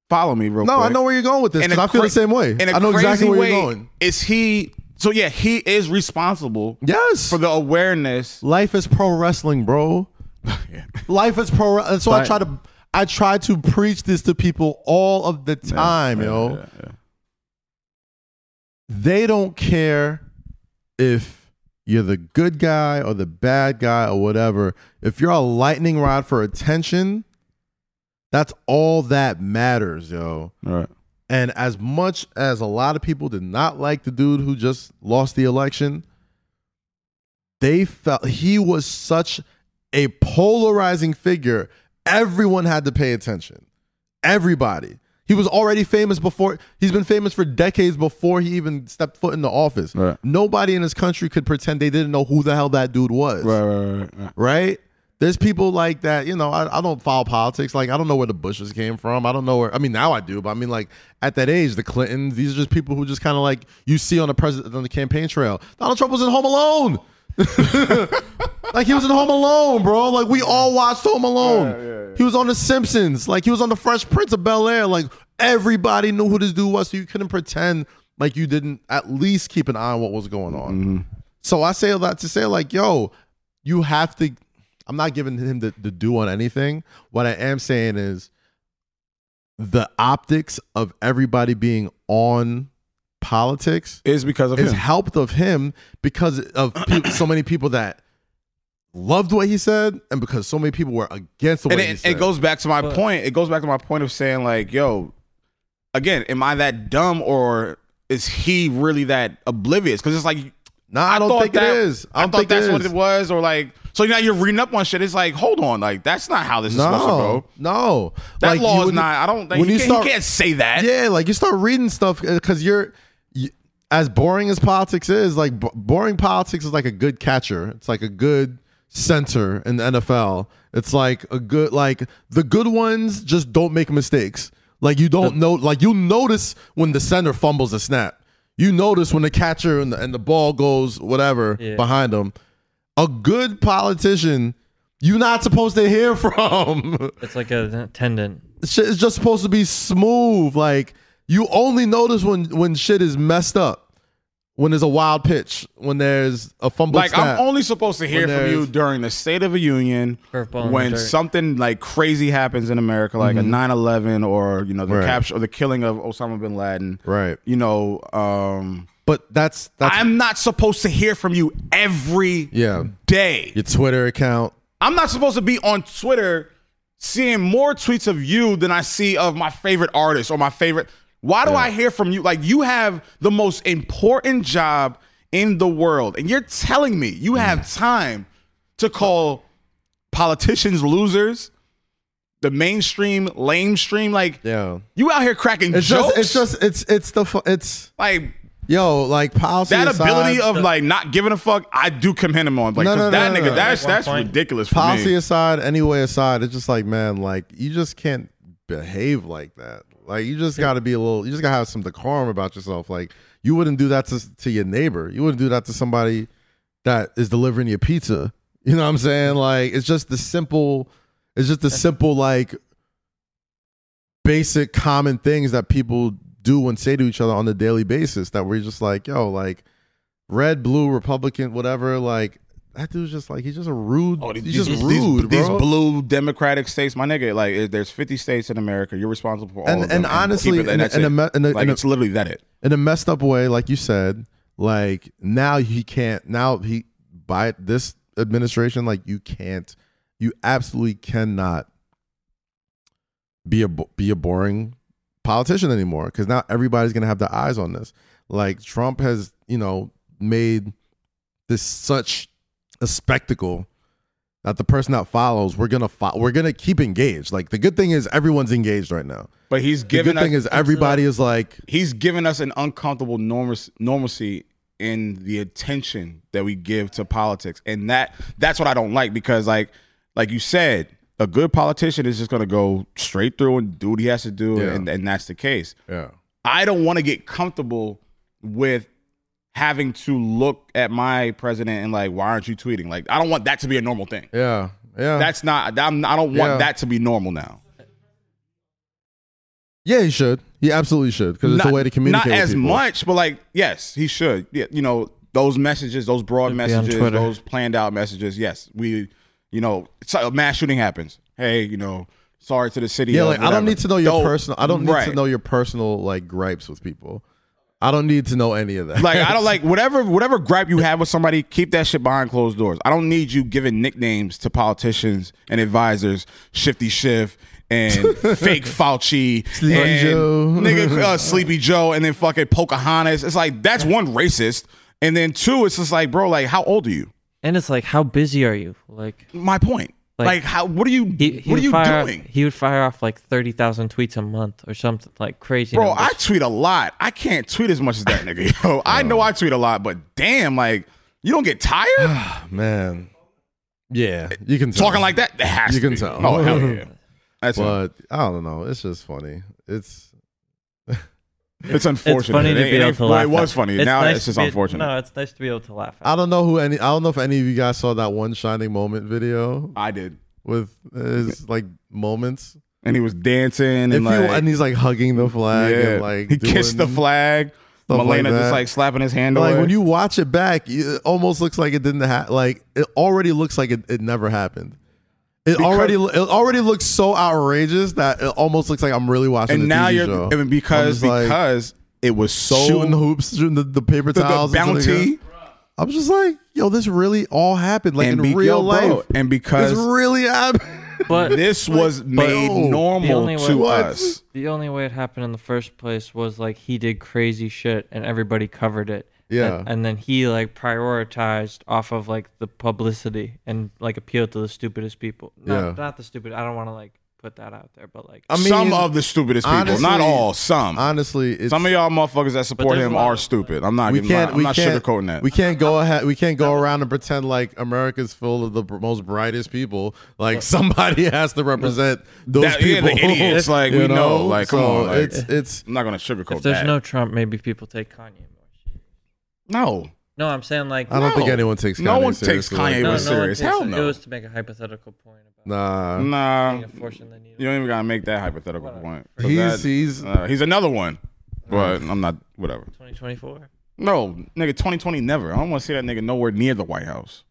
Speaker 2: follow me real
Speaker 1: No,
Speaker 2: quick.
Speaker 1: I know where you're going with this
Speaker 2: In a
Speaker 1: because I feel
Speaker 2: cra-
Speaker 1: the same way.
Speaker 2: In a
Speaker 1: I know
Speaker 2: crazy
Speaker 1: exactly where
Speaker 2: way,
Speaker 1: you're going.
Speaker 2: Is he? So yeah, he is responsible
Speaker 1: Yes,
Speaker 2: for the awareness.
Speaker 1: Life is pro wrestling,
Speaker 2: [laughs]
Speaker 1: bro. Life is pro. That's why I
Speaker 2: But-
Speaker 1: try to I try to preach this to people all of the time, yo.
Speaker 2: Yeah, yeah.
Speaker 1: They don't care if You're the good guy or the bad guy or whatever. If you're a lightning rod for attention, that's all that matters, yo.
Speaker 2: All right.
Speaker 1: And as much as a lot of people did not like the dude who just lost the election, they felt he was such a polarizing figure. Everyone had to pay attention. Everybody. He was already famous before, he's been famous for decades before he even stepped foot in the office.
Speaker 2: Right.
Speaker 1: Nobody in this country could pretend they didn't know who the hell that dude was
Speaker 2: Right, right, right, right.
Speaker 1: right? There's people like that, you know. I, I don't follow politics. Like I don't know where the Bushes came from. I don't know where. I mean, now I do, but I mean, like at that age, the Clintons. These are just people who just kind of like you see on the president on the campaign trail. Donald Trump was in Home Alone. [laughs] like he was in Home Alone, bro. Like we all watched Home Alone. He was on The Simpsons. Like he was on The Fresh Prince of Bel Air. Like everybody knew who this dude was, so you couldn't pretend like you didn't at least keep an eye on what was going on. So I say all that to say, like, yo, you have to. I'm not giving him the, the do on anything. What I am saying is the optics of everybody being on politics
Speaker 2: It's because of
Speaker 1: is
Speaker 2: him.
Speaker 1: helped of him because
Speaker 2: [clears throat]
Speaker 1: of pe- so many people that loved what he said and because so many people were against the
Speaker 2: And
Speaker 1: way he
Speaker 2: it,
Speaker 1: said.
Speaker 2: it goes back to my
Speaker 3: But-
Speaker 2: point. It goes back to my point of saying, like, yo, again, am I that dumb or is he really that oblivious? Because it's like,
Speaker 1: nah, I don't
Speaker 2: thought
Speaker 1: think
Speaker 2: that-
Speaker 1: it is. I
Speaker 2: I
Speaker 1: don't
Speaker 2: thought
Speaker 1: think
Speaker 2: that's what
Speaker 1: is.
Speaker 2: it was, or like, so now you're reading up on shit. It's like, hold on, like that's not how this is supposed to
Speaker 1: No,
Speaker 2: go.
Speaker 1: no.
Speaker 2: That
Speaker 1: Like, you
Speaker 2: law is
Speaker 1: wouldn't-
Speaker 2: not. I don't think
Speaker 1: when
Speaker 2: you,
Speaker 1: you
Speaker 2: can't, you
Speaker 1: start-
Speaker 2: can't say that.
Speaker 1: Yeah, like you start reading stuff because you're you, as boring as politics is. Like b- boring politics is like a good catcher. It's like a good center in the NFL. It's like a good like the good ones just don't make mistakes. Like you don't know. Like you notice when the center fumbles a snap. You notice when the catcher and the, and the ball goes whatever
Speaker 3: Yeah.
Speaker 1: behind them. A good politician, you're not supposed to hear [laughs] from.
Speaker 3: It's like an attendant.
Speaker 1: shit is just supposed to be smooth. Like you only notice when when shit is messed up, when there's a wild pitch, when there's a fumble.
Speaker 2: Like
Speaker 1: snap.
Speaker 2: I'm only supposed to hear
Speaker 1: When
Speaker 2: from you
Speaker 1: there's-
Speaker 2: during the State of the Union
Speaker 3: Curveball in the
Speaker 2: when
Speaker 3: dirt.
Speaker 2: something like crazy happens in America, like a 9/11 or you know
Speaker 1: Mm-hmm.
Speaker 2: the
Speaker 1: Right.
Speaker 2: capture or the killing of Osama bin Laden.
Speaker 1: right,
Speaker 2: You know, um,
Speaker 1: but that's that's
Speaker 2: I'm not supposed to hear from you every day.
Speaker 1: yeah. Your Twitter account,
Speaker 2: I'm not supposed to be on Twitter seeing more tweets of you than I see of my favorite artist or my favorite. Why do I hear from you? Like you have the most important job in the world, and you're telling me
Speaker 1: Mm.
Speaker 2: you have time to call politicians losers, the mainstream lamestream. Like
Speaker 1: yeah.
Speaker 2: you out here cracking
Speaker 1: It's
Speaker 2: jokes.
Speaker 1: just it's just it's it's the fu- it's
Speaker 2: like
Speaker 1: yo like policy
Speaker 2: that
Speaker 1: aside,
Speaker 2: ability of like not giving a fuck. I do commend him on like
Speaker 1: No,
Speaker 2: 'cause
Speaker 1: no, no,
Speaker 2: that
Speaker 1: no,
Speaker 2: nigga.
Speaker 1: no.
Speaker 2: That's
Speaker 3: Like, one
Speaker 2: that's
Speaker 3: point.
Speaker 2: ridiculous for
Speaker 1: policy
Speaker 2: me.
Speaker 1: aside, anyway aside. It's just like man, like you just can't behave like that. Like you just got to be a little. You just got to have some decorum about yourself. Like you wouldn't do that to to your neighbor. You wouldn't do that to somebody that is delivering your pizza. You know what I'm saying? Like it's just the simple. It's just the simple like basic common things that people do and say to each other on a daily basis that we're just like, yo, like red, blue, Republican, whatever, like that dude's just like he's just a rude
Speaker 2: Oh,
Speaker 1: he's just rude,
Speaker 2: these
Speaker 1: bro.
Speaker 2: blue democratic states, my nigga. Like, it- there's 50 states in America. You're responsible for all
Speaker 1: and
Speaker 2: of them.
Speaker 1: and honestly,
Speaker 2: keep it-
Speaker 1: in, a,
Speaker 2: that's
Speaker 1: in, a,
Speaker 2: it.
Speaker 1: me- in, a,
Speaker 2: like,
Speaker 1: in, a,
Speaker 2: it's literally that it.
Speaker 1: in a messed up way, like you said, like now he can't now he by this administration, like you can't you absolutely cannot be a bo- be a boring politician anymore because now everybody's gonna have their eyes on this. Like Trump has, you know, made this such a spectacle that the person that follows, we're gonna fo- we're gonna keep engaged. Like the good thing is everyone's engaged right now.
Speaker 2: But he's
Speaker 1: The
Speaker 2: giving
Speaker 1: good
Speaker 2: us,
Speaker 1: thing is everybody is like
Speaker 2: he's giving us an uncomfortable normas, normalcy in the attention that we give to politics, and that that's what I don't like because, like, like you said, a good politician is just gonna go straight through and do what he has to do,
Speaker 1: Yeah.
Speaker 2: and, and that's the case.
Speaker 1: Yeah.
Speaker 2: I don't want to get comfortable with having to look at my president and like, why aren't you tweeting? Like, I don't want that to be a normal thing.
Speaker 1: Yeah. Yeah.
Speaker 2: That's not. I'm, I don't want
Speaker 1: Yeah.
Speaker 2: that to be normal now.
Speaker 1: yeah, he should. He absolutely should because it's
Speaker 2: not,
Speaker 1: a way to communicate.
Speaker 2: Not
Speaker 1: with
Speaker 2: as
Speaker 1: people.
Speaker 2: much, but like, yes, he should. Yeah, you know, those messages, those broad
Speaker 3: It'd be on
Speaker 2: messages,
Speaker 3: Twitter.
Speaker 2: those planned out messages. Yes, we, you know, so a mass shooting happens. Hey, you know, sorry to the city.
Speaker 1: Yeah,
Speaker 2: of
Speaker 1: like I don't
Speaker 2: whatever.
Speaker 1: need to know your
Speaker 2: Don't-
Speaker 1: personal. I don't need
Speaker 2: right.
Speaker 1: to know your personal like gripes with people. I don't need to know any of that.
Speaker 2: Like I don't like whatever whatever gripe you have with somebody, keep that shit behind closed doors. I don't need you giving nicknames to politicians and advisors, Shifty Shift
Speaker 1: [laughs]
Speaker 2: and fake Fauci,
Speaker 1: Sleepy
Speaker 2: and
Speaker 1: Joe.
Speaker 2: nigga uh, Sleepy Joe, and then fucking Pocahontas. It's like that's one racist, and then two, it's just like bro, like how old are you?
Speaker 3: And it's like, how busy are you? Like
Speaker 2: My point. Like,
Speaker 3: Like,
Speaker 2: how? What are you?
Speaker 3: he, he
Speaker 2: what are
Speaker 3: would
Speaker 2: you
Speaker 3: fire
Speaker 2: doing?
Speaker 3: he would fire off like thirty thousand tweets a month or something like crazy.
Speaker 2: Bro,
Speaker 3: numbers.
Speaker 2: I tweet a lot. I can't tweet as much as that nigga. [laughs] Yo, I know I tweet a lot, but damn, like you don't
Speaker 1: [sighs]
Speaker 2: get tired
Speaker 1: [laughs]
Speaker 2: [sighs]
Speaker 1: man. Yeah, you can tell.
Speaker 2: talking like that. It has
Speaker 1: You
Speaker 2: to
Speaker 1: can
Speaker 2: be.
Speaker 1: tell.
Speaker 2: Oh hell yeah, [laughs] that's
Speaker 1: But I don't know. It's just funny. It's
Speaker 2: it's unfortunate.
Speaker 3: It's funny
Speaker 2: it,
Speaker 3: to
Speaker 2: ain't-
Speaker 3: be
Speaker 2: it
Speaker 3: able
Speaker 2: ain't-
Speaker 3: to
Speaker 2: well,
Speaker 3: laugh.
Speaker 2: It was
Speaker 3: at.
Speaker 2: funny. now
Speaker 3: nice
Speaker 2: it's just
Speaker 3: to be-
Speaker 2: unfortunate.
Speaker 3: No, it's nice to be able to laugh. At.
Speaker 1: I don't know who any. I don't know if any of you guys saw that one shining moment video
Speaker 2: I did,
Speaker 1: with his like moments.
Speaker 2: and he was dancing and
Speaker 1: If
Speaker 2: like
Speaker 1: you, and he's like hugging the flag
Speaker 2: yeah.
Speaker 1: and like
Speaker 2: he kissed the
Speaker 1: doing
Speaker 2: flag.
Speaker 1: stuff like
Speaker 2: Milena just
Speaker 1: that.
Speaker 2: like slapping his hand
Speaker 1: Like
Speaker 2: away.
Speaker 1: when you watch it back, it almost looks like it didn't happen. Like it already looks like it, it never happened. It already lo- it already looks so outrageous that it almost looks like I'm really watching.
Speaker 2: and
Speaker 1: a
Speaker 2: now
Speaker 1: TV
Speaker 2: you're
Speaker 1: show.
Speaker 2: and because
Speaker 1: I'm just like,
Speaker 2: because it was so
Speaker 1: shooting hoops, shooting the, the paper
Speaker 2: the, the
Speaker 1: towels, into the gun.
Speaker 2: bounty
Speaker 1: I'm just like, yo, this really all happened, like
Speaker 2: and
Speaker 1: in
Speaker 2: be-
Speaker 1: real
Speaker 2: yo, bro,
Speaker 1: life.
Speaker 2: and
Speaker 1: This
Speaker 2: because
Speaker 1: really happened. [laughs]
Speaker 3: but
Speaker 2: this was made
Speaker 1: no.
Speaker 3: The
Speaker 2: normal
Speaker 3: only way-
Speaker 2: to
Speaker 3: What?
Speaker 2: us.
Speaker 3: the only way it happened in the first place was like he did crazy shit and everybody covered it.
Speaker 1: Yeah.
Speaker 3: And, and then he like prioritized off of like the publicity and like appealed to the stupidest people. Not,
Speaker 1: Yeah.
Speaker 3: not the stupid. I don't want to like put that out there, but like
Speaker 1: I mean,
Speaker 2: some of the stupidest people, not
Speaker 1: honestly-
Speaker 2: all, some.
Speaker 1: honestly, it's,
Speaker 2: some of y'all motherfuckers that support
Speaker 3: there's
Speaker 2: him
Speaker 3: a lot
Speaker 2: are
Speaker 3: of-
Speaker 2: stupid. I'm not.
Speaker 1: we
Speaker 2: giving-
Speaker 1: can't.
Speaker 2: I'm
Speaker 1: we
Speaker 2: not
Speaker 1: can't,
Speaker 2: sugarcoating that.
Speaker 1: We can't go ahead. We can't go around and pretend like America's full of the br- most brightest people. Like [laughs] somebody has to represent those
Speaker 2: That- yeah,
Speaker 1: people. [laughs]
Speaker 2: the idiots, like, we
Speaker 1: You
Speaker 2: know, like, come
Speaker 1: So
Speaker 2: on, like-
Speaker 1: it's it's
Speaker 2: I'm not gonna sugarcoat
Speaker 3: if there's
Speaker 2: that.
Speaker 3: no Trump, maybe people take Kanye more.
Speaker 2: no,
Speaker 3: No, I'm saying like
Speaker 1: I don't
Speaker 2: No.
Speaker 1: think anyone takes. Kanye
Speaker 2: No one takes
Speaker 1: seriously like
Speaker 2: Kanye
Speaker 1: that.
Speaker 3: no,
Speaker 2: was
Speaker 3: no one
Speaker 2: serious.
Speaker 3: takes
Speaker 2: Hell
Speaker 3: it.
Speaker 2: no.
Speaker 3: It was to make a hypothetical point about
Speaker 1: Nah,
Speaker 2: Mm, nah.
Speaker 3: being a force in the needle.
Speaker 2: You don't even gotta make that hypothetical
Speaker 3: Whatever.
Speaker 2: point. 'Cause
Speaker 1: he's
Speaker 2: that-
Speaker 1: he's
Speaker 2: uh, he's another one, but I'm not. Whatever.
Speaker 3: 2024.
Speaker 2: No, nigga, 2020 never. I don't want to see that nigga nowhere near the White House.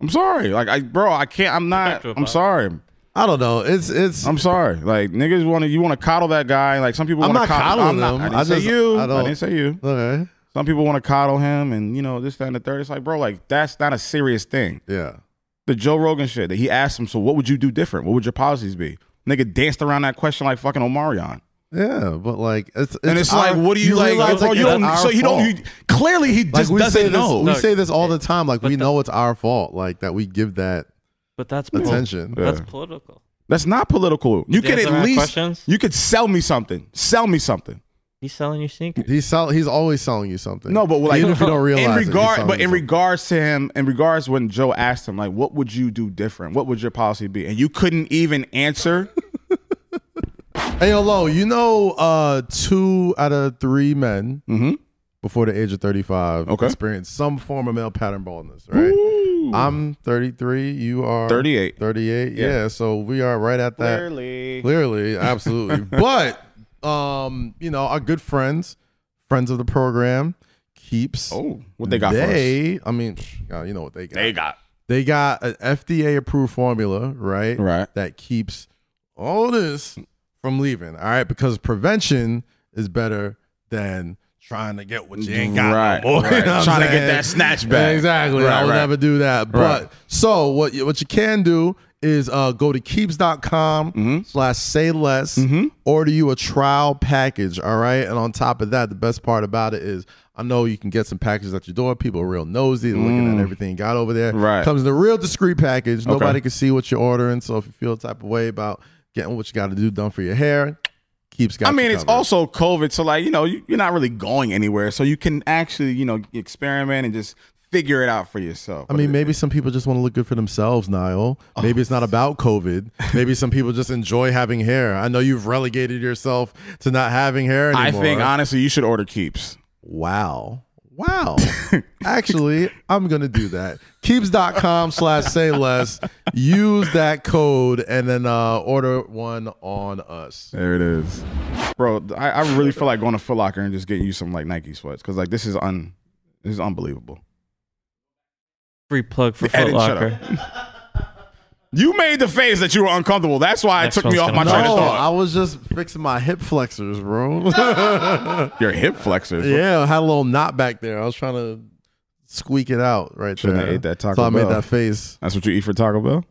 Speaker 2: I'm sorry, like I, bro, I can't. I'm
Speaker 3: back
Speaker 2: not.
Speaker 3: to it,
Speaker 2: I'm
Speaker 3: Bob.
Speaker 2: sorry.
Speaker 1: I don't know. It's it's.
Speaker 2: I'm sorry. Like niggas want to. You want to coddle that guy. Like some people.
Speaker 1: I'm
Speaker 2: wanna
Speaker 1: not
Speaker 2: coddle,
Speaker 1: coddling
Speaker 2: I'm not,
Speaker 1: him.
Speaker 2: I didn't
Speaker 1: I
Speaker 2: say
Speaker 1: just-
Speaker 2: you.
Speaker 1: I
Speaker 2: I
Speaker 1: don't-
Speaker 2: didn't say you.
Speaker 1: okay.
Speaker 2: Some people want to coddle him and, you know, this, that, and the third. It's like, bro, like, that's not a serious thing.
Speaker 1: Yeah.
Speaker 2: The Joe Rogan shit that he asked him, so what would you do different? What would your policies be? Nigga danced around that question like fucking Omarion.
Speaker 1: Yeah, but like it's, it's
Speaker 2: And it's
Speaker 1: our-
Speaker 2: like, what do you, like?
Speaker 1: realize,
Speaker 2: bro,
Speaker 1: like,
Speaker 2: you
Speaker 1: it's
Speaker 2: don't,
Speaker 1: our
Speaker 2: so he
Speaker 1: fault.
Speaker 2: don't, you, clearly he
Speaker 1: like
Speaker 2: just
Speaker 1: we say
Speaker 2: doesn't
Speaker 1: this,
Speaker 2: know.
Speaker 1: we
Speaker 3: No,
Speaker 1: say this all the time. Like we
Speaker 3: the-
Speaker 1: know it's our fault. Like that we give that
Speaker 3: But that's pol-
Speaker 1: attention.
Speaker 3: That's
Speaker 2: Yeah.
Speaker 3: political.
Speaker 2: That's not political. You
Speaker 3: Did
Speaker 2: can
Speaker 3: you answer
Speaker 2: at
Speaker 3: my
Speaker 2: least,
Speaker 3: questions?
Speaker 2: you could sell me something. Sell me something.
Speaker 3: He's selling you sneakers.
Speaker 1: He's sell, he's always selling you something.
Speaker 2: No, but like
Speaker 1: even if you don't realize
Speaker 2: [laughs] in
Speaker 1: it, he's
Speaker 2: regard,
Speaker 1: selling
Speaker 2: but
Speaker 1: you
Speaker 2: in
Speaker 1: something.
Speaker 2: regards to him, in regards when Joe asked him, like, what would you do different? What would your policy be? And you couldn't even answer.
Speaker 1: Hey, hello. You know, uh, two out of three men
Speaker 2: Mm-hmm.
Speaker 1: before the age of 35
Speaker 2: Okay.
Speaker 1: experience some form of male pattern baldness, right? I'm 33. You are
Speaker 2: 38.
Speaker 1: 38. Yeah. So we are right at that.
Speaker 2: Clearly.
Speaker 1: Clearly,
Speaker 2: [laughs]
Speaker 1: absolutely. but um, you know, our good friends, friends of the program, keeps.
Speaker 2: Oh, what they got for us?
Speaker 1: They, I mean, psh, God, you know what they got.
Speaker 2: They got
Speaker 1: They got an FDA approved formula, right?
Speaker 2: Right.
Speaker 1: That keeps all this from leaving. All right, because prevention is better than trying to get what you ain't got
Speaker 2: Right,
Speaker 1: no more. [laughs]
Speaker 2: right.
Speaker 1: You know what I'm
Speaker 2: Trying to get
Speaker 1: saying?
Speaker 2: that snatch back.
Speaker 1: Exactly.
Speaker 2: Right,
Speaker 1: I will
Speaker 2: right.
Speaker 1: never do that. But
Speaker 2: Right.
Speaker 1: so what you, what you can do is uh, go to keeps.com
Speaker 2: Mm-hmm.
Speaker 1: slash say less, order you a trial package. All right. And on top of that, the best part about it is I know you can get some packages at your door. People are real nosy. They're looking at everything you got over there.
Speaker 2: Mm. Right.
Speaker 1: Comes in a real discreet package. Nobody can see what you're ordering. So if you feel the type of way about getting what you got to do done for your hair, keeps got
Speaker 2: I mean,
Speaker 1: you
Speaker 2: it's
Speaker 1: covered.
Speaker 2: also COVID, so like you know, you- you're not really going anywhere, so you can actually you know experiment and just figure it out for yourself.
Speaker 1: I mean, maybe some people just want to look good for themselves, Niall.
Speaker 2: Oh.
Speaker 1: Maybe it's not about
Speaker 2: [laughs]
Speaker 1: COVID. Maybe some people just enjoy having hair. I know you've relegated yourself to not having hair
Speaker 2: I
Speaker 1: anymore.
Speaker 2: think honestly, you should order keeps.
Speaker 1: wow. Wow. Actually, I'm going to do that. Keeps.com slash say less. Use that code and then uh, order one on us.
Speaker 2: There it is, bro. I, I really feel like going to Foot Locker and just getting you some like Nike sweats because like this is un this is unbelievable.
Speaker 3: Free plug for
Speaker 2: Ed,
Speaker 3: Foot
Speaker 2: shut
Speaker 3: Locker.
Speaker 2: up. You made the face that you were uncomfortable. That's why it
Speaker 3: Next
Speaker 2: took me
Speaker 3: one's
Speaker 2: off my
Speaker 3: gonna
Speaker 1: No,
Speaker 2: train of
Speaker 1: I
Speaker 2: thought.
Speaker 1: was just fixing my hip flexors,
Speaker 2: [laughs]
Speaker 1: bro.
Speaker 2: Your hip flexors.
Speaker 1: yeah, I had a little knot back there. I was trying to squeak it out right
Speaker 2: Shouldn't
Speaker 1: there.
Speaker 2: have ate that Taco
Speaker 1: so I made
Speaker 2: Bell.
Speaker 1: that face,
Speaker 2: That's what you eat for Taco Bell.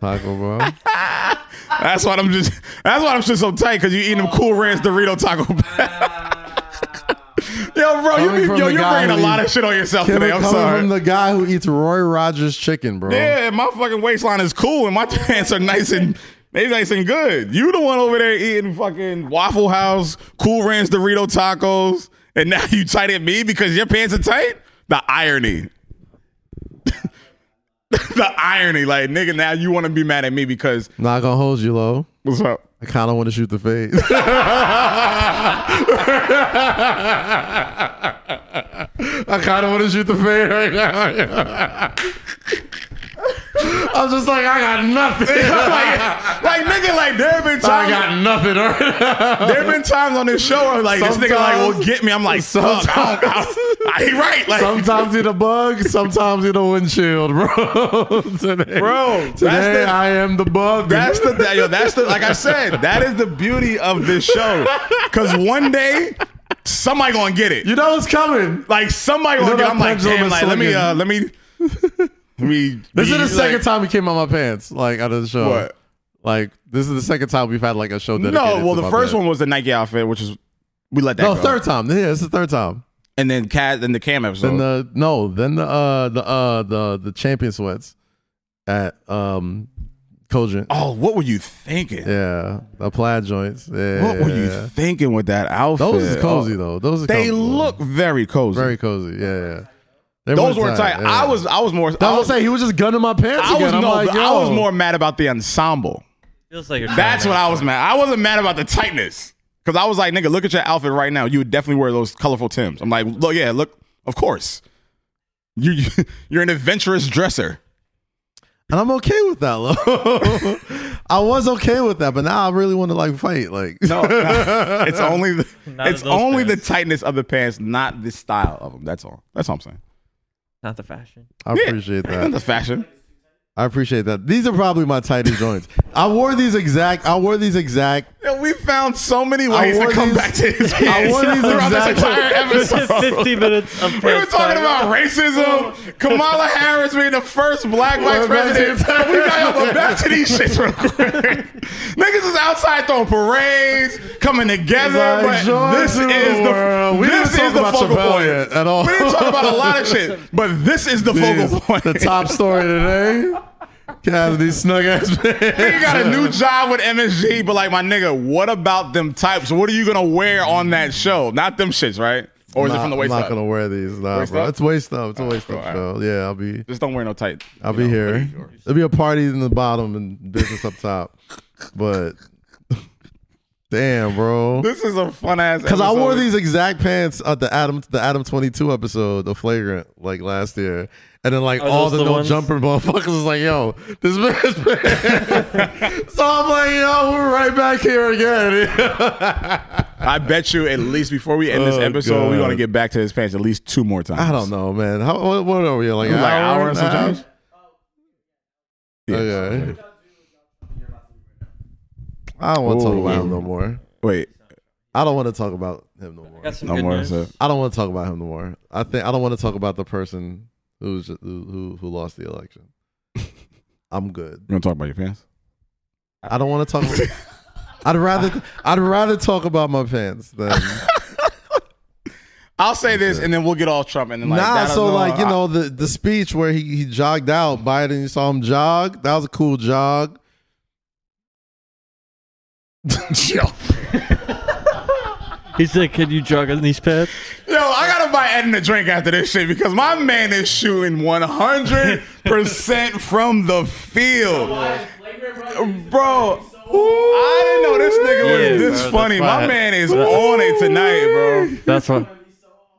Speaker 1: Taco
Speaker 2: [laughs]
Speaker 1: Bell.
Speaker 2: That's why I'm just. That's why I'm just so tight because you eating them Cool Ranch Dorito Taco Bell. [laughs] yo, bro,
Speaker 1: Coming
Speaker 2: you,
Speaker 1: from
Speaker 2: yo,
Speaker 1: the
Speaker 2: you're
Speaker 1: guy
Speaker 2: bringing a
Speaker 1: who
Speaker 2: lot of
Speaker 1: eats-
Speaker 2: shit on yourself
Speaker 1: Kevin
Speaker 2: today. I'm
Speaker 1: coming
Speaker 2: sorry.
Speaker 1: from the guy who eats Roy Rogers chicken, bro.
Speaker 2: yeah, my fucking waistline is cool and my [laughs] pants are nice and they nice and good. You the one over there eating fucking Waffle House Cool Ranch Dorito tacos, and now you tight at me because your pants are tight. The irony. [laughs] the irony, like nigga, now you want to be mad at me because
Speaker 1: Not gonna hold you low.
Speaker 2: what's up?
Speaker 1: I kind of want to shoot the face. [laughs] I kind of want to shoot the face right now. I'm just like, I got nothing.
Speaker 2: like, like nigga, like there have been
Speaker 1: I
Speaker 2: times
Speaker 1: got nothing.
Speaker 2: [laughs] there have been times on this show where I'm like this nigga like
Speaker 1: Sometimes-
Speaker 2: will get me. I'm like fuck, I, [laughs] I, I, he right. Like
Speaker 1: sometimes in the bug, sometimes in the windshield, bro. [laughs] today,
Speaker 2: Bro, that's
Speaker 1: today
Speaker 2: the-
Speaker 1: I am the bug.
Speaker 2: that's the that, yo, that's the like I said, that is the beauty of this show. Cause one day somebody gonna get it.
Speaker 1: you know it's coming.
Speaker 2: Like somebody gonna
Speaker 1: know
Speaker 2: get.
Speaker 1: that
Speaker 2: I'm like
Speaker 1: pendulum
Speaker 2: damn.
Speaker 1: is
Speaker 2: Like let me
Speaker 1: swinging.
Speaker 2: uh let me let me.
Speaker 1: [laughs] This is
Speaker 2: be,
Speaker 1: the second
Speaker 2: like-
Speaker 1: time it came out my pants, like out of the show.
Speaker 2: What?
Speaker 1: Like this is the second time we've had like a show. Dedicated
Speaker 2: No, well
Speaker 1: to
Speaker 2: the
Speaker 1: my
Speaker 2: first
Speaker 1: pants.
Speaker 2: one was the Nike outfit, which is we let that
Speaker 1: No,
Speaker 2: go.
Speaker 1: third time. Yeah, it's the third time.
Speaker 2: and then cat then the cam episode.
Speaker 1: Then the no, then the uh the uh the the champion sweats at um Cogent.
Speaker 2: oh, what were you thinking?
Speaker 1: Yeah, the plaid joints. Yeah,
Speaker 2: What were you thinking with that outfit?
Speaker 1: Those is cozy
Speaker 2: Oh,
Speaker 1: though. Those are
Speaker 2: They
Speaker 1: cozy.
Speaker 2: look very cozy.
Speaker 1: very cozy. Yeah, yeah. They
Speaker 2: Those weren't tight. I was I was more
Speaker 1: That's
Speaker 2: I
Speaker 1: what I'm
Speaker 2: was,
Speaker 1: saying. He was just gunning my pants.
Speaker 2: I was
Speaker 1: again. I'm
Speaker 2: no,
Speaker 1: like,
Speaker 2: but
Speaker 1: yo.
Speaker 2: I was more mad about the ensemble.
Speaker 3: Feels like you're trying
Speaker 2: That's
Speaker 3: to-
Speaker 2: what I was mad. I wasn't mad about the tightness because I was like, nigga, look at your outfit right now. You would definitely wear those colorful Tims. I'm like, look, yeah, look, of course. You [laughs] you- you're an adventurous dresser.
Speaker 1: and I'm okay with that, though. [laughs] I was okay with that, but now I really want to like fight. Like,
Speaker 2: No, no. it's only the,
Speaker 3: Not
Speaker 2: it's
Speaker 3: those
Speaker 2: only
Speaker 3: pants.
Speaker 2: the tightness of the pants, not the style of them. That's all. That's all I'm saying.
Speaker 3: Not the [laughs] fashion.
Speaker 1: [laughs] I
Speaker 2: Yeah.
Speaker 1: appreciate that.
Speaker 2: And the fashion.
Speaker 1: I appreciate that. These are probably my tightest joints. I wore these exact. I wore these exact.
Speaker 2: Yo, we found so many
Speaker 1: I
Speaker 2: ways to
Speaker 1: wore
Speaker 2: come
Speaker 1: these-
Speaker 2: back to his
Speaker 1: I
Speaker 2: pants [laughs]
Speaker 1: wore these
Speaker 2: throughout
Speaker 1: exact- [laughs]
Speaker 2: this entire episode.
Speaker 3: 50 minutes of
Speaker 2: We were talking about racism, Kamala Harris being the first black vice
Speaker 1: We're back to-
Speaker 2: president. We got yo, but back
Speaker 1: [laughs]
Speaker 2: to these shits real quick. Niggas is outside throwing parades, coming together,
Speaker 1: Like,
Speaker 2: but
Speaker 1: joy
Speaker 2: this is
Speaker 1: to
Speaker 2: the,
Speaker 1: the world. We didn't
Speaker 2: this
Speaker 1: talk
Speaker 2: is the
Speaker 1: about
Speaker 2: focal
Speaker 1: Chappelle
Speaker 2: point.
Speaker 1: yet at all.
Speaker 2: We didn't talk about a lot of
Speaker 1: [laughs]
Speaker 2: shit, but this is the focal
Speaker 1: These-
Speaker 2: point.
Speaker 1: the top story today. Cassidy's snug ass
Speaker 2: [laughs] You
Speaker 1: pants.
Speaker 2: got a new job with MSG, but like my nigga, what about them types? What are you gonna wear on that show? Not them shits, right? Or is it
Speaker 1: Nah,
Speaker 2: from the waist
Speaker 1: I'm
Speaker 2: up?
Speaker 1: not gonna wear these. Nah,
Speaker 2: Waist
Speaker 1: bro.
Speaker 2: up?
Speaker 1: it's waist up. It's a waist
Speaker 2: cool,
Speaker 1: up
Speaker 2: all
Speaker 1: show. Yeah, I'll be.
Speaker 2: Just don't wear no tight.
Speaker 1: I'll
Speaker 2: you
Speaker 1: be
Speaker 2: know,
Speaker 1: here. There'll be a party in the bottom and business up top. But [laughs] damn, bro.
Speaker 2: This is a fun ass.
Speaker 1: Because I wore
Speaker 2: episode.
Speaker 1: these exact pants at the Adam the Adam twenty two episode of Flagrant like last year, and then like
Speaker 3: Are
Speaker 1: all the,
Speaker 3: those the
Speaker 1: no
Speaker 3: ones?
Speaker 1: jumper motherfuckers was like, "Yo, this man's [laughs] pants." so I'm like, "Yo, we're right back here again."
Speaker 2: I bet you at least before we end this
Speaker 1: Oh,
Speaker 2: episode, we're
Speaker 1: God.
Speaker 2: gonna get back to his pants at least two more times.
Speaker 1: I don't know, man. How what, what are we like?
Speaker 2: Like
Speaker 1: an
Speaker 2: an
Speaker 1: hour
Speaker 2: hour,
Speaker 1: Oh, and
Speaker 2: and
Speaker 1: a
Speaker 2: some
Speaker 1: half?
Speaker 2: change? Yeah.
Speaker 1: Okay. I don't want to talk
Speaker 2: Ooh.
Speaker 1: about him no more.
Speaker 2: Wait,
Speaker 1: I don't want to talk about him no more.
Speaker 3: Got some
Speaker 2: no
Speaker 3: good
Speaker 2: more.
Speaker 3: news.
Speaker 2: so-
Speaker 1: I don't want to talk about him no more. I think I don't want to talk about the person who's who who, who lost the election. I'm good.
Speaker 2: You wanna talk about your pants?
Speaker 1: I don't want to talk. [laughs] I'd rather I'd rather talk about my pants than
Speaker 2: I'll say this, and then we'll get off Trump, and then like,
Speaker 1: nah.
Speaker 2: that'll-
Speaker 1: So
Speaker 2: no,
Speaker 1: like you
Speaker 2: I-
Speaker 1: know the the speech where he he jogged out. Biden, you saw him jog. That was a cool jog.
Speaker 2: [laughs] yo,
Speaker 3: He's like, can you jog on these pads?
Speaker 2: yo, I gotta buy Eden a drink after this shit because my man is shooting one hundred [laughs] percent from the field, bro. I didn't know this nigga
Speaker 3: Yeah,
Speaker 2: was this
Speaker 3: bro,
Speaker 2: funny.
Speaker 3: that's
Speaker 2: My
Speaker 3: why-
Speaker 2: man is on it tonight, bro.
Speaker 3: That's what.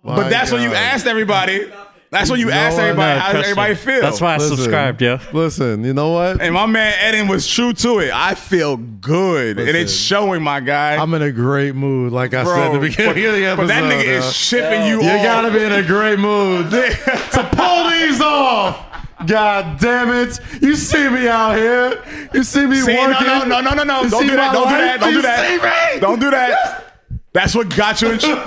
Speaker 1: My
Speaker 2: But that's when you
Speaker 1: God.
Speaker 2: asked everybody. That's when you asked
Speaker 1: I
Speaker 2: everybody
Speaker 1: know,
Speaker 2: how does
Speaker 3: trust
Speaker 2: everybody
Speaker 3: me.
Speaker 2: feel.
Speaker 3: That's why I
Speaker 1: Listen.
Speaker 3: subscribed, yo.
Speaker 1: Listen, you know what?
Speaker 2: And my man Eden was true to it. I feel good, and it's
Speaker 1: Listen.
Speaker 2: showing, my guy.
Speaker 1: I'm in a great mood, like I said at the beginning
Speaker 2: but,
Speaker 1: of the episode. uh,
Speaker 2: but that nigga
Speaker 1: yo.
Speaker 2: is shipping you.
Speaker 1: You
Speaker 2: off. [laughs]
Speaker 1: gotta be in a great mood to pull these off. God damn it! You see me out here. You see me
Speaker 2: See, no,
Speaker 1: working.
Speaker 2: no, no, no, no, no.
Speaker 1: You
Speaker 2: Don't
Speaker 1: see
Speaker 2: do that.
Speaker 1: my
Speaker 2: Don't do
Speaker 1: life?
Speaker 2: that. Don't
Speaker 1: You
Speaker 2: do that.
Speaker 1: see me?
Speaker 2: Don't do that. That's what got you
Speaker 1: [laughs]
Speaker 2: in tr-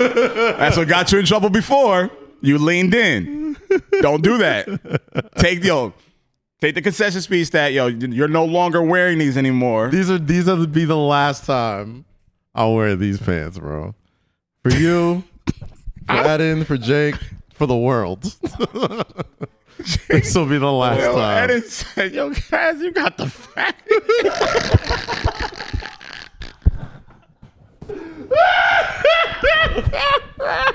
Speaker 2: That's what got you in trouble before. You leaned in. Don't do that. Take yo, take the concession speed stat, yo. You're no longer wearing these anymore.
Speaker 1: These are these are to be the last time I'll wear these pants, bro. For you, for Eden, for Jake, for the
Speaker 2: [laughs]
Speaker 1: world. this will be the last
Speaker 2: Yo,
Speaker 1: time.
Speaker 2: Eden said, yo, guys, you got the fat. I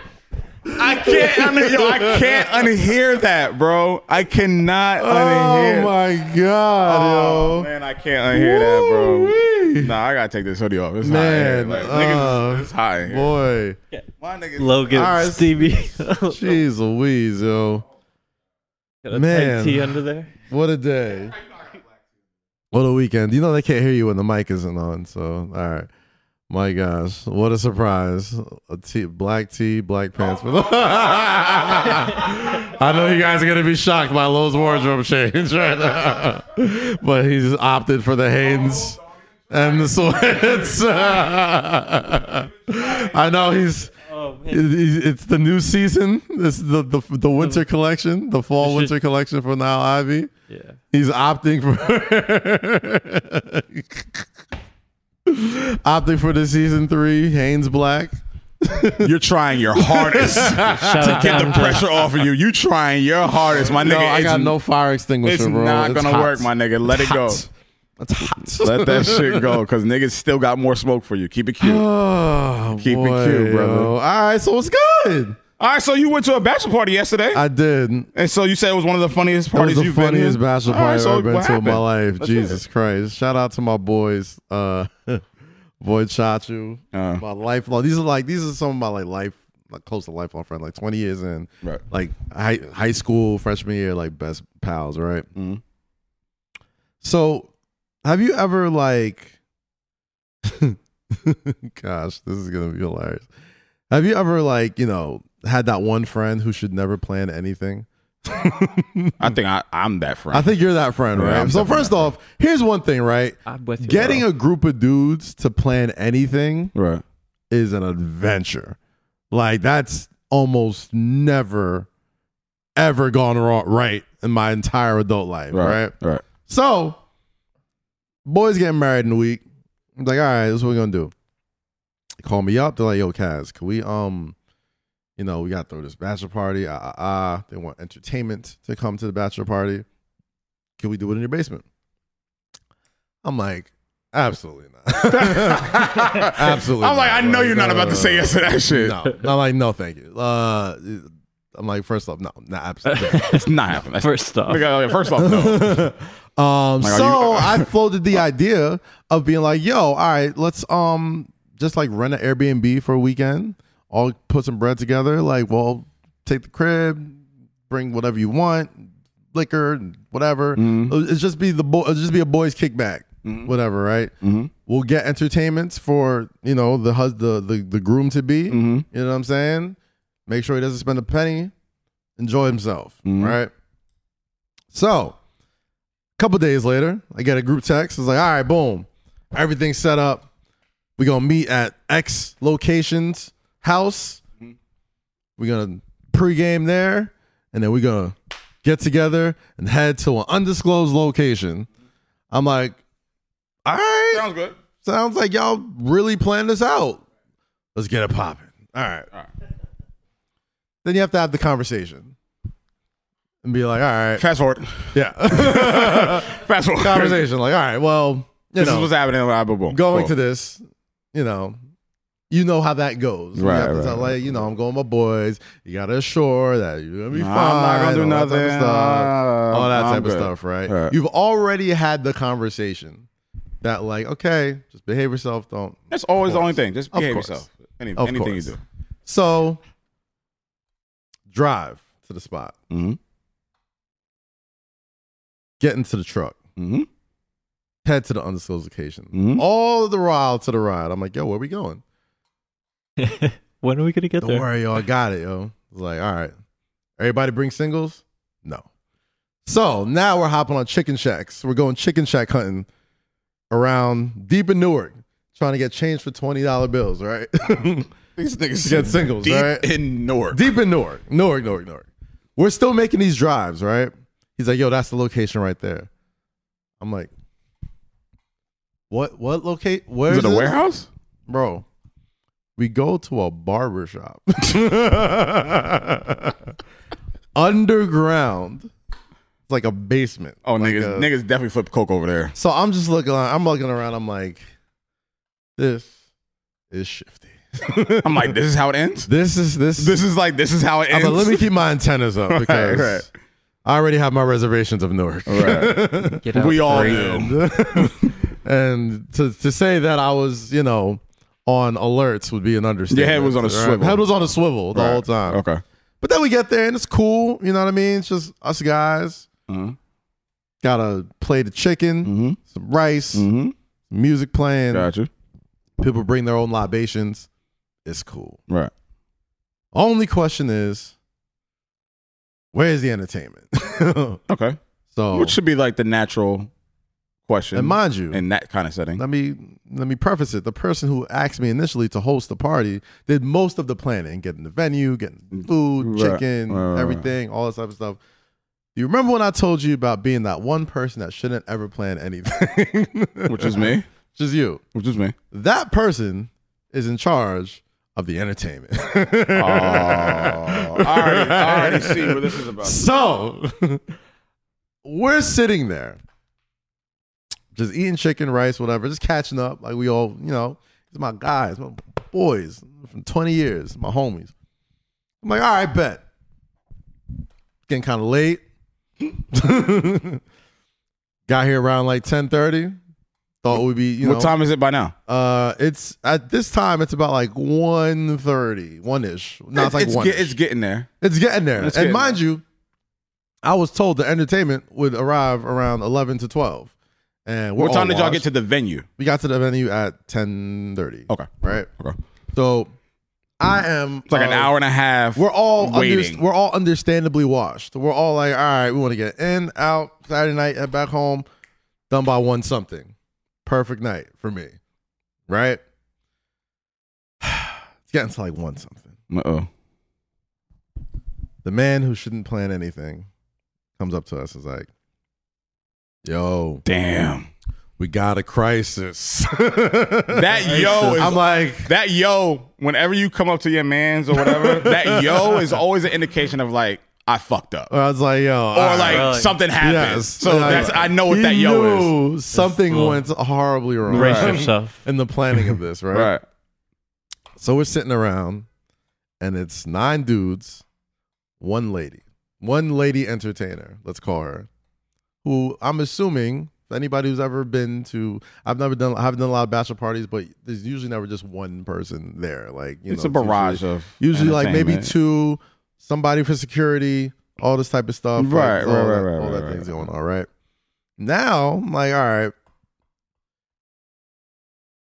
Speaker 2: can't, un- yo, I can't unhear that, bro. I cannot
Speaker 1: oh
Speaker 2: unhear.
Speaker 1: my god,
Speaker 2: Oh,
Speaker 1: yo.
Speaker 2: man, I can't unhear that, bro.
Speaker 1: Woo-wee.
Speaker 2: Nah, I gotta take this hoodie off. It's
Speaker 1: Man,
Speaker 2: hot. in here. Like,
Speaker 1: uh,
Speaker 2: niggas, it's hot. in here.
Speaker 1: Boy,
Speaker 2: My niggas,
Speaker 3: Logan,
Speaker 1: All right.
Speaker 3: Stevie, [laughs]
Speaker 1: jeez Louise, yo.
Speaker 3: got a
Speaker 1: Man.
Speaker 3: tight tee under there.
Speaker 1: What a day. What a weekend. You know they can't hear you when the mic isn't on. So all right. My gosh, what a surprise. A tea, black tea, black pants. [laughs] I know you guys are going to be shocked by Lowe's wardrobe change right now. [laughs] But he's opted for the Hanes and the sweats. [laughs] I know he's
Speaker 3: Oh man,
Speaker 1: it- it- it's the new season. This is the, the the winter collection, the fall winter collection for Nile Ivy.
Speaker 3: yeah.
Speaker 1: He's opting for opting for the season three Haynes Black.
Speaker 2: You're trying your
Speaker 1: [laughs]
Speaker 2: hardest to
Speaker 3: Shout out
Speaker 2: get
Speaker 3: to
Speaker 2: the
Speaker 3: MJ.
Speaker 2: pressure off of you. You trying your hardest, my nigga.
Speaker 1: No, I
Speaker 2: It's
Speaker 1: got no fire extinguisher,
Speaker 2: It's
Speaker 1: bro.
Speaker 2: not gonna
Speaker 1: hot.
Speaker 2: work, my nigga. Let it go.
Speaker 1: Hot. It's hot.
Speaker 2: [laughs] Let that shit go, because niggas still got more smoke for you. Keep it
Speaker 1: [sighs]
Speaker 2: cute.
Speaker 1: [laughs]
Speaker 2: All
Speaker 1: Oh,
Speaker 2: Keep it
Speaker 1: boy,
Speaker 2: cute, brother.
Speaker 1: yo. All right, so it's good.
Speaker 2: right, so you went to a bachelor party yesterday,
Speaker 1: I did.
Speaker 2: and so you said it was one of the funniest
Speaker 1: That was
Speaker 2: parties
Speaker 1: the
Speaker 2: you've been
Speaker 1: funniest
Speaker 2: in.
Speaker 1: bachelor
Speaker 2: All right,
Speaker 1: party
Speaker 2: so
Speaker 1: I've ever been
Speaker 2: what
Speaker 1: to in my
Speaker 2: happened?
Speaker 1: life.
Speaker 2: Let's hear it.
Speaker 1: Jesus Christ! Shout out to my boys, uh, [laughs] Boyd Chachu,
Speaker 2: Uh.
Speaker 1: my lifelong. These are like these are some of my like life, like, close to lifelong friend. Like twenty years in,
Speaker 2: Right.
Speaker 1: like high high school freshman year, like best pals, right?
Speaker 2: Mhm.
Speaker 1: So, have you ever like, [laughs] gosh, this is gonna be hilarious. Have you ever like you know had that one friend who should never plan anything?
Speaker 2: I think I, I'm that friend.
Speaker 1: I think you're that friend,
Speaker 2: Yeah,
Speaker 1: right?
Speaker 2: I'm
Speaker 1: so
Speaker 2: definitely
Speaker 1: first off, here's one thing, right?
Speaker 3: I'm with you.
Speaker 1: Getting
Speaker 3: bro.
Speaker 1: a group of dudes to plan anything
Speaker 2: [laughs] right.
Speaker 1: is an adventure. Like that's almost never ever gone wrong right in my entire adult life, right?
Speaker 2: Right. Right.
Speaker 1: So, boys getting married in a week. I'm like, all right, this is what we're gonna do. They call me up. They're like, yo, Kaz, can we um, you know, we gotta throw this bachelor party. Ah, ah, ah. They want entertainment to come to the bachelor party. Can we do it in your basement? I'm like, absolutely
Speaker 2: [laughs]
Speaker 1: not. absolutely.
Speaker 2: I'm like,
Speaker 1: not.
Speaker 2: I know you're not
Speaker 1: no,
Speaker 2: about to say yes to that shit.
Speaker 1: No, I'm like, no, thank you. Uh, I'm like, first off, no, no, absolutely.
Speaker 2: It's not happening. [laughs] That's-
Speaker 3: First off,
Speaker 2: Nigga, First off,
Speaker 1: [laughs]
Speaker 2: no.
Speaker 1: Um,
Speaker 2: Like, are
Speaker 1: so
Speaker 2: [laughs] you-
Speaker 1: I floated the idea of being like, "Yo, all right, let's um just like rent an Airbnb for a weekend. All put some bread together. Like, well, take the crib, bring whatever you want, liquor, and whatever.
Speaker 2: Mm-hmm.
Speaker 1: It'll- It's just be the boy. It'll just be a boys' kickback, whatever. Right?
Speaker 2: mm-hmm,
Speaker 1: We'll get entertainments for you know the hus- the the, the groom to be.
Speaker 2: mm-hmm.
Speaker 1: You know what I'm saying? Make sure he doesn't spend a penny. Enjoy himself. Right? So couple days later, I get a group text. It's like, all right, boom, everything's set up. We're gonna meet at X locations house. We're gonna pregame there, and then we're gonna get together and head to an undisclosed location. I'm like, all right,
Speaker 2: Sounds good.
Speaker 1: sounds like y'all really planned this out. Let's get it popping. All right.
Speaker 2: All right.
Speaker 1: Then you have to have the conversation and be like, all
Speaker 2: [laughs]
Speaker 1: right,
Speaker 2: Fast forward.
Speaker 1: yeah, [laughs]
Speaker 2: Fast forward.
Speaker 1: conversation. Like, all right, well, you
Speaker 2: This is
Speaker 1: know,
Speaker 2: what's happening. Blah, blah, blah.
Speaker 1: going
Speaker 2: Cool.
Speaker 1: to this, you know, you know how that goes. You
Speaker 2: Right,
Speaker 1: have to
Speaker 2: right,
Speaker 1: tell, like, you know, I'm going with my boys. You gotta assure that you're gonna be
Speaker 2: Nah,
Speaker 1: fine.
Speaker 2: I'm not gonna do
Speaker 1: all that type of
Speaker 2: nothing.
Speaker 1: stuff, all that
Speaker 2: I'm
Speaker 1: type
Speaker 2: good.
Speaker 1: of stuff, right?
Speaker 2: Right.
Speaker 1: You've already had the conversation that, like, okay, just behave yourself. Don't.
Speaker 2: That's always the
Speaker 1: course.
Speaker 2: only thing. Just
Speaker 1: Of
Speaker 2: behave
Speaker 1: course.
Speaker 2: yourself. Any,
Speaker 1: Of
Speaker 2: anything
Speaker 1: course.
Speaker 2: you do.
Speaker 1: So, drive to the spot.
Speaker 2: Mm-hmm.
Speaker 1: Get into the truck.
Speaker 2: Mm-hmm.
Speaker 1: Head to the undisclosed location.
Speaker 2: Mhm.
Speaker 1: All the while to the ride. I'm like, yo, where we going?
Speaker 3: [laughs] when are we gonna get
Speaker 1: Don't
Speaker 3: there?
Speaker 1: worry, yo. I got it, yo. It's like, all right. Everybody bring singles? No. So now we're hopping on chicken shacks. We're going chicken shack hunting around deep in Newark, trying to get change for twenty dollar bills. Right, [laughs]
Speaker 2: These niggas
Speaker 1: get singles.
Speaker 2: deep
Speaker 1: right,
Speaker 2: in Newark.
Speaker 1: deep in Newark, Newark, Newark, Newark. We're still making these drives, right? He's like, "Yo, that's the location right there." I'm like, "What? What locate? Where
Speaker 2: Is it a
Speaker 1: this?"
Speaker 2: warehouse?
Speaker 1: bro?" We go to a barber shop [laughs] underground, It's like a basement.
Speaker 2: Oh,
Speaker 1: like
Speaker 2: niggas,
Speaker 1: a-
Speaker 2: niggas definitely flip coke over there.
Speaker 1: So I'm just looking. I'm looking around. I'm like, this is shifty. [laughs]
Speaker 2: I'm like, this is how it ends.
Speaker 1: This is this.
Speaker 2: This is like, this is how it
Speaker 1: Uh,
Speaker 2: ends.
Speaker 1: but let
Speaker 2: [laughs]
Speaker 1: me keep my antennas up because
Speaker 2: right.
Speaker 1: I already have my reservations of Newark.
Speaker 3: Get out
Speaker 2: we all
Speaker 3: three.
Speaker 2: [laughs] do.
Speaker 1: [laughs] and to, to say that I was, you know, on alerts would be an understatement.
Speaker 2: Your head was on a
Speaker 1: Right?
Speaker 2: swivel.
Speaker 1: Head was on a swivel the
Speaker 2: Right.
Speaker 1: whole time.
Speaker 2: Okay.
Speaker 1: But then we get there and it's cool. You know what I mean? It's just us guys.
Speaker 2: Mhm.
Speaker 1: Got a plate of chicken,
Speaker 2: Mhm.
Speaker 1: some rice,
Speaker 2: Mm-hmm.
Speaker 1: music playing.
Speaker 2: Gotcha.
Speaker 1: People bring their own libations. It's cool.
Speaker 2: Right.
Speaker 1: Only question is, where's the entertainment? [laughs]
Speaker 2: Okay.
Speaker 1: so,
Speaker 2: Which should be like the natural question.
Speaker 1: and mind you,
Speaker 2: in that kind of
Speaker 1: [laughs]
Speaker 2: setting.
Speaker 1: let me let me preface it. The person who asked me initially to host the party did most of the planning, getting the venue, getting food,
Speaker 2: Right,
Speaker 1: chicken,
Speaker 2: right, right,
Speaker 1: everything, all this type of stuff. Do you remember when I told you about being that one person that shouldn't ever plan anything? [laughs]
Speaker 2: Which is me.
Speaker 1: Just you.
Speaker 2: Which
Speaker 1: [laughs]
Speaker 2: is me.
Speaker 1: That person is in charge of the entertainment.
Speaker 2: Oh, I, already, I already see what this is about.
Speaker 1: So we're sitting there, just eating chicken, rice, whatever, just catching up. Like we all, you know, it's my guys, my boys from 20 years, my homies. I'm like, all right, bet. Getting kind of late. [laughs] Got here around like 10:30. Thought we'd be, you
Speaker 2: what
Speaker 1: know,
Speaker 2: time is it by now?
Speaker 1: uh, it's at this time it's about like 1:30, one ish. No, it's like
Speaker 2: it's,
Speaker 1: one.
Speaker 2: get, it's getting there.
Speaker 1: It's getting there.
Speaker 2: It's
Speaker 1: and
Speaker 2: getting
Speaker 1: mind you, I was told the entertainment would arrive around 11 to 12. And we're
Speaker 2: What time
Speaker 1: all
Speaker 2: did y'all get
Speaker 1: washed.
Speaker 2: to the venue?
Speaker 1: We got to the venue at 10:30.
Speaker 2: Okay.
Speaker 1: Right?
Speaker 2: Okay.
Speaker 1: So I am
Speaker 2: It's like an
Speaker 1: uh,
Speaker 2: hour and a half.
Speaker 1: We're all
Speaker 2: waiting.
Speaker 1: under, we're all understandably washed. We're all like, all right, we want to get in, out, Saturday night, head back home, done by one something. Perfect night for me. Right? [sighs] It's getting to like one something.
Speaker 2: uh oh.
Speaker 1: the man who shouldn't plan anything comes up to us and is like, "Yo,
Speaker 2: Damn.
Speaker 1: we got a crisis."
Speaker 2: [laughs]
Speaker 1: [laughs]
Speaker 2: That yo is
Speaker 1: I'm like,
Speaker 2: that yo, whenever you come up to your mans or
Speaker 1: [laughs]
Speaker 2: whatever, that yo is always an indication of like, I fucked up.
Speaker 1: I was like, "Yo,"
Speaker 2: Or like
Speaker 3: Really?
Speaker 2: something happened.
Speaker 1: Yes.
Speaker 2: So
Speaker 1: Like,
Speaker 2: that's I know what
Speaker 1: he
Speaker 2: that yo is.
Speaker 1: knew Something
Speaker 3: Ugh.
Speaker 1: went horribly wrong
Speaker 3: Brace
Speaker 2: Right.
Speaker 3: yourself.
Speaker 1: in the planning of this, right? So we're sitting around, and it's nine dudes, one lady, one lady entertainer, let's call her, who I'm assuming for anybody who's ever been to, I've never done, I haven't done a lot of bachelor parties, but there's usually never just one person there. Like, you
Speaker 2: It's
Speaker 1: know,
Speaker 2: a barrage of
Speaker 1: Usually, usually like maybe two,
Speaker 2: entertainment.
Speaker 1: somebody for security, all this type of stuff. like,
Speaker 2: Right,
Speaker 1: all
Speaker 2: right,
Speaker 1: that,
Speaker 2: right, right,
Speaker 1: All that
Speaker 2: right,
Speaker 1: things
Speaker 2: right.
Speaker 1: going on, right? Now, I'm like, all right.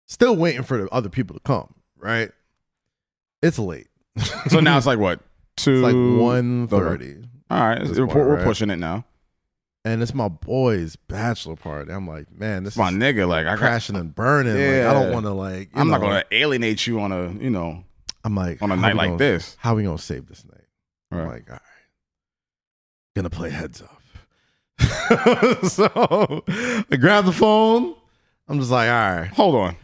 Speaker 1: Still waiting for the other people to come, right? It's late.
Speaker 2: So now it's like what? Two
Speaker 1: [laughs] It's like 1.30.
Speaker 2: All right.
Speaker 1: This
Speaker 2: We're,
Speaker 1: point,
Speaker 2: we're
Speaker 1: right?
Speaker 2: pushing it now.
Speaker 1: And it's my boy's bachelor party. I'm like, man, this
Speaker 2: It's my
Speaker 1: is
Speaker 2: nigga. Like I got,
Speaker 1: crashing and burning. Like, I
Speaker 2: Yeah.
Speaker 1: don't want to like. you
Speaker 2: I'm not
Speaker 1: know,
Speaker 2: gonna alienate you on a you know
Speaker 1: I'm like
Speaker 2: on a
Speaker 1: how
Speaker 2: night
Speaker 1: we
Speaker 2: like
Speaker 1: gonna-
Speaker 2: this.
Speaker 1: How we gonna save this night?
Speaker 2: Right.
Speaker 1: I'm like, all right, gonna play heads up.
Speaker 2: [laughs]
Speaker 1: so I grab the phone. I'm just like, all right.
Speaker 2: Hold [laughs] on.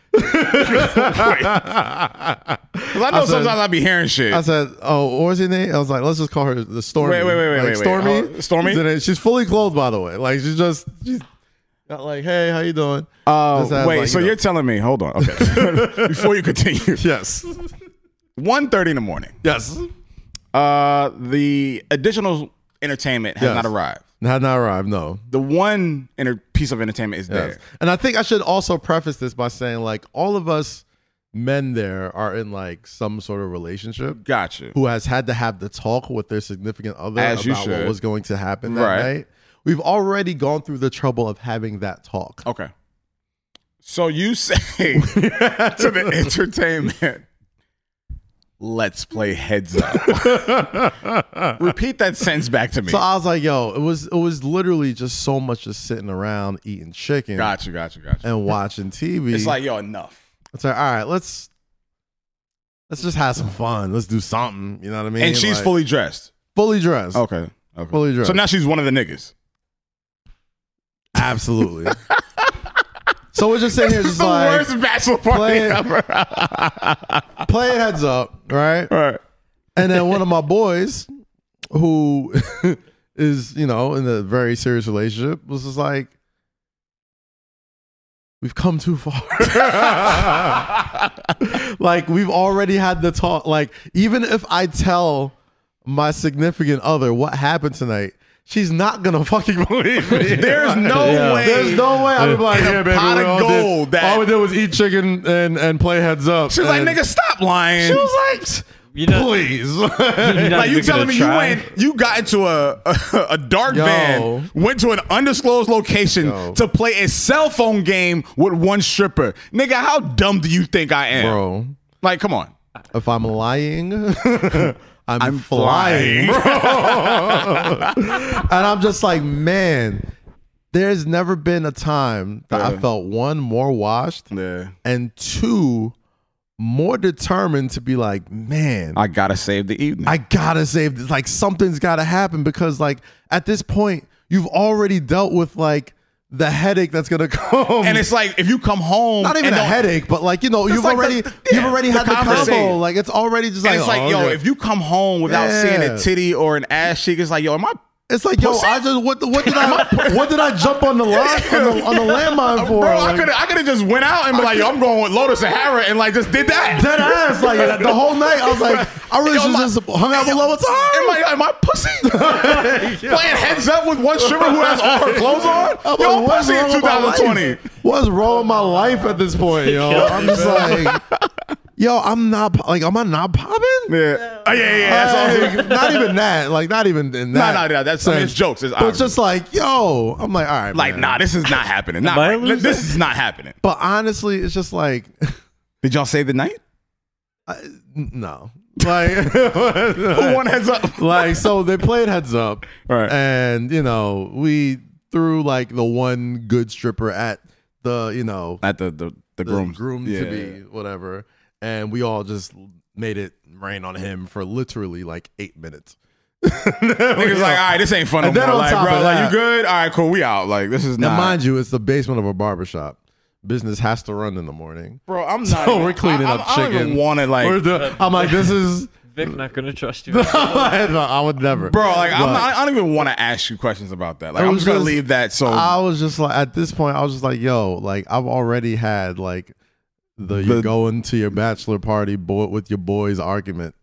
Speaker 2: Cause I know
Speaker 1: I said-
Speaker 2: sometimes I be hearing shit.
Speaker 1: I said, "Oh, what was her name?" I was like, "Let's just call her the Stormy."
Speaker 2: Wait, wait, wait, wait,
Speaker 1: Like,
Speaker 2: wait, wait.
Speaker 1: Stormy,
Speaker 2: Oh, Stormy?
Speaker 1: She's in it. She's fully clothed, by the way. Like she's just, she's not like, "Hey, how you doing?"
Speaker 2: Oh,
Speaker 1: This has,
Speaker 2: wait.
Speaker 1: like,
Speaker 2: so
Speaker 1: you know-
Speaker 2: you are telling me? Hold on. Okay. [laughs] Before you [laughs] continue,
Speaker 1: [laughs] Yes,
Speaker 2: 1.30 in the morning.
Speaker 1: yes.
Speaker 2: Uh, the additional entertainment
Speaker 1: Yes.
Speaker 2: has not arrived.
Speaker 1: Had not arrived. No,
Speaker 2: The one inter- piece of entertainment is
Speaker 1: Yes.
Speaker 2: there.
Speaker 1: And I think I should also preface this by saying, like, all of us men there are in like some sort of relationship
Speaker 2: Gotcha.
Speaker 1: who has had to have the talk with their significant other
Speaker 2: As you
Speaker 1: about what
Speaker 2: should.
Speaker 1: was going to happen that
Speaker 2: Right.
Speaker 1: night. We've already gone through the trouble of having that talk. [laughs]
Speaker 2: Okay. [laughs] Oh. So you say to the entertainment, Let's play heads up. Repeat that sentence back to me.
Speaker 1: So I was like, yo, it was it was literally just so much just sitting around eating chicken
Speaker 2: Gotcha, gotcha, gotcha.
Speaker 1: and
Speaker 2: [laughs]
Speaker 1: watching TV.
Speaker 2: It's like, yo, enough.
Speaker 1: it's like, all right, let's let's just have some fun. Let's do something. You know what I mean?
Speaker 2: And she's
Speaker 1: Like,
Speaker 2: fully dressed.
Speaker 1: fully dressed.
Speaker 2: Okay. Okay.
Speaker 1: Fully dressed.
Speaker 2: So now she's one of the niggas. [laughs]
Speaker 1: Absolutely. so we're just sitting here, just
Speaker 2: the
Speaker 1: like
Speaker 2: worst bachelor party
Speaker 1: playing-
Speaker 2: ever.
Speaker 1: playing heads up, right? [laughs]
Speaker 2: All right.
Speaker 1: And then one of my boys, who [laughs] is you know in a very serious relationship, was just like, "We've come too far. [laughs] like we've already had the talk. Like even if I tell my significant other what happened tonight." She's not gonna fucking [laughs] believe me.
Speaker 2: There's no way.
Speaker 1: There's no way. I'd be like,
Speaker 2: It's a
Speaker 1: yeah, baby,
Speaker 2: pot
Speaker 1: we
Speaker 2: of
Speaker 1: all did-
Speaker 2: gold that-
Speaker 1: all we did was eat chicken and and play heads up.
Speaker 2: She was like,
Speaker 1: and-
Speaker 2: nigga, stop lying.
Speaker 1: She was like,
Speaker 3: [laughs]
Speaker 2: [laughs]
Speaker 3: You
Speaker 1: [laughs]
Speaker 3: know,
Speaker 1: please.
Speaker 3: you're not
Speaker 2: like you
Speaker 3: even gonna
Speaker 2: telling me you
Speaker 3: try.
Speaker 2: went, you got into a a, a dark
Speaker 1: Yo.
Speaker 2: van, went to an undisclosed location
Speaker 1: Yo.
Speaker 2: to play a cell phone game with one stripper, nigga. How dumb do you think I am?
Speaker 1: Bro,
Speaker 2: Like, come on.
Speaker 1: if I'm lying, [laughs] I'm, flying.
Speaker 2: flying.
Speaker 1: bro. and I'm just like, man, there's never been a time that I
Speaker 2: Yeah.
Speaker 1: felt one more washed
Speaker 2: Yeah.
Speaker 1: and two more determined to be like, man,
Speaker 2: I gotta save the evening.
Speaker 1: I gotta save this. Like something's gotta happen because like at this point, you've already dealt with like the headache that's gonna [laughs] come.
Speaker 2: and it's like if you come home,
Speaker 1: not even
Speaker 2: and
Speaker 1: a
Speaker 2: don't-
Speaker 1: headac, but like you know, you've
Speaker 2: like the-
Speaker 1: already
Speaker 2: the- yeah,
Speaker 1: you've already
Speaker 2: the
Speaker 1: had the combo.
Speaker 2: conversation.
Speaker 1: Like it's already just like
Speaker 2: And it's like,
Speaker 1: oh,
Speaker 2: yo,
Speaker 1: okay.
Speaker 2: if you come home without
Speaker 1: Yeah.
Speaker 2: seeing a titty or an ass cheek, it's like, yo, am I?
Speaker 1: it's like yo,
Speaker 2: Pussy.
Speaker 1: I just what the- what
Speaker 2: [laughs]
Speaker 1: did I what did I jump on the line on the, on the landmine
Speaker 2: Bro,
Speaker 1: for?
Speaker 2: I
Speaker 1: Like,
Speaker 2: could I could have just went out and be like, yo, I'm going with Lotus Sahara and like just did that.
Speaker 1: dead ass like
Speaker 2: [laughs]
Speaker 1: the whole night. I was like, I really
Speaker 2: Yo,
Speaker 1: should
Speaker 2: my-
Speaker 1: just hung out with Lois.
Speaker 2: Am I, am I
Speaker 1: [laughs]
Speaker 2: pussy? Playing heads up with one stripper who has
Speaker 1: [laughs]
Speaker 2: all her clothes on? Yo, I'm pussy in 2020.
Speaker 1: What's wrong with my life at this point, yo?
Speaker 2: [laughs]
Speaker 3: Killed
Speaker 1: I'm just like, yo, I'm not po- like, am I not popping?
Speaker 2: Yeah. Oh, yeah, yeah, yeah. That's all.
Speaker 1: Like, not even that. Like, not even in
Speaker 2: Nah,
Speaker 1: that.
Speaker 2: nah, nah. That's, I mean,
Speaker 1: sense.
Speaker 2: it's jokes. It's
Speaker 1: But
Speaker 2: obvious.
Speaker 1: just like, yo, I'm like, all right,
Speaker 2: like,
Speaker 1: man.
Speaker 2: nah, this is not happening. Not
Speaker 3: Am I
Speaker 2: right.
Speaker 3: losing?
Speaker 2: This is not happening.
Speaker 1: But honestly, it's just like, [laughs]
Speaker 2: Did y'all save the night?
Speaker 1: no, like,
Speaker 2: [laughs] Who won heads [laughs] up?
Speaker 1: like so they played heads up,
Speaker 2: Right.
Speaker 1: And you know, we threw like the one good stripper at the you know
Speaker 2: At the, the, the
Speaker 1: the
Speaker 2: groom.
Speaker 1: groom to be whatever, and we all just made it rain on him for literally like eight minutes.
Speaker 2: Niggas like, all right, this ain't fun
Speaker 1: And
Speaker 2: no
Speaker 1: then
Speaker 2: more.
Speaker 1: on
Speaker 2: Like,
Speaker 1: top
Speaker 2: bro,
Speaker 1: of
Speaker 2: like,
Speaker 1: that-
Speaker 2: you good? All right, cool. We out. Like, this is
Speaker 1: Now,
Speaker 2: not.
Speaker 1: mind you, it's the basement of a barbershop. Business has to run in the morning.
Speaker 2: bro, I'm
Speaker 1: [laughs]
Speaker 2: not.
Speaker 1: So we're cleaning
Speaker 2: I,
Speaker 1: up
Speaker 2: I, I don't
Speaker 1: chicken.
Speaker 2: even want to,
Speaker 1: We're
Speaker 2: like,
Speaker 1: the- I'm like, this is. [laughs]
Speaker 3: Vic not gonna
Speaker 2: [laughs]
Speaker 3: trust you.
Speaker 1: I would never,
Speaker 2: bro, like, I'm
Speaker 1: But-
Speaker 2: not, I don't even want to ask you questions about that. Like,
Speaker 1: It
Speaker 2: I'm
Speaker 1: was
Speaker 2: just going to
Speaker 1: just-
Speaker 2: leave that. So,
Speaker 1: I was just like, at this point, I was just like, yo, like I've already had like the,
Speaker 2: The-
Speaker 1: you going to your bachelor party boy, with your boys argument,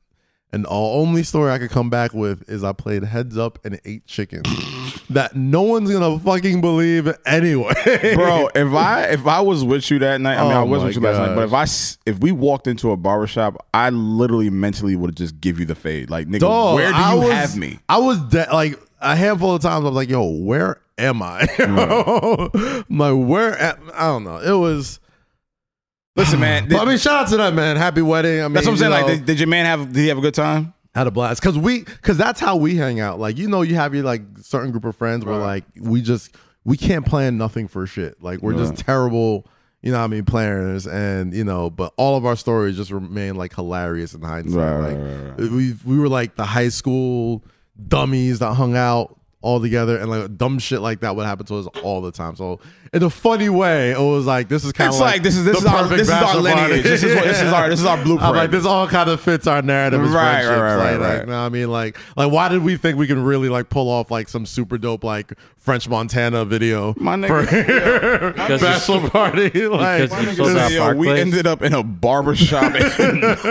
Speaker 1: and the only story I could come back with is I played heads up and ate
Speaker 2: [laughs]
Speaker 1: chicken that no one's gonna fucking believe anyway. [laughs]
Speaker 2: bro if i if i was with you that night i mean i
Speaker 1: Oh
Speaker 2: was
Speaker 1: my
Speaker 2: with you last night
Speaker 1: gosh.
Speaker 2: but if i s- if we walked into a barbershop i literally mentally would just give you the fade like nigga
Speaker 1: Dog,
Speaker 2: where do you
Speaker 1: I was-
Speaker 2: have me
Speaker 1: I was de- like a handful of times. I was like, yo, where am I? [laughs] I'm like, where? Am- I don't know. It was. [laughs]
Speaker 2: listen man
Speaker 1: but I mean, shout out to that man. Happy wedding. I mean,
Speaker 2: that's what i'm
Speaker 1: you
Speaker 2: saying like
Speaker 1: know.
Speaker 2: did, did your man have did he have a good time
Speaker 1: had a blast because we because that's how we hang out like you know you have your like certain group of friends where like we just we can't plan nothing for shit like we're just terrible you know what i mean planners and you know but all of our stories just remain like hilarious in hindsight
Speaker 2: Right,
Speaker 1: like
Speaker 2: right, right,
Speaker 1: we we were like the high school dummies that hung out all together and like dumb shit like that would happen to us all the time so in a funny way it was like this is kind of
Speaker 2: It's like, this is- this is our- this is our lineage. This is what- this is
Speaker 1: [laughs]
Speaker 2: our- this is our blueprint.
Speaker 1: I'm like this all kind of fits our narrative as
Speaker 2: Right, right,
Speaker 1: friendships.
Speaker 2: right,
Speaker 1: like,
Speaker 2: right,
Speaker 1: like,
Speaker 2: right.
Speaker 1: know what I mean? Like, like why did we think we can really like pull off like some super dope like French Montana video [laughs]
Speaker 2: my nigga [laughs]
Speaker 3: Because it's-
Speaker 1: bachelor party? [laughs] Like,
Speaker 3: because you sold
Speaker 2: Listen,
Speaker 3: out
Speaker 2: yo, we
Speaker 3: Barclays.
Speaker 2: ended up in a barbershop [laughs] if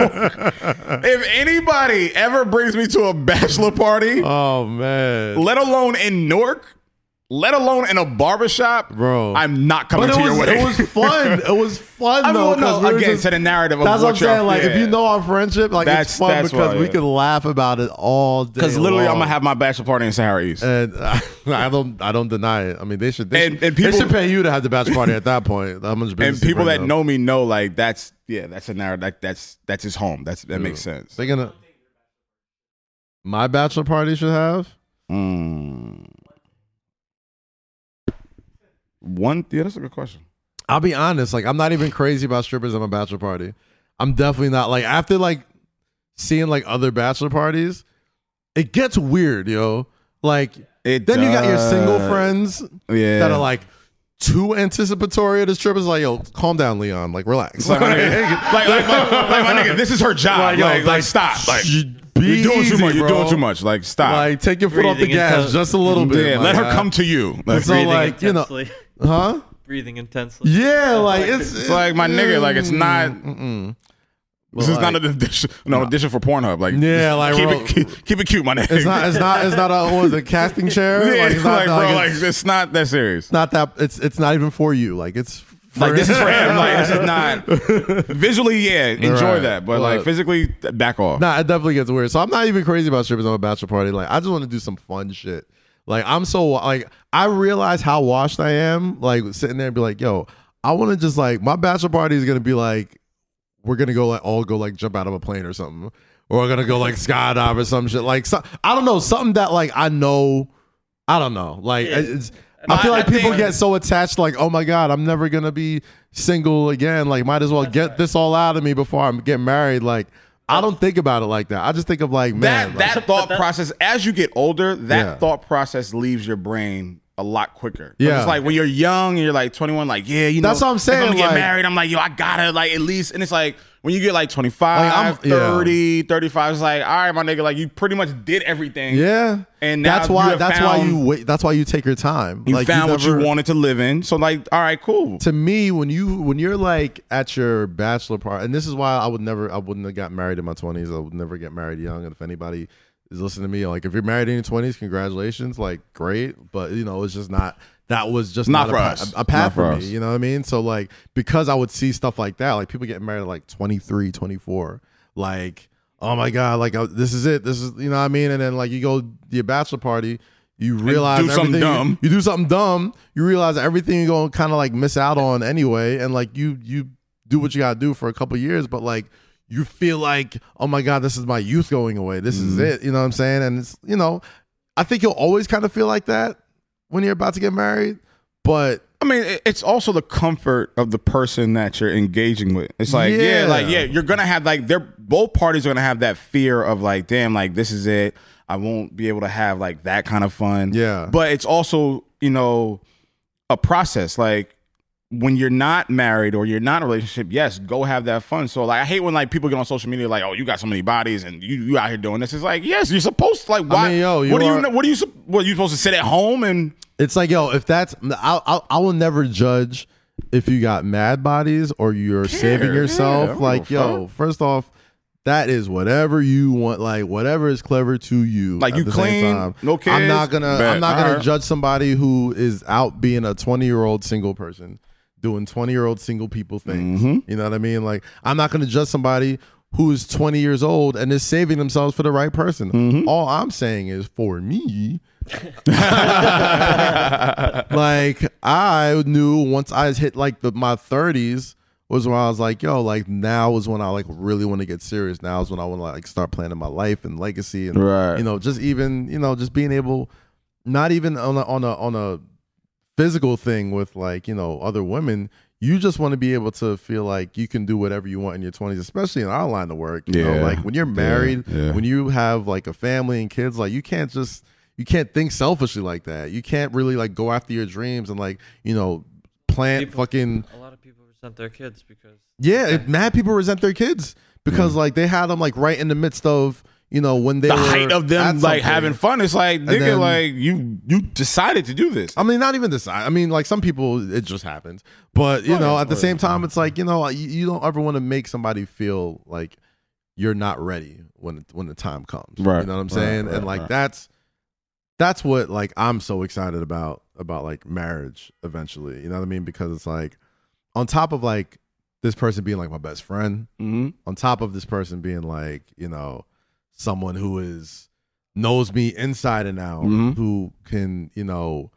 Speaker 2: anybody ever brings me to a bachelor party
Speaker 1: oh man,
Speaker 2: let alone in newark let alone in a barbershop
Speaker 1: bro.
Speaker 2: i'm not coming
Speaker 1: but it
Speaker 2: to your
Speaker 1: was,
Speaker 2: [laughs] wedding
Speaker 1: it was fun. It was fun
Speaker 2: I mean,
Speaker 1: though.
Speaker 2: well, no,
Speaker 1: 'cause we were
Speaker 2: again,
Speaker 1: just-
Speaker 2: to the narrative of
Speaker 1: that's what I'm
Speaker 2: y'all-
Speaker 1: saying. Like, if
Speaker 2: yeah.
Speaker 1: you know our friendship, like
Speaker 2: That's-
Speaker 1: it's fun
Speaker 2: that's
Speaker 1: because
Speaker 2: why,
Speaker 1: we
Speaker 2: yeah.
Speaker 1: can laugh about it all day.
Speaker 2: Because literally, I'm
Speaker 1: long.
Speaker 2: gonna have my bachelor party in Sahara East.
Speaker 1: And [laughs] I, I don't, I don't deny it. I mean, they should. They,
Speaker 2: And-
Speaker 1: should,
Speaker 2: and
Speaker 1: they
Speaker 2: people-
Speaker 1: should pay you to have the bachelor party at that point. How much
Speaker 2: and
Speaker 1: business you
Speaker 2: people
Speaker 1: bring
Speaker 2: that
Speaker 1: up.
Speaker 2: know me know like that's yeah, that's a narrative. Like, that's that's his home. That's that makes sense.
Speaker 1: they're gonna. My bachelor party should have.
Speaker 2: Mm. One, yeah, that's a good question.
Speaker 1: I'll be honest, like I'm not even crazy about strippers at my bachelor party. I'm definitely not like after like seeing like other bachelor parties, it gets weird, yo. Like
Speaker 2: It
Speaker 1: then you got your single
Speaker 2: does.
Speaker 1: friends
Speaker 2: yeah.
Speaker 1: that are like too anticipatory of the strippers. Like, yo, calm down, Leon. [laughs] Like, relax.
Speaker 2: Like, my nigga, like, like, like, like, my nigga, this is her job. Like,
Speaker 1: yo,
Speaker 2: like,
Speaker 1: like,
Speaker 2: stop. Like,
Speaker 1: you- be
Speaker 2: you're doing
Speaker 1: easy,
Speaker 2: too much. You're
Speaker 1: bro.
Speaker 2: doing too much. Like, stop.
Speaker 1: Like, take your foot off the
Speaker 3: Breathing
Speaker 1: gas
Speaker 3: into-
Speaker 1: just a little bit.
Speaker 2: yeah, let
Speaker 1: my
Speaker 2: her
Speaker 1: guy.
Speaker 2: come to you. Like,
Speaker 1: So,
Speaker 3: breathing
Speaker 1: like, you know-
Speaker 3: intensely. [laughs]
Speaker 1: Huh?
Speaker 3: breathing intensely.
Speaker 1: Yeah, like it's
Speaker 2: it's like my nigga. Like, it's not. This is
Speaker 1: like-
Speaker 2: not an audition. No audition for Pornhub. Like,
Speaker 1: Yeah,
Speaker 2: just
Speaker 1: like,
Speaker 2: keep
Speaker 1: bro.
Speaker 2: it keep, keep it cute, my nigga.
Speaker 1: It's not. It's not. It's not a what is it? Casting chair.
Speaker 2: [laughs] yeah,
Speaker 1: Like, it's
Speaker 2: like,
Speaker 1: not,
Speaker 2: bro, like
Speaker 1: it's-
Speaker 2: it's not that serious.
Speaker 1: it's not that it's it's not even for you like it's for
Speaker 2: Like this
Speaker 1: [laughs]
Speaker 2: is for him. Like this is not visually. Yeah, enjoy
Speaker 1: Right.
Speaker 2: that, but like
Speaker 1: Look.
Speaker 2: physically, back off.
Speaker 1: nah it definitely gets weird so i'm not even crazy about strippers on a bachelor party like i just want to do some fun shit like i'm so like i realize how washed i am like sitting there and be like yo i want to just like my bachelor party is gonna be like we're gonna go like all go like jump out of a plane or something or we're gonna go like skydive or some shit like so, i don't know something that like i know i don't know like it's I feel
Speaker 2: I-
Speaker 1: like
Speaker 2: I
Speaker 1: people
Speaker 2: think-
Speaker 1: get so attached, like, oh my God, I'm never gonna be single again. Like, might as well get this all out of me before I get married. Like, I don't think about it like that. I just think of like,
Speaker 2: that
Speaker 1: man, like,
Speaker 2: that thought process as you get older that
Speaker 1: Yeah.
Speaker 2: thought process leaves your brain a lot quicker.
Speaker 1: Yeah.
Speaker 2: it's like when you're young and you're like 21, like yeah, you know,
Speaker 1: That's what I'm
Speaker 2: If I'm
Speaker 1: saying,
Speaker 2: gonna get
Speaker 1: like-
Speaker 2: married, I'm like yo, I gotta like at least, and it's like when you get like 25,
Speaker 1: Like, I'm- yeah.
Speaker 2: 30, 35, it's like all right, my nigga, like you pretty much did everything.
Speaker 1: yeah.
Speaker 2: And now
Speaker 1: that's
Speaker 2: you
Speaker 1: why
Speaker 2: have
Speaker 1: that's why
Speaker 2: found-
Speaker 1: you wait. That's why you take your time.
Speaker 2: you
Speaker 1: like,
Speaker 2: found what
Speaker 1: never-
Speaker 2: you wanted to live in. So like, all right, cool.
Speaker 1: To me, when you when you're like at your bachelor party, and this is why I would never, I wouldn't have got married in my 20s. I would never get married young. And if anybody is listening to me, like, if you're married in your 20s, congratulations, like, great. But you know, it's just not. That was just
Speaker 2: Not
Speaker 1: not,
Speaker 2: for
Speaker 1: a, pa-
Speaker 2: us.
Speaker 1: a path
Speaker 2: Not
Speaker 1: for,
Speaker 2: for us.
Speaker 1: me. You know what I mean? So like because I would see stuff like that, like people getting married at like 23, 24, like oh my god, like uh, this is it. This is you know what I mean? And then like you go to your bachelor party, you realize
Speaker 2: something
Speaker 1: everything-
Speaker 2: dumb.
Speaker 1: You, do something dumb, you realize everything you're going to kind of like miss out on anyway and like you you do what you got to do for a couple years, but like you feel like, oh my God, this is my youth going away. This
Speaker 2: Mm-hmm.
Speaker 1: is it. You know what I'm saying? And it's, you know, I think you'll always kind of feel like that when you're about to get married. But
Speaker 2: I mean, it- it's also the comfort of the person that you're engaging with. It's like, yeah,
Speaker 1: Yeah.
Speaker 2: like, yeah, you're gonna have like, they're both parties are gonna have that fear of like, damn, like this is it. I won't be able to have like that kind of fun.
Speaker 1: Yeah.
Speaker 2: But it's also, you know, a process. Like when you're not married or you're not in a relationship, yes, go have that fun. So like, I hate when like people get on social media like, oh, you got so many bodies and you you out here doing this. It's like, yes, you're supposed to like, why?
Speaker 1: mean, yo, you
Speaker 2: what do you
Speaker 1: are-
Speaker 2: know? What do you sup- what you supposed to sit at home and?
Speaker 1: It's like, yo, if that's, I, I, I will never judge if you got mad bodies or you're saving
Speaker 2: yeah, I
Speaker 1: yourself.
Speaker 2: don't
Speaker 1: like,
Speaker 2: give a
Speaker 1: yo, first off, that is whatever you want. Like, whatever is clever to you.
Speaker 2: Like,
Speaker 1: at
Speaker 2: you
Speaker 1: the
Speaker 2: clean,
Speaker 1: same time.
Speaker 2: no
Speaker 1: I'm not
Speaker 2: kids,
Speaker 1: gonna,
Speaker 2: bet.
Speaker 1: I'm not gonna
Speaker 2: Alright.
Speaker 1: judge somebody who is out being a 20 year old single person doing 20 year old single people things.
Speaker 2: Mm-hmm.
Speaker 1: You know what I mean? Like, I'm not gonna judge somebody who is 20 years old and is saving themselves for the right person.
Speaker 2: Mm-hmm.
Speaker 1: All I'm saying is, for me, [laughs] like I knew once I hit like the my thirties was when I was like, yo, like now is when I like really want to get serious. Now is when I want to like start planning my life and legacy and
Speaker 2: Right.
Speaker 1: you know, just even you know, just being able, not even on a on a on a physical thing with like you know other women. You just want to be able to feel like you can do whatever you want in your twenties, especially in our line of work. You
Speaker 2: Yeah.
Speaker 1: know, like when you're married,
Speaker 2: yeah.
Speaker 1: when you have like a family and kids, like you can't just you can't think selfishly like that. You can't really like go after your dreams and like you know plant
Speaker 3: People-
Speaker 1: fucking
Speaker 3: A lot of people resent their kids because
Speaker 1: yeah. It, mad people resent their kids because like they had them like right in the midst of you know when they
Speaker 2: the
Speaker 1: were
Speaker 2: height of
Speaker 1: at
Speaker 2: them like
Speaker 1: something.
Speaker 2: having fun. It's like nigga,
Speaker 1: then-
Speaker 2: like you you decided to do this.
Speaker 1: I mean, not even this. I I mean, like some people, it just happens. But
Speaker 2: Oh,
Speaker 1: you know, at the same time, it's like you know, you, you don't ever want to make somebody feel like you're not ready when when the time comes.
Speaker 2: Right,
Speaker 1: You know what I'm
Speaker 2: right,
Speaker 1: saying?
Speaker 2: right,
Speaker 1: and like
Speaker 2: right.
Speaker 1: that's that's what like I'm so excited about about like marriage eventually. You know what I mean? Because it's like on top of like this person being like my best friend,
Speaker 2: Mm-hmm.
Speaker 1: on top of this person being like, you know, someone who is knows me inside and out,
Speaker 2: Mhm.
Speaker 1: who can, you know,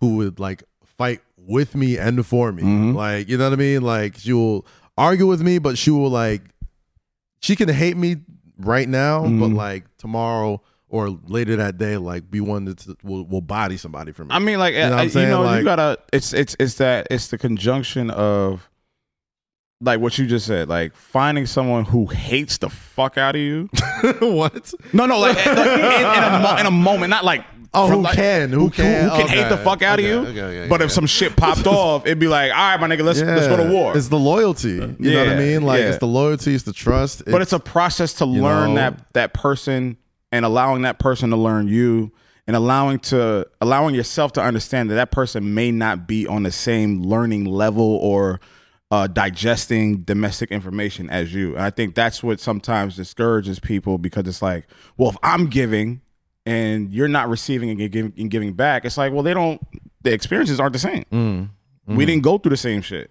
Speaker 1: who would like fight with me and for me.
Speaker 2: Mhm.
Speaker 1: Like, you know what I mean? Like she will argue with me, but she will like she can hate me right now, but
Speaker 2: Mhm.
Speaker 1: like tomorrow or later that day, like be one that will, will body somebody for me.
Speaker 2: I mean, like,
Speaker 1: You know what
Speaker 2: I-
Speaker 1: I'm
Speaker 2: you know, you,
Speaker 1: saying? Like-
Speaker 2: gotta. It's it's it's that it's the conjunction of like what you just said, like finding someone who hates the fuck out of you.
Speaker 1: what?
Speaker 2: [laughs] No, no, like, like, in, in, a mo- in a moment, not like.
Speaker 1: Oh,
Speaker 2: from,
Speaker 1: who
Speaker 2: like-
Speaker 1: can? Who
Speaker 2: Who,
Speaker 1: can?
Speaker 2: who can hate the
Speaker 1: Okay.
Speaker 2: fuck out
Speaker 1: Okay,
Speaker 2: of you?
Speaker 1: okay, okay,
Speaker 2: but
Speaker 1: okay.
Speaker 2: if some shit [laughs] popped off, it'd be like, all right, my nigga, let's let's go to
Speaker 1: Yeah.
Speaker 2: war.
Speaker 1: It's the loyalty. You know what
Speaker 2: Yeah,
Speaker 1: I mean? Like
Speaker 2: yeah.
Speaker 1: it's the loyalty, it's the trust.
Speaker 2: but it's a process to learn
Speaker 1: know-
Speaker 2: that that person and allowing that person to learn you and allowing to allowing yourself to understand that that person may not be on the same learning level or uh, digesting domestic information as you and i think that's what sometimes discourages people because it's like well if i'm giving and you're not receiving and giving, and giving back it's like well they don't the experiences aren't the same
Speaker 1: Mm.
Speaker 2: we didn't go through the same shit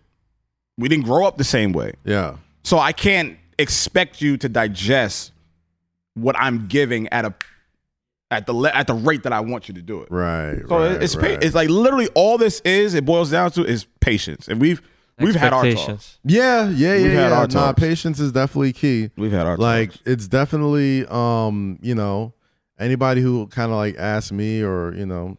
Speaker 2: we didn't grow up the same way
Speaker 1: yeah.
Speaker 2: so I can't expect you to digest what I'm giving at a at the le- at the rate that I want you to do it.
Speaker 1: Right.
Speaker 2: So
Speaker 1: right,
Speaker 2: it- it's pa-
Speaker 1: right.
Speaker 2: it's like literally all this is. It boils down to is patience, and we've we've had our talk.
Speaker 3: Expectations.
Speaker 1: yeah, yeah, yeah.
Speaker 2: We've had
Speaker 1: yeah.
Speaker 2: our
Speaker 1: nah,
Speaker 2: talks.
Speaker 1: patience is definitely key.
Speaker 2: We've had our
Speaker 1: Like
Speaker 2: talks.
Speaker 1: it's definitely um, you know, anybody who kind of like asks me or, you know,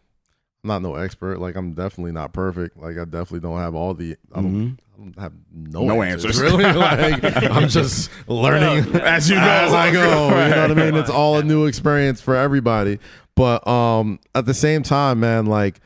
Speaker 1: I'm not no expert. Like I'm definitely not perfect. Like I definitely don't have all the I don't, I don't have no,
Speaker 2: Mm-hmm. No
Speaker 1: answers.
Speaker 2: answers. [laughs]
Speaker 1: Really? Like I'm just learning
Speaker 2: [laughs] as you go,
Speaker 1: as I go. You know what I
Speaker 2: [laughs] Right.
Speaker 1: mean? It's all a new experience for everybody. But um at the same time, man, like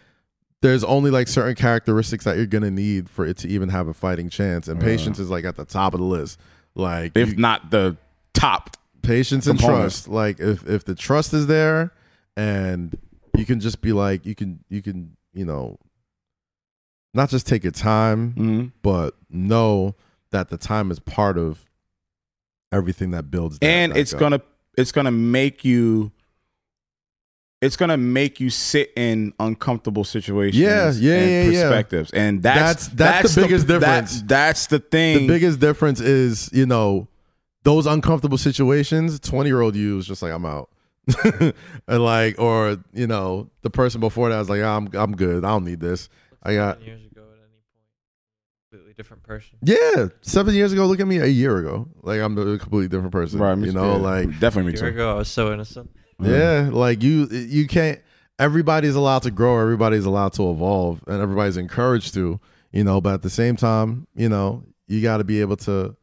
Speaker 1: there's only like certain characteristics that you're gonna need for it to even have a fighting chance. And patience is like at the top of the list. Like
Speaker 2: If not the top,
Speaker 1: patience and
Speaker 2: components.
Speaker 1: trust. Like if if the trust is there and you can just be like you can you can, you know, not just take your time,
Speaker 2: Mm.
Speaker 1: but know that the time is part of everything that builds that
Speaker 2: and
Speaker 1: back
Speaker 2: it's
Speaker 1: up.
Speaker 2: gonna it's gonna make you. It's gonna make you sit in uncomfortable situations,
Speaker 1: Yeah, yeah,
Speaker 2: and
Speaker 1: yeah, yeah.
Speaker 2: perspectives, and that's
Speaker 1: That's- that's the biggest
Speaker 2: that-
Speaker 1: difference.
Speaker 2: that's the thing.
Speaker 1: the biggest difference is you know those uncomfortable situations 20 year old you was just like i'm out [laughs] and like or you know the person before that was like i'm i'm good i don't need this i got
Speaker 3: Ten years ago at any point, completely different person.
Speaker 1: yeah seven years ago look at me a year ago like i'm a completely different person
Speaker 2: Right, me
Speaker 1: you
Speaker 2: too.
Speaker 1: know
Speaker 2: Yeah,
Speaker 1: like
Speaker 2: definitely
Speaker 3: A
Speaker 2: me
Speaker 3: year
Speaker 2: too.
Speaker 3: ago, I was so innocent.
Speaker 2: Mm.
Speaker 1: yeah like you you can't everybody's allowed to grow everybody's allowed to evolve and everybody's encouraged to you know but at the same time you know you got to be able to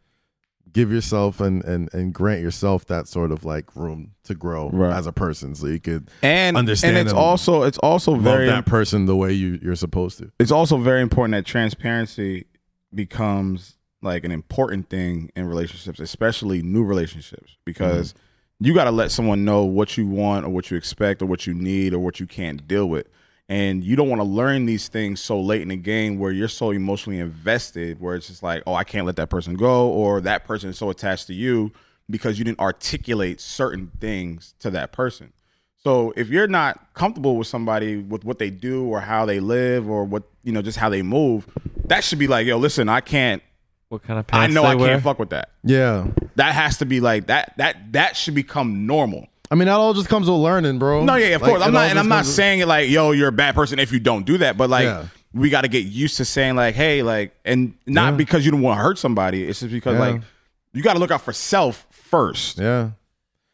Speaker 1: give yourself and, and and grant yourself that sort of like room to grow
Speaker 2: Right.
Speaker 1: as a person so you could
Speaker 2: And
Speaker 1: Understand
Speaker 2: and it's
Speaker 1: and
Speaker 2: also it's also
Speaker 1: love
Speaker 2: very
Speaker 1: that person the way you you're supposed to
Speaker 2: it's also very important that transparency becomes like an important thing in relationships, especially new relationships, because you got to let someone know what you want or what you expect or what you need or what you can't deal with. And you don't want to learn these things so late in the game where you're so emotionally invested, where it's just like, oh, I can't let that person go, or that person is so attached to you because you didn't articulate certain things to that person. So if you're not comfortable with somebody with what they do or how they live or what you know just how they move, that should be like, yo, listen, I can't.
Speaker 3: What kind of
Speaker 2: I
Speaker 3: pants
Speaker 2: know
Speaker 3: they
Speaker 2: I
Speaker 3: wear.
Speaker 2: can't fuck with that.
Speaker 1: yeah
Speaker 2: That has to be like that. That that should become normal.
Speaker 1: i mean that all just comes with learning bro
Speaker 2: No, yeah, of
Speaker 1: Like,
Speaker 2: course. I'm
Speaker 1: it all
Speaker 2: not, and
Speaker 1: just
Speaker 2: I'm not
Speaker 1: comes with-
Speaker 2: saying it like, yo, you're a bad person if you don't do that. But like,
Speaker 1: Yeah.
Speaker 2: we got to get used to saying like, hey, like, and not
Speaker 1: Yeah.
Speaker 2: because you don't want to hurt somebody. It's just because
Speaker 1: Yeah.
Speaker 2: like, you got to look out for self first,
Speaker 1: yeah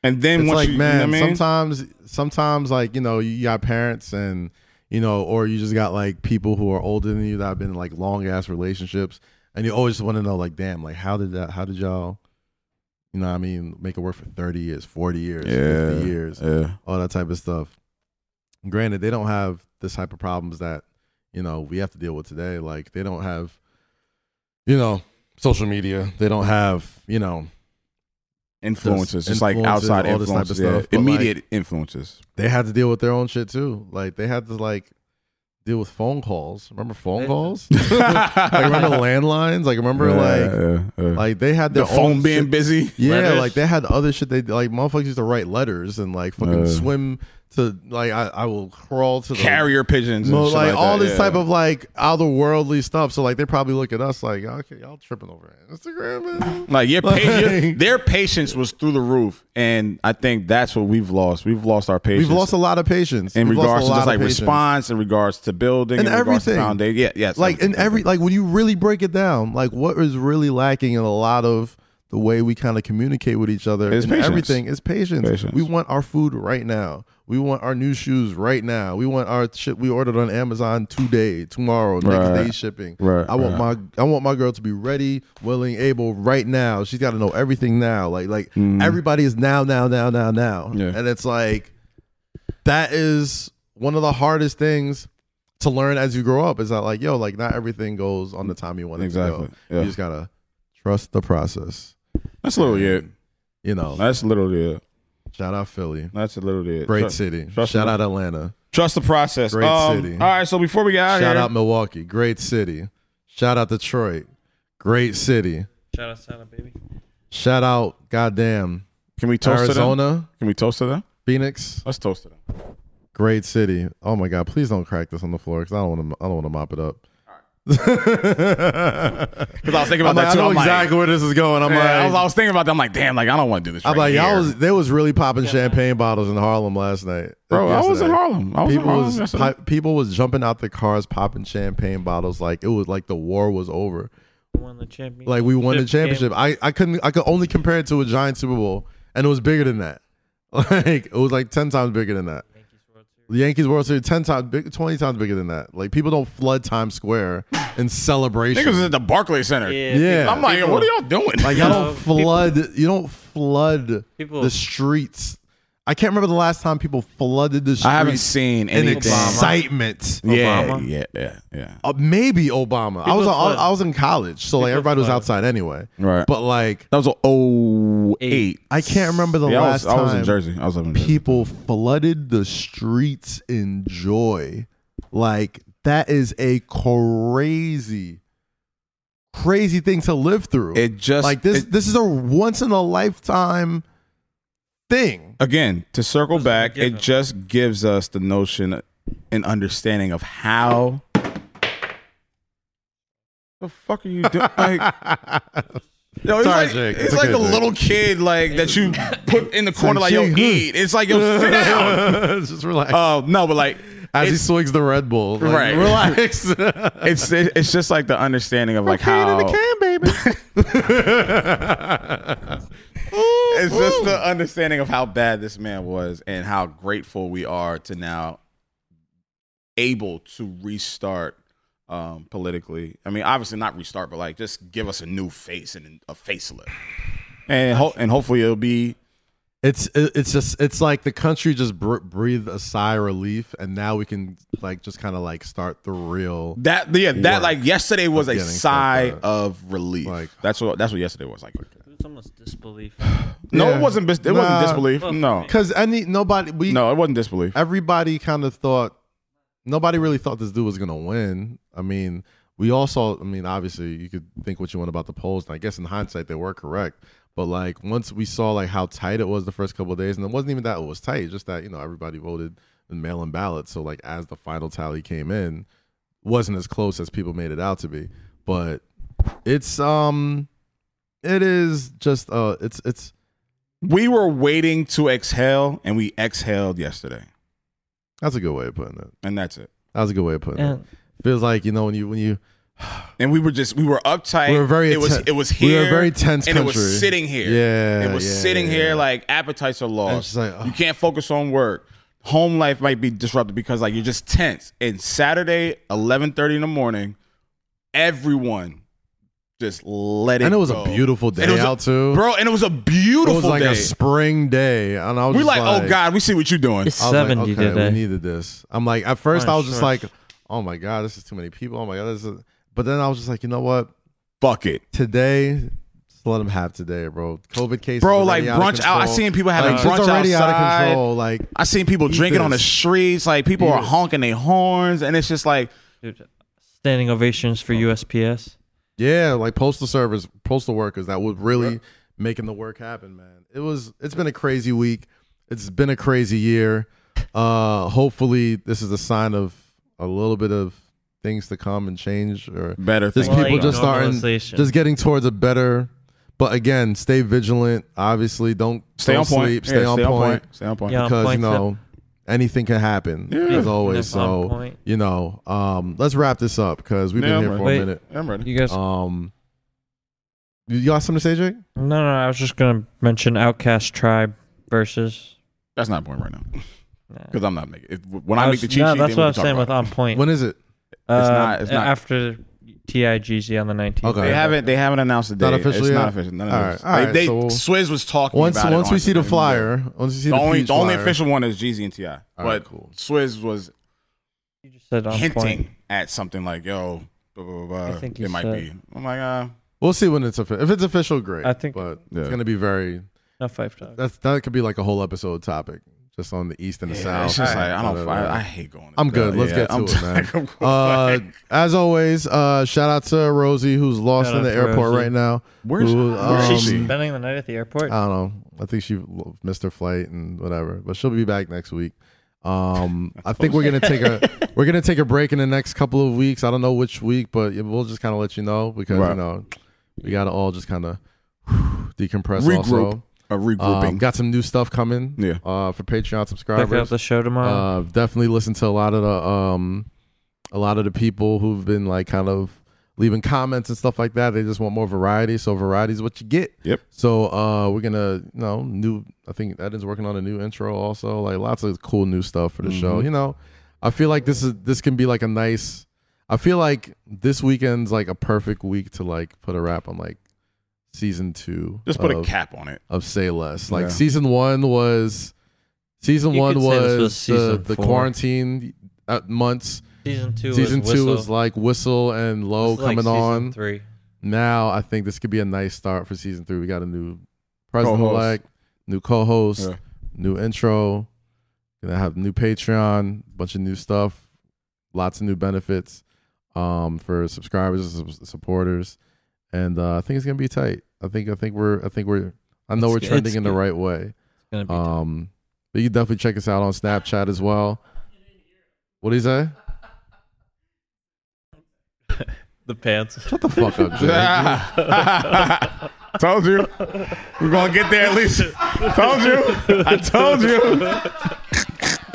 Speaker 2: and then
Speaker 1: it's
Speaker 2: once
Speaker 1: like
Speaker 2: you,
Speaker 1: man
Speaker 2: you know what I mean?
Speaker 1: sometimes sometimes like you know you got parents and you know or you just got like people who are older than you that have been in like long ass relationships and you always want to know like damn like how did that how did y'all you know what i mean make it work for 30 years 40 years 50 years
Speaker 2: yeah,
Speaker 1: all that type of stuff granted they don't have this type of problems that you know we have to deal with today like they don't have you know social media they don't have you know
Speaker 2: influences, just like
Speaker 1: influences,
Speaker 2: outside
Speaker 1: all this type of
Speaker 2: influences, yeah.
Speaker 1: stuff, but,
Speaker 2: immediate influences.
Speaker 1: they had to deal with their own shit too. Like they had to like deal with phone calls. Remember phone
Speaker 3: Yeah.
Speaker 1: calls? [laughs] like remember landlines? Like remember like like they had
Speaker 2: the
Speaker 1: their own
Speaker 2: phone being
Speaker 1: shit-
Speaker 2: busy. [laughs]
Speaker 1: Yeah,
Speaker 3: Letters?
Speaker 1: like they had other shit. They like motherfuckers used to write letters and like fucking
Speaker 2: Uh.
Speaker 1: swim to like I, I will crawl to the
Speaker 2: Carrier pigeons, and
Speaker 1: mo-
Speaker 2: shit
Speaker 1: like,
Speaker 2: that,
Speaker 1: all this
Speaker 2: yeah.
Speaker 1: type of like otherworldly stuff. So like they probably look at us like, okay, y'all tripping over Instagram, man.
Speaker 2: [laughs] Like your,
Speaker 1: [laughs]
Speaker 2: pa-
Speaker 1: Like-
Speaker 2: your- their patience was through the roof, and I think that's what we've lost. We've lost our patience.
Speaker 1: We've lost a lot of patience
Speaker 2: in
Speaker 1: We've lost
Speaker 2: regards
Speaker 1: a
Speaker 2: to
Speaker 1: lot
Speaker 2: just
Speaker 1: of
Speaker 2: like
Speaker 1: patience.
Speaker 2: response, in regards to building,
Speaker 1: And
Speaker 2: in regards to
Speaker 1: everything.
Speaker 2: foundation. Yeah, yes.
Speaker 1: like in every like when you really break it down, like what is really lacking in a lot of the way we kind of communicate with each other
Speaker 2: Is
Speaker 1: and
Speaker 2: patience.
Speaker 1: everything is patience.
Speaker 2: Patience.
Speaker 1: We want our food right now. We want our new shoes right now. We want our shit we ordered on Amazon today, tomorrow,
Speaker 2: Right.
Speaker 1: next day shipping.
Speaker 2: Right,
Speaker 1: I want my I want my girl to be ready, willing, able right now. She's got to know everything now. Like like everybody is now, now, now, now, now.
Speaker 2: Mm-hmm. Yeah.
Speaker 1: And it's like that is one of the hardest things to learn as you grow up is that like yo like not everything goes on the time you want it
Speaker 2: Exactly,
Speaker 1: to go
Speaker 2: yeah.
Speaker 1: you just gotta trust the process
Speaker 2: that's literally it.
Speaker 1: you know
Speaker 2: That's literally it.
Speaker 1: shout out philly
Speaker 2: That's literally it.
Speaker 1: great
Speaker 2: Trust-
Speaker 1: city
Speaker 2: trust
Speaker 1: shout
Speaker 2: me.
Speaker 1: out atlanta
Speaker 2: Trust the process.
Speaker 1: Great
Speaker 2: Um,
Speaker 1: city.
Speaker 2: All right, so before we get out of
Speaker 1: shout
Speaker 2: here,
Speaker 1: out milwaukee great city shout out detroit great city
Speaker 3: Shout out, shout out, baby.
Speaker 1: shout out goddamn
Speaker 2: can we toast to them?
Speaker 1: arizona
Speaker 2: Can we toast to them?
Speaker 1: phoenix
Speaker 2: Let's toast to them.
Speaker 1: great city oh my god please don't crack this on the floor because i don't want to i don't want to mop it up
Speaker 2: Because I was thinking
Speaker 1: I'm like,
Speaker 2: about that
Speaker 1: i
Speaker 2: too.
Speaker 1: know
Speaker 2: I'm like,
Speaker 1: exactly where this is going i'm
Speaker 2: man, I, was,
Speaker 1: like
Speaker 2: I was thinking about that. I'm like, damn, like I don't want to do this.
Speaker 1: I'm like,
Speaker 2: right
Speaker 1: y'all
Speaker 2: here.
Speaker 1: was they was really popping champagne bottles in Harlem last night.
Speaker 2: bro. I was in
Speaker 1: Yesterday.
Speaker 2: Harlem. I was in
Speaker 1: People
Speaker 2: Harlem.
Speaker 1: was
Speaker 2: yesterday.
Speaker 1: pi- people was jumping out the cars, popping champagne bottles, like it was like the war was over.
Speaker 3: Won the championship.
Speaker 1: Like we won the
Speaker 3: Fifth game.
Speaker 1: championship. I, I couldn't I could only compare it to a giant Super Bowl, and it was bigger than that. [laughs] Like it was like ten times bigger than that. The Yankees World Series ten times big, twenty times bigger than that. Like people don't flood Times Square in celebration.
Speaker 2: Niggas was at the Barclay Center.
Speaker 3: Yeah.
Speaker 1: Yeah.
Speaker 2: I'm like, what are y'all doing?
Speaker 1: Like y'all
Speaker 3: No,
Speaker 1: don't flood. you don't flood
Speaker 3: People-
Speaker 1: the streets. I can't remember the last time people flooded the streets.
Speaker 2: [laughs] I haven't seen
Speaker 1: in
Speaker 2: anything.
Speaker 1: excitement.
Speaker 2: Yeah,
Speaker 3: Obama.
Speaker 2: yeah, yeah, yeah.
Speaker 1: Uh, maybe Obama. I was
Speaker 3: People flood.
Speaker 1: I was in college, so like
Speaker 3: People
Speaker 1: everybody was
Speaker 3: flood.
Speaker 1: outside anyway.
Speaker 2: Right.
Speaker 1: But like
Speaker 2: That was a oh eight.
Speaker 1: I can't remember the
Speaker 2: Yeah, I
Speaker 1: last
Speaker 2: was, I was in
Speaker 1: time
Speaker 2: Jersey. I was up in Jersey.
Speaker 1: people flooded the streets in joy. Like that is a crazy, crazy thing to live through.
Speaker 2: It just
Speaker 1: like this.
Speaker 2: it-
Speaker 1: this is a once in a lifetime thing.
Speaker 2: again to circle
Speaker 3: What does that
Speaker 2: back. It
Speaker 3: give us?
Speaker 2: just gives us the notion and understanding of how. The fuck are
Speaker 1: [laughs]
Speaker 2: you doing? Like, yo,
Speaker 1: Sorry,
Speaker 2: it's like,
Speaker 1: Jake.
Speaker 2: it's
Speaker 1: It's
Speaker 2: like
Speaker 1: okay,
Speaker 2: the
Speaker 1: Jake.
Speaker 2: little kid like that you put in the corner like, yo
Speaker 1: Jake, huh?
Speaker 2: eat. It's like
Speaker 1: [laughs]
Speaker 2: yo sit down.
Speaker 1: Just relax.
Speaker 2: Oh no, but like
Speaker 1: As he
Speaker 2: it's-
Speaker 1: swings the Red Bull, like,
Speaker 2: Right. [laughs]
Speaker 1: Relax.
Speaker 2: it's it- it's just like the understanding of like how [laughs] it's just the understanding of how bad this man was and how grateful we are to now able to restart um politically i mean obviously not restart but like just give us a new face and a facelift and ho- and hopefully it'll be
Speaker 1: [laughs] It's it- it's just it's like the country just br- breathed a sigh of relief, and now we can like just kind of like start the real.
Speaker 2: that yeah that
Speaker 1: Work
Speaker 2: like yesterday was a
Speaker 1: of getting
Speaker 2: sigh
Speaker 1: stuff
Speaker 2: of relief
Speaker 1: Like-
Speaker 2: that's what that's what yesterday was like
Speaker 3: It's almost
Speaker 2: [sighs]
Speaker 3: disbelief.
Speaker 2: no
Speaker 1: Yeah.
Speaker 2: it wasn't bis- it wasn't
Speaker 1: Nah.
Speaker 2: disbelief no
Speaker 1: Because any nobody we
Speaker 2: no it wasn't disbelief
Speaker 1: everybody kind of thought nobody really thought this dude was gonna win. I mean, we all saw. I mean, obviously, you could think what you want about the polls, and I guess in hindsight they were correct. But like once we saw like how tight it was the first couple of days, and it wasn't even that it was tight, just that you know everybody voted in mail-in ballots. So like as the final tally came in, wasn't as close as people made it out to be. But it's um, it is just uh, it's it's
Speaker 2: we were waiting to exhale and we exhaled yesterday
Speaker 1: that's a good way of putting it.
Speaker 2: and that's it
Speaker 1: That was a good way of putting it.
Speaker 3: And
Speaker 1: Feels like you know when you when you
Speaker 2: and we were just we were uptight.
Speaker 1: We were very
Speaker 2: It was
Speaker 1: atten-
Speaker 2: it was
Speaker 1: we
Speaker 2: here.
Speaker 1: were a very tense
Speaker 2: and
Speaker 1: country.
Speaker 2: it was sitting here.
Speaker 1: Yeah,
Speaker 2: it was
Speaker 1: yeah,
Speaker 2: sitting
Speaker 1: yeah,
Speaker 2: here
Speaker 1: yeah.
Speaker 2: like appetites are
Speaker 1: And it's
Speaker 2: lost.
Speaker 1: just like, ugh.
Speaker 2: you can't focus on work. Home life might be disrupted because like you're just tense. And Saturday, eleven thirty in the morning, everyone just let it.
Speaker 1: and it was
Speaker 2: go.
Speaker 1: a beautiful
Speaker 2: And
Speaker 1: day
Speaker 2: it was a-
Speaker 1: out too.
Speaker 2: bro. And it was a beautiful
Speaker 1: it was like
Speaker 2: day.
Speaker 1: a spring day, and I was
Speaker 2: we're
Speaker 1: just
Speaker 2: like, oh god, we see what you're doing.
Speaker 3: it's
Speaker 1: I was like,
Speaker 3: 70
Speaker 1: okay,
Speaker 3: today.
Speaker 1: we needed this. I'm like, at first
Speaker 3: Oh,
Speaker 1: I was just
Speaker 3: sure.
Speaker 1: like, oh my god, this is too many people. Oh my god, this is. But then I was just like, you know what?
Speaker 2: Fuck it.
Speaker 1: Today, just let them have today, bro. COVID cases,
Speaker 2: Bro,
Speaker 1: already
Speaker 2: like,
Speaker 1: out of
Speaker 2: brunch out- I
Speaker 1: control.
Speaker 2: seen people having
Speaker 1: Like, it's
Speaker 2: brunch
Speaker 1: already out
Speaker 2: outside.
Speaker 1: of control. Like,
Speaker 2: I seen people
Speaker 1: Eat
Speaker 2: drinking on the
Speaker 1: this.
Speaker 2: streets. Like people
Speaker 1: Eat
Speaker 2: are
Speaker 1: this.
Speaker 2: honking their horns, and it's just like
Speaker 3: Dude, standing ovations
Speaker 2: Oh.
Speaker 3: for USPS.
Speaker 1: yeah, like postal service, postal workers that was really making the work happen, man. It was. It's been a crazy week. It's been a crazy year. Uh, hopefully, this is a sign of a little bit of things to come and change, or
Speaker 2: Better
Speaker 1: Just
Speaker 2: things.
Speaker 1: people
Speaker 3: Like
Speaker 1: just starting-
Speaker 3: normalization.
Speaker 1: just getting towards a better. But again, stay vigilant. Obviously, don't
Speaker 2: stay
Speaker 1: don't
Speaker 2: on point.
Speaker 1: sleep.
Speaker 2: Yeah,
Speaker 1: Stay, on, point
Speaker 2: Stay on point.
Speaker 3: Yeah.
Speaker 1: because
Speaker 3: point,
Speaker 1: you know anything can happen
Speaker 2: Yeah.
Speaker 1: as always.
Speaker 3: If on
Speaker 1: So
Speaker 3: point.
Speaker 1: you know, um, let's wrap this up because we've
Speaker 2: Yeah,
Speaker 1: been here
Speaker 2: I'm
Speaker 1: for
Speaker 3: ready.
Speaker 1: a minute.
Speaker 2: I'm ready.
Speaker 3: You guys,
Speaker 1: Um, you got something to say, Jake?
Speaker 3: no, no, I was just gonna mention Outcast Tribe versus.
Speaker 2: That's not important right now
Speaker 3: Nah.
Speaker 2: because I'm not making. If, when
Speaker 3: I
Speaker 2: I,
Speaker 3: was-
Speaker 2: make the cheat
Speaker 3: no,
Speaker 2: sheet,
Speaker 3: that's
Speaker 2: then we
Speaker 3: what I'm
Speaker 2: can
Speaker 3: saying
Speaker 2: talk
Speaker 3: with
Speaker 2: about
Speaker 3: on point.
Speaker 1: When is it?
Speaker 3: Uh,
Speaker 2: not- it's not-
Speaker 3: after TIGZ on the 19th.
Speaker 1: Okay.
Speaker 2: it. They haven't. They haven't announced the
Speaker 1: Not
Speaker 2: date.
Speaker 1: officially
Speaker 2: It's
Speaker 1: yet?
Speaker 2: not official. None of
Speaker 1: All
Speaker 2: those.
Speaker 1: right, all right,
Speaker 2: they, they,
Speaker 1: so we'll-
Speaker 2: Swizz was talking
Speaker 1: Once
Speaker 2: about it
Speaker 1: once
Speaker 2: on
Speaker 1: we see the
Speaker 2: Twitter.
Speaker 1: flyer, once we see
Speaker 2: The
Speaker 1: the,
Speaker 2: only
Speaker 1: peach
Speaker 2: the only
Speaker 1: flyer.
Speaker 2: official one is Jeezy and Ti.
Speaker 1: All
Speaker 2: But
Speaker 1: right, cool.
Speaker 2: Swizz was
Speaker 3: You just said on
Speaker 2: hinting
Speaker 3: point.
Speaker 2: at something like, "Yo, blah blah blah."
Speaker 3: I
Speaker 2: blah.
Speaker 3: think
Speaker 2: it
Speaker 3: you
Speaker 2: might
Speaker 3: said-
Speaker 2: be. I'm like, uh,
Speaker 1: We'll see when it's official. If it's official, great.
Speaker 3: I think-
Speaker 1: but
Speaker 2: Yeah.
Speaker 1: it's gonna be very.
Speaker 3: No five talk.
Speaker 1: That's that could be like a whole episode topic, just on the east and the
Speaker 2: yeah,
Speaker 1: south.
Speaker 2: it's just like I
Speaker 1: Da, da,
Speaker 2: don't.
Speaker 1: da, da.
Speaker 2: I, I hate going.
Speaker 1: I'm
Speaker 2: into
Speaker 1: good.
Speaker 2: that.
Speaker 1: Let's
Speaker 2: Yeah,
Speaker 1: get to
Speaker 2: I'm
Speaker 1: it,
Speaker 2: just
Speaker 1: man.
Speaker 2: like, [laughs] I'm cool.
Speaker 1: uh,
Speaker 2: Like,
Speaker 1: as always, uh, shout out to Rosie who's lost
Speaker 3: Shout
Speaker 1: in
Speaker 3: out
Speaker 1: the
Speaker 3: to
Speaker 1: airport
Speaker 3: Rosie.
Speaker 1: right now.
Speaker 2: where's
Speaker 1: Ooh,
Speaker 2: where's
Speaker 1: um, Uh,
Speaker 3: She's
Speaker 2: she?
Speaker 3: spending the night at the
Speaker 2: [laughs]
Speaker 3: airport.
Speaker 1: I don't know. I think she l- missed her flight and whatever, but she'll be back next week. Um, I think we're gonna take
Speaker 2: [laughs]
Speaker 1: a we're gonna take a break in the next couple of weeks. I don't know which week, but we'll just kind of let you know because you
Speaker 2: Right.
Speaker 1: know we gotta all just kind of decompress.
Speaker 2: Regroup.
Speaker 1: Also,
Speaker 2: A
Speaker 1: Um,
Speaker 2: regrouping.
Speaker 1: got some new stuff coming.
Speaker 2: Yeah.
Speaker 1: Uh, for Patreon
Speaker 3: Check out
Speaker 1: subscribers.
Speaker 3: the show tomorrow.
Speaker 1: Uh, definitely listen to a lot of the um, a lot of the people who've been like kind of leaving comments and stuff like that. They just want more variety, so variety is what you get.
Speaker 2: Yep.
Speaker 1: So uh, we're gonna you know new. I think Eden's working on a new intro also. Like lots of cool new stuff for the show.
Speaker 2: Mhm.
Speaker 1: You know, I feel like this is this can be like a nice. I feel like this weekend's like a perfect week to like put a wrap on like season two.
Speaker 2: Just put a
Speaker 1: of-
Speaker 2: cap on it.
Speaker 1: of Say Less. Like
Speaker 2: Yeah.
Speaker 1: season one was, season
Speaker 3: You
Speaker 1: one
Speaker 3: could say this
Speaker 1: was,
Speaker 3: was season
Speaker 1: the, the
Speaker 3: four.
Speaker 1: quarantine uh, months.
Speaker 3: season two.
Speaker 1: season
Speaker 3: was
Speaker 1: two
Speaker 3: Whistle.
Speaker 1: was like Whistle and Low
Speaker 3: This is like
Speaker 1: coming
Speaker 3: season
Speaker 1: on.
Speaker 3: Three.
Speaker 1: Now I think this could be a nice start for season three. We got a new
Speaker 2: Co-host.
Speaker 1: president elect, new co-host,
Speaker 2: Yeah.
Speaker 1: new intro. Gonna have new Patreon, bunch of new stuff, lots of new benefits um, for subscribers and sub- supporters, and uh, I think it's gonna be tight. I think I think we're I think we're I know
Speaker 3: It's
Speaker 1: we're
Speaker 3: good.
Speaker 1: trending
Speaker 3: It's
Speaker 1: in the
Speaker 3: good.
Speaker 1: right way.
Speaker 3: It's gonna be tough.
Speaker 1: Um, but you can definitely check us out on Snapchat as well. What do you say?
Speaker 3: the pants.
Speaker 1: Shut the fuck up,
Speaker 3: [laughs]
Speaker 1: Jay.
Speaker 2: [laughs] told you. We're gonna get there at least. Told you. I told you.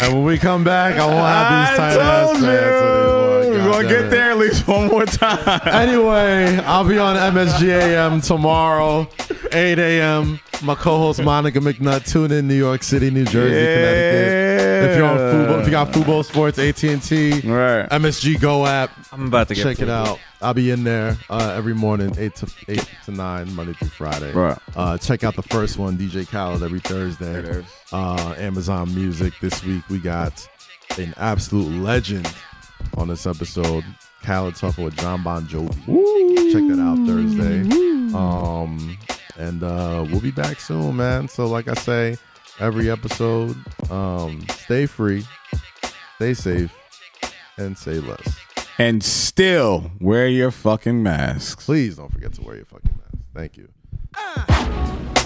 Speaker 1: and when we come back, I won't have these
Speaker 2: I
Speaker 1: tight ass pants.
Speaker 2: told you.
Speaker 1: anymore.
Speaker 2: We're
Speaker 1: God
Speaker 2: gonna
Speaker 1: damn
Speaker 2: get
Speaker 1: it.
Speaker 2: there at least one more time.
Speaker 1: Anyway, I'll be on MSGAM tomorrow, 8 a.m. My co-host Monica McNutt. Tune in, New York City, New Jersey, Connecticut. If you're on Fubo, if you got Fubo Sports, AT&T,
Speaker 2: Right.
Speaker 1: MSG Go app,
Speaker 3: I'm about to get
Speaker 1: check it
Speaker 3: food.
Speaker 1: out. I'll be in there uh, every morning, eight to eight to nine, Monday through Friday.
Speaker 2: Right.
Speaker 1: Uh, check out the first one, DJ Khaled, every Thursday. Uh, Amazon Music. This week we got an absolute legend on this episode. Khaled talking with John Bon Jovi. Check that out Thursday. Um, and uh, we'll be back soon, man. So like I say, every episode, um, stay free, stay safe, and say less.
Speaker 2: And still wear your fucking masks.
Speaker 1: Please don't forget to wear your fucking mask. Thank you.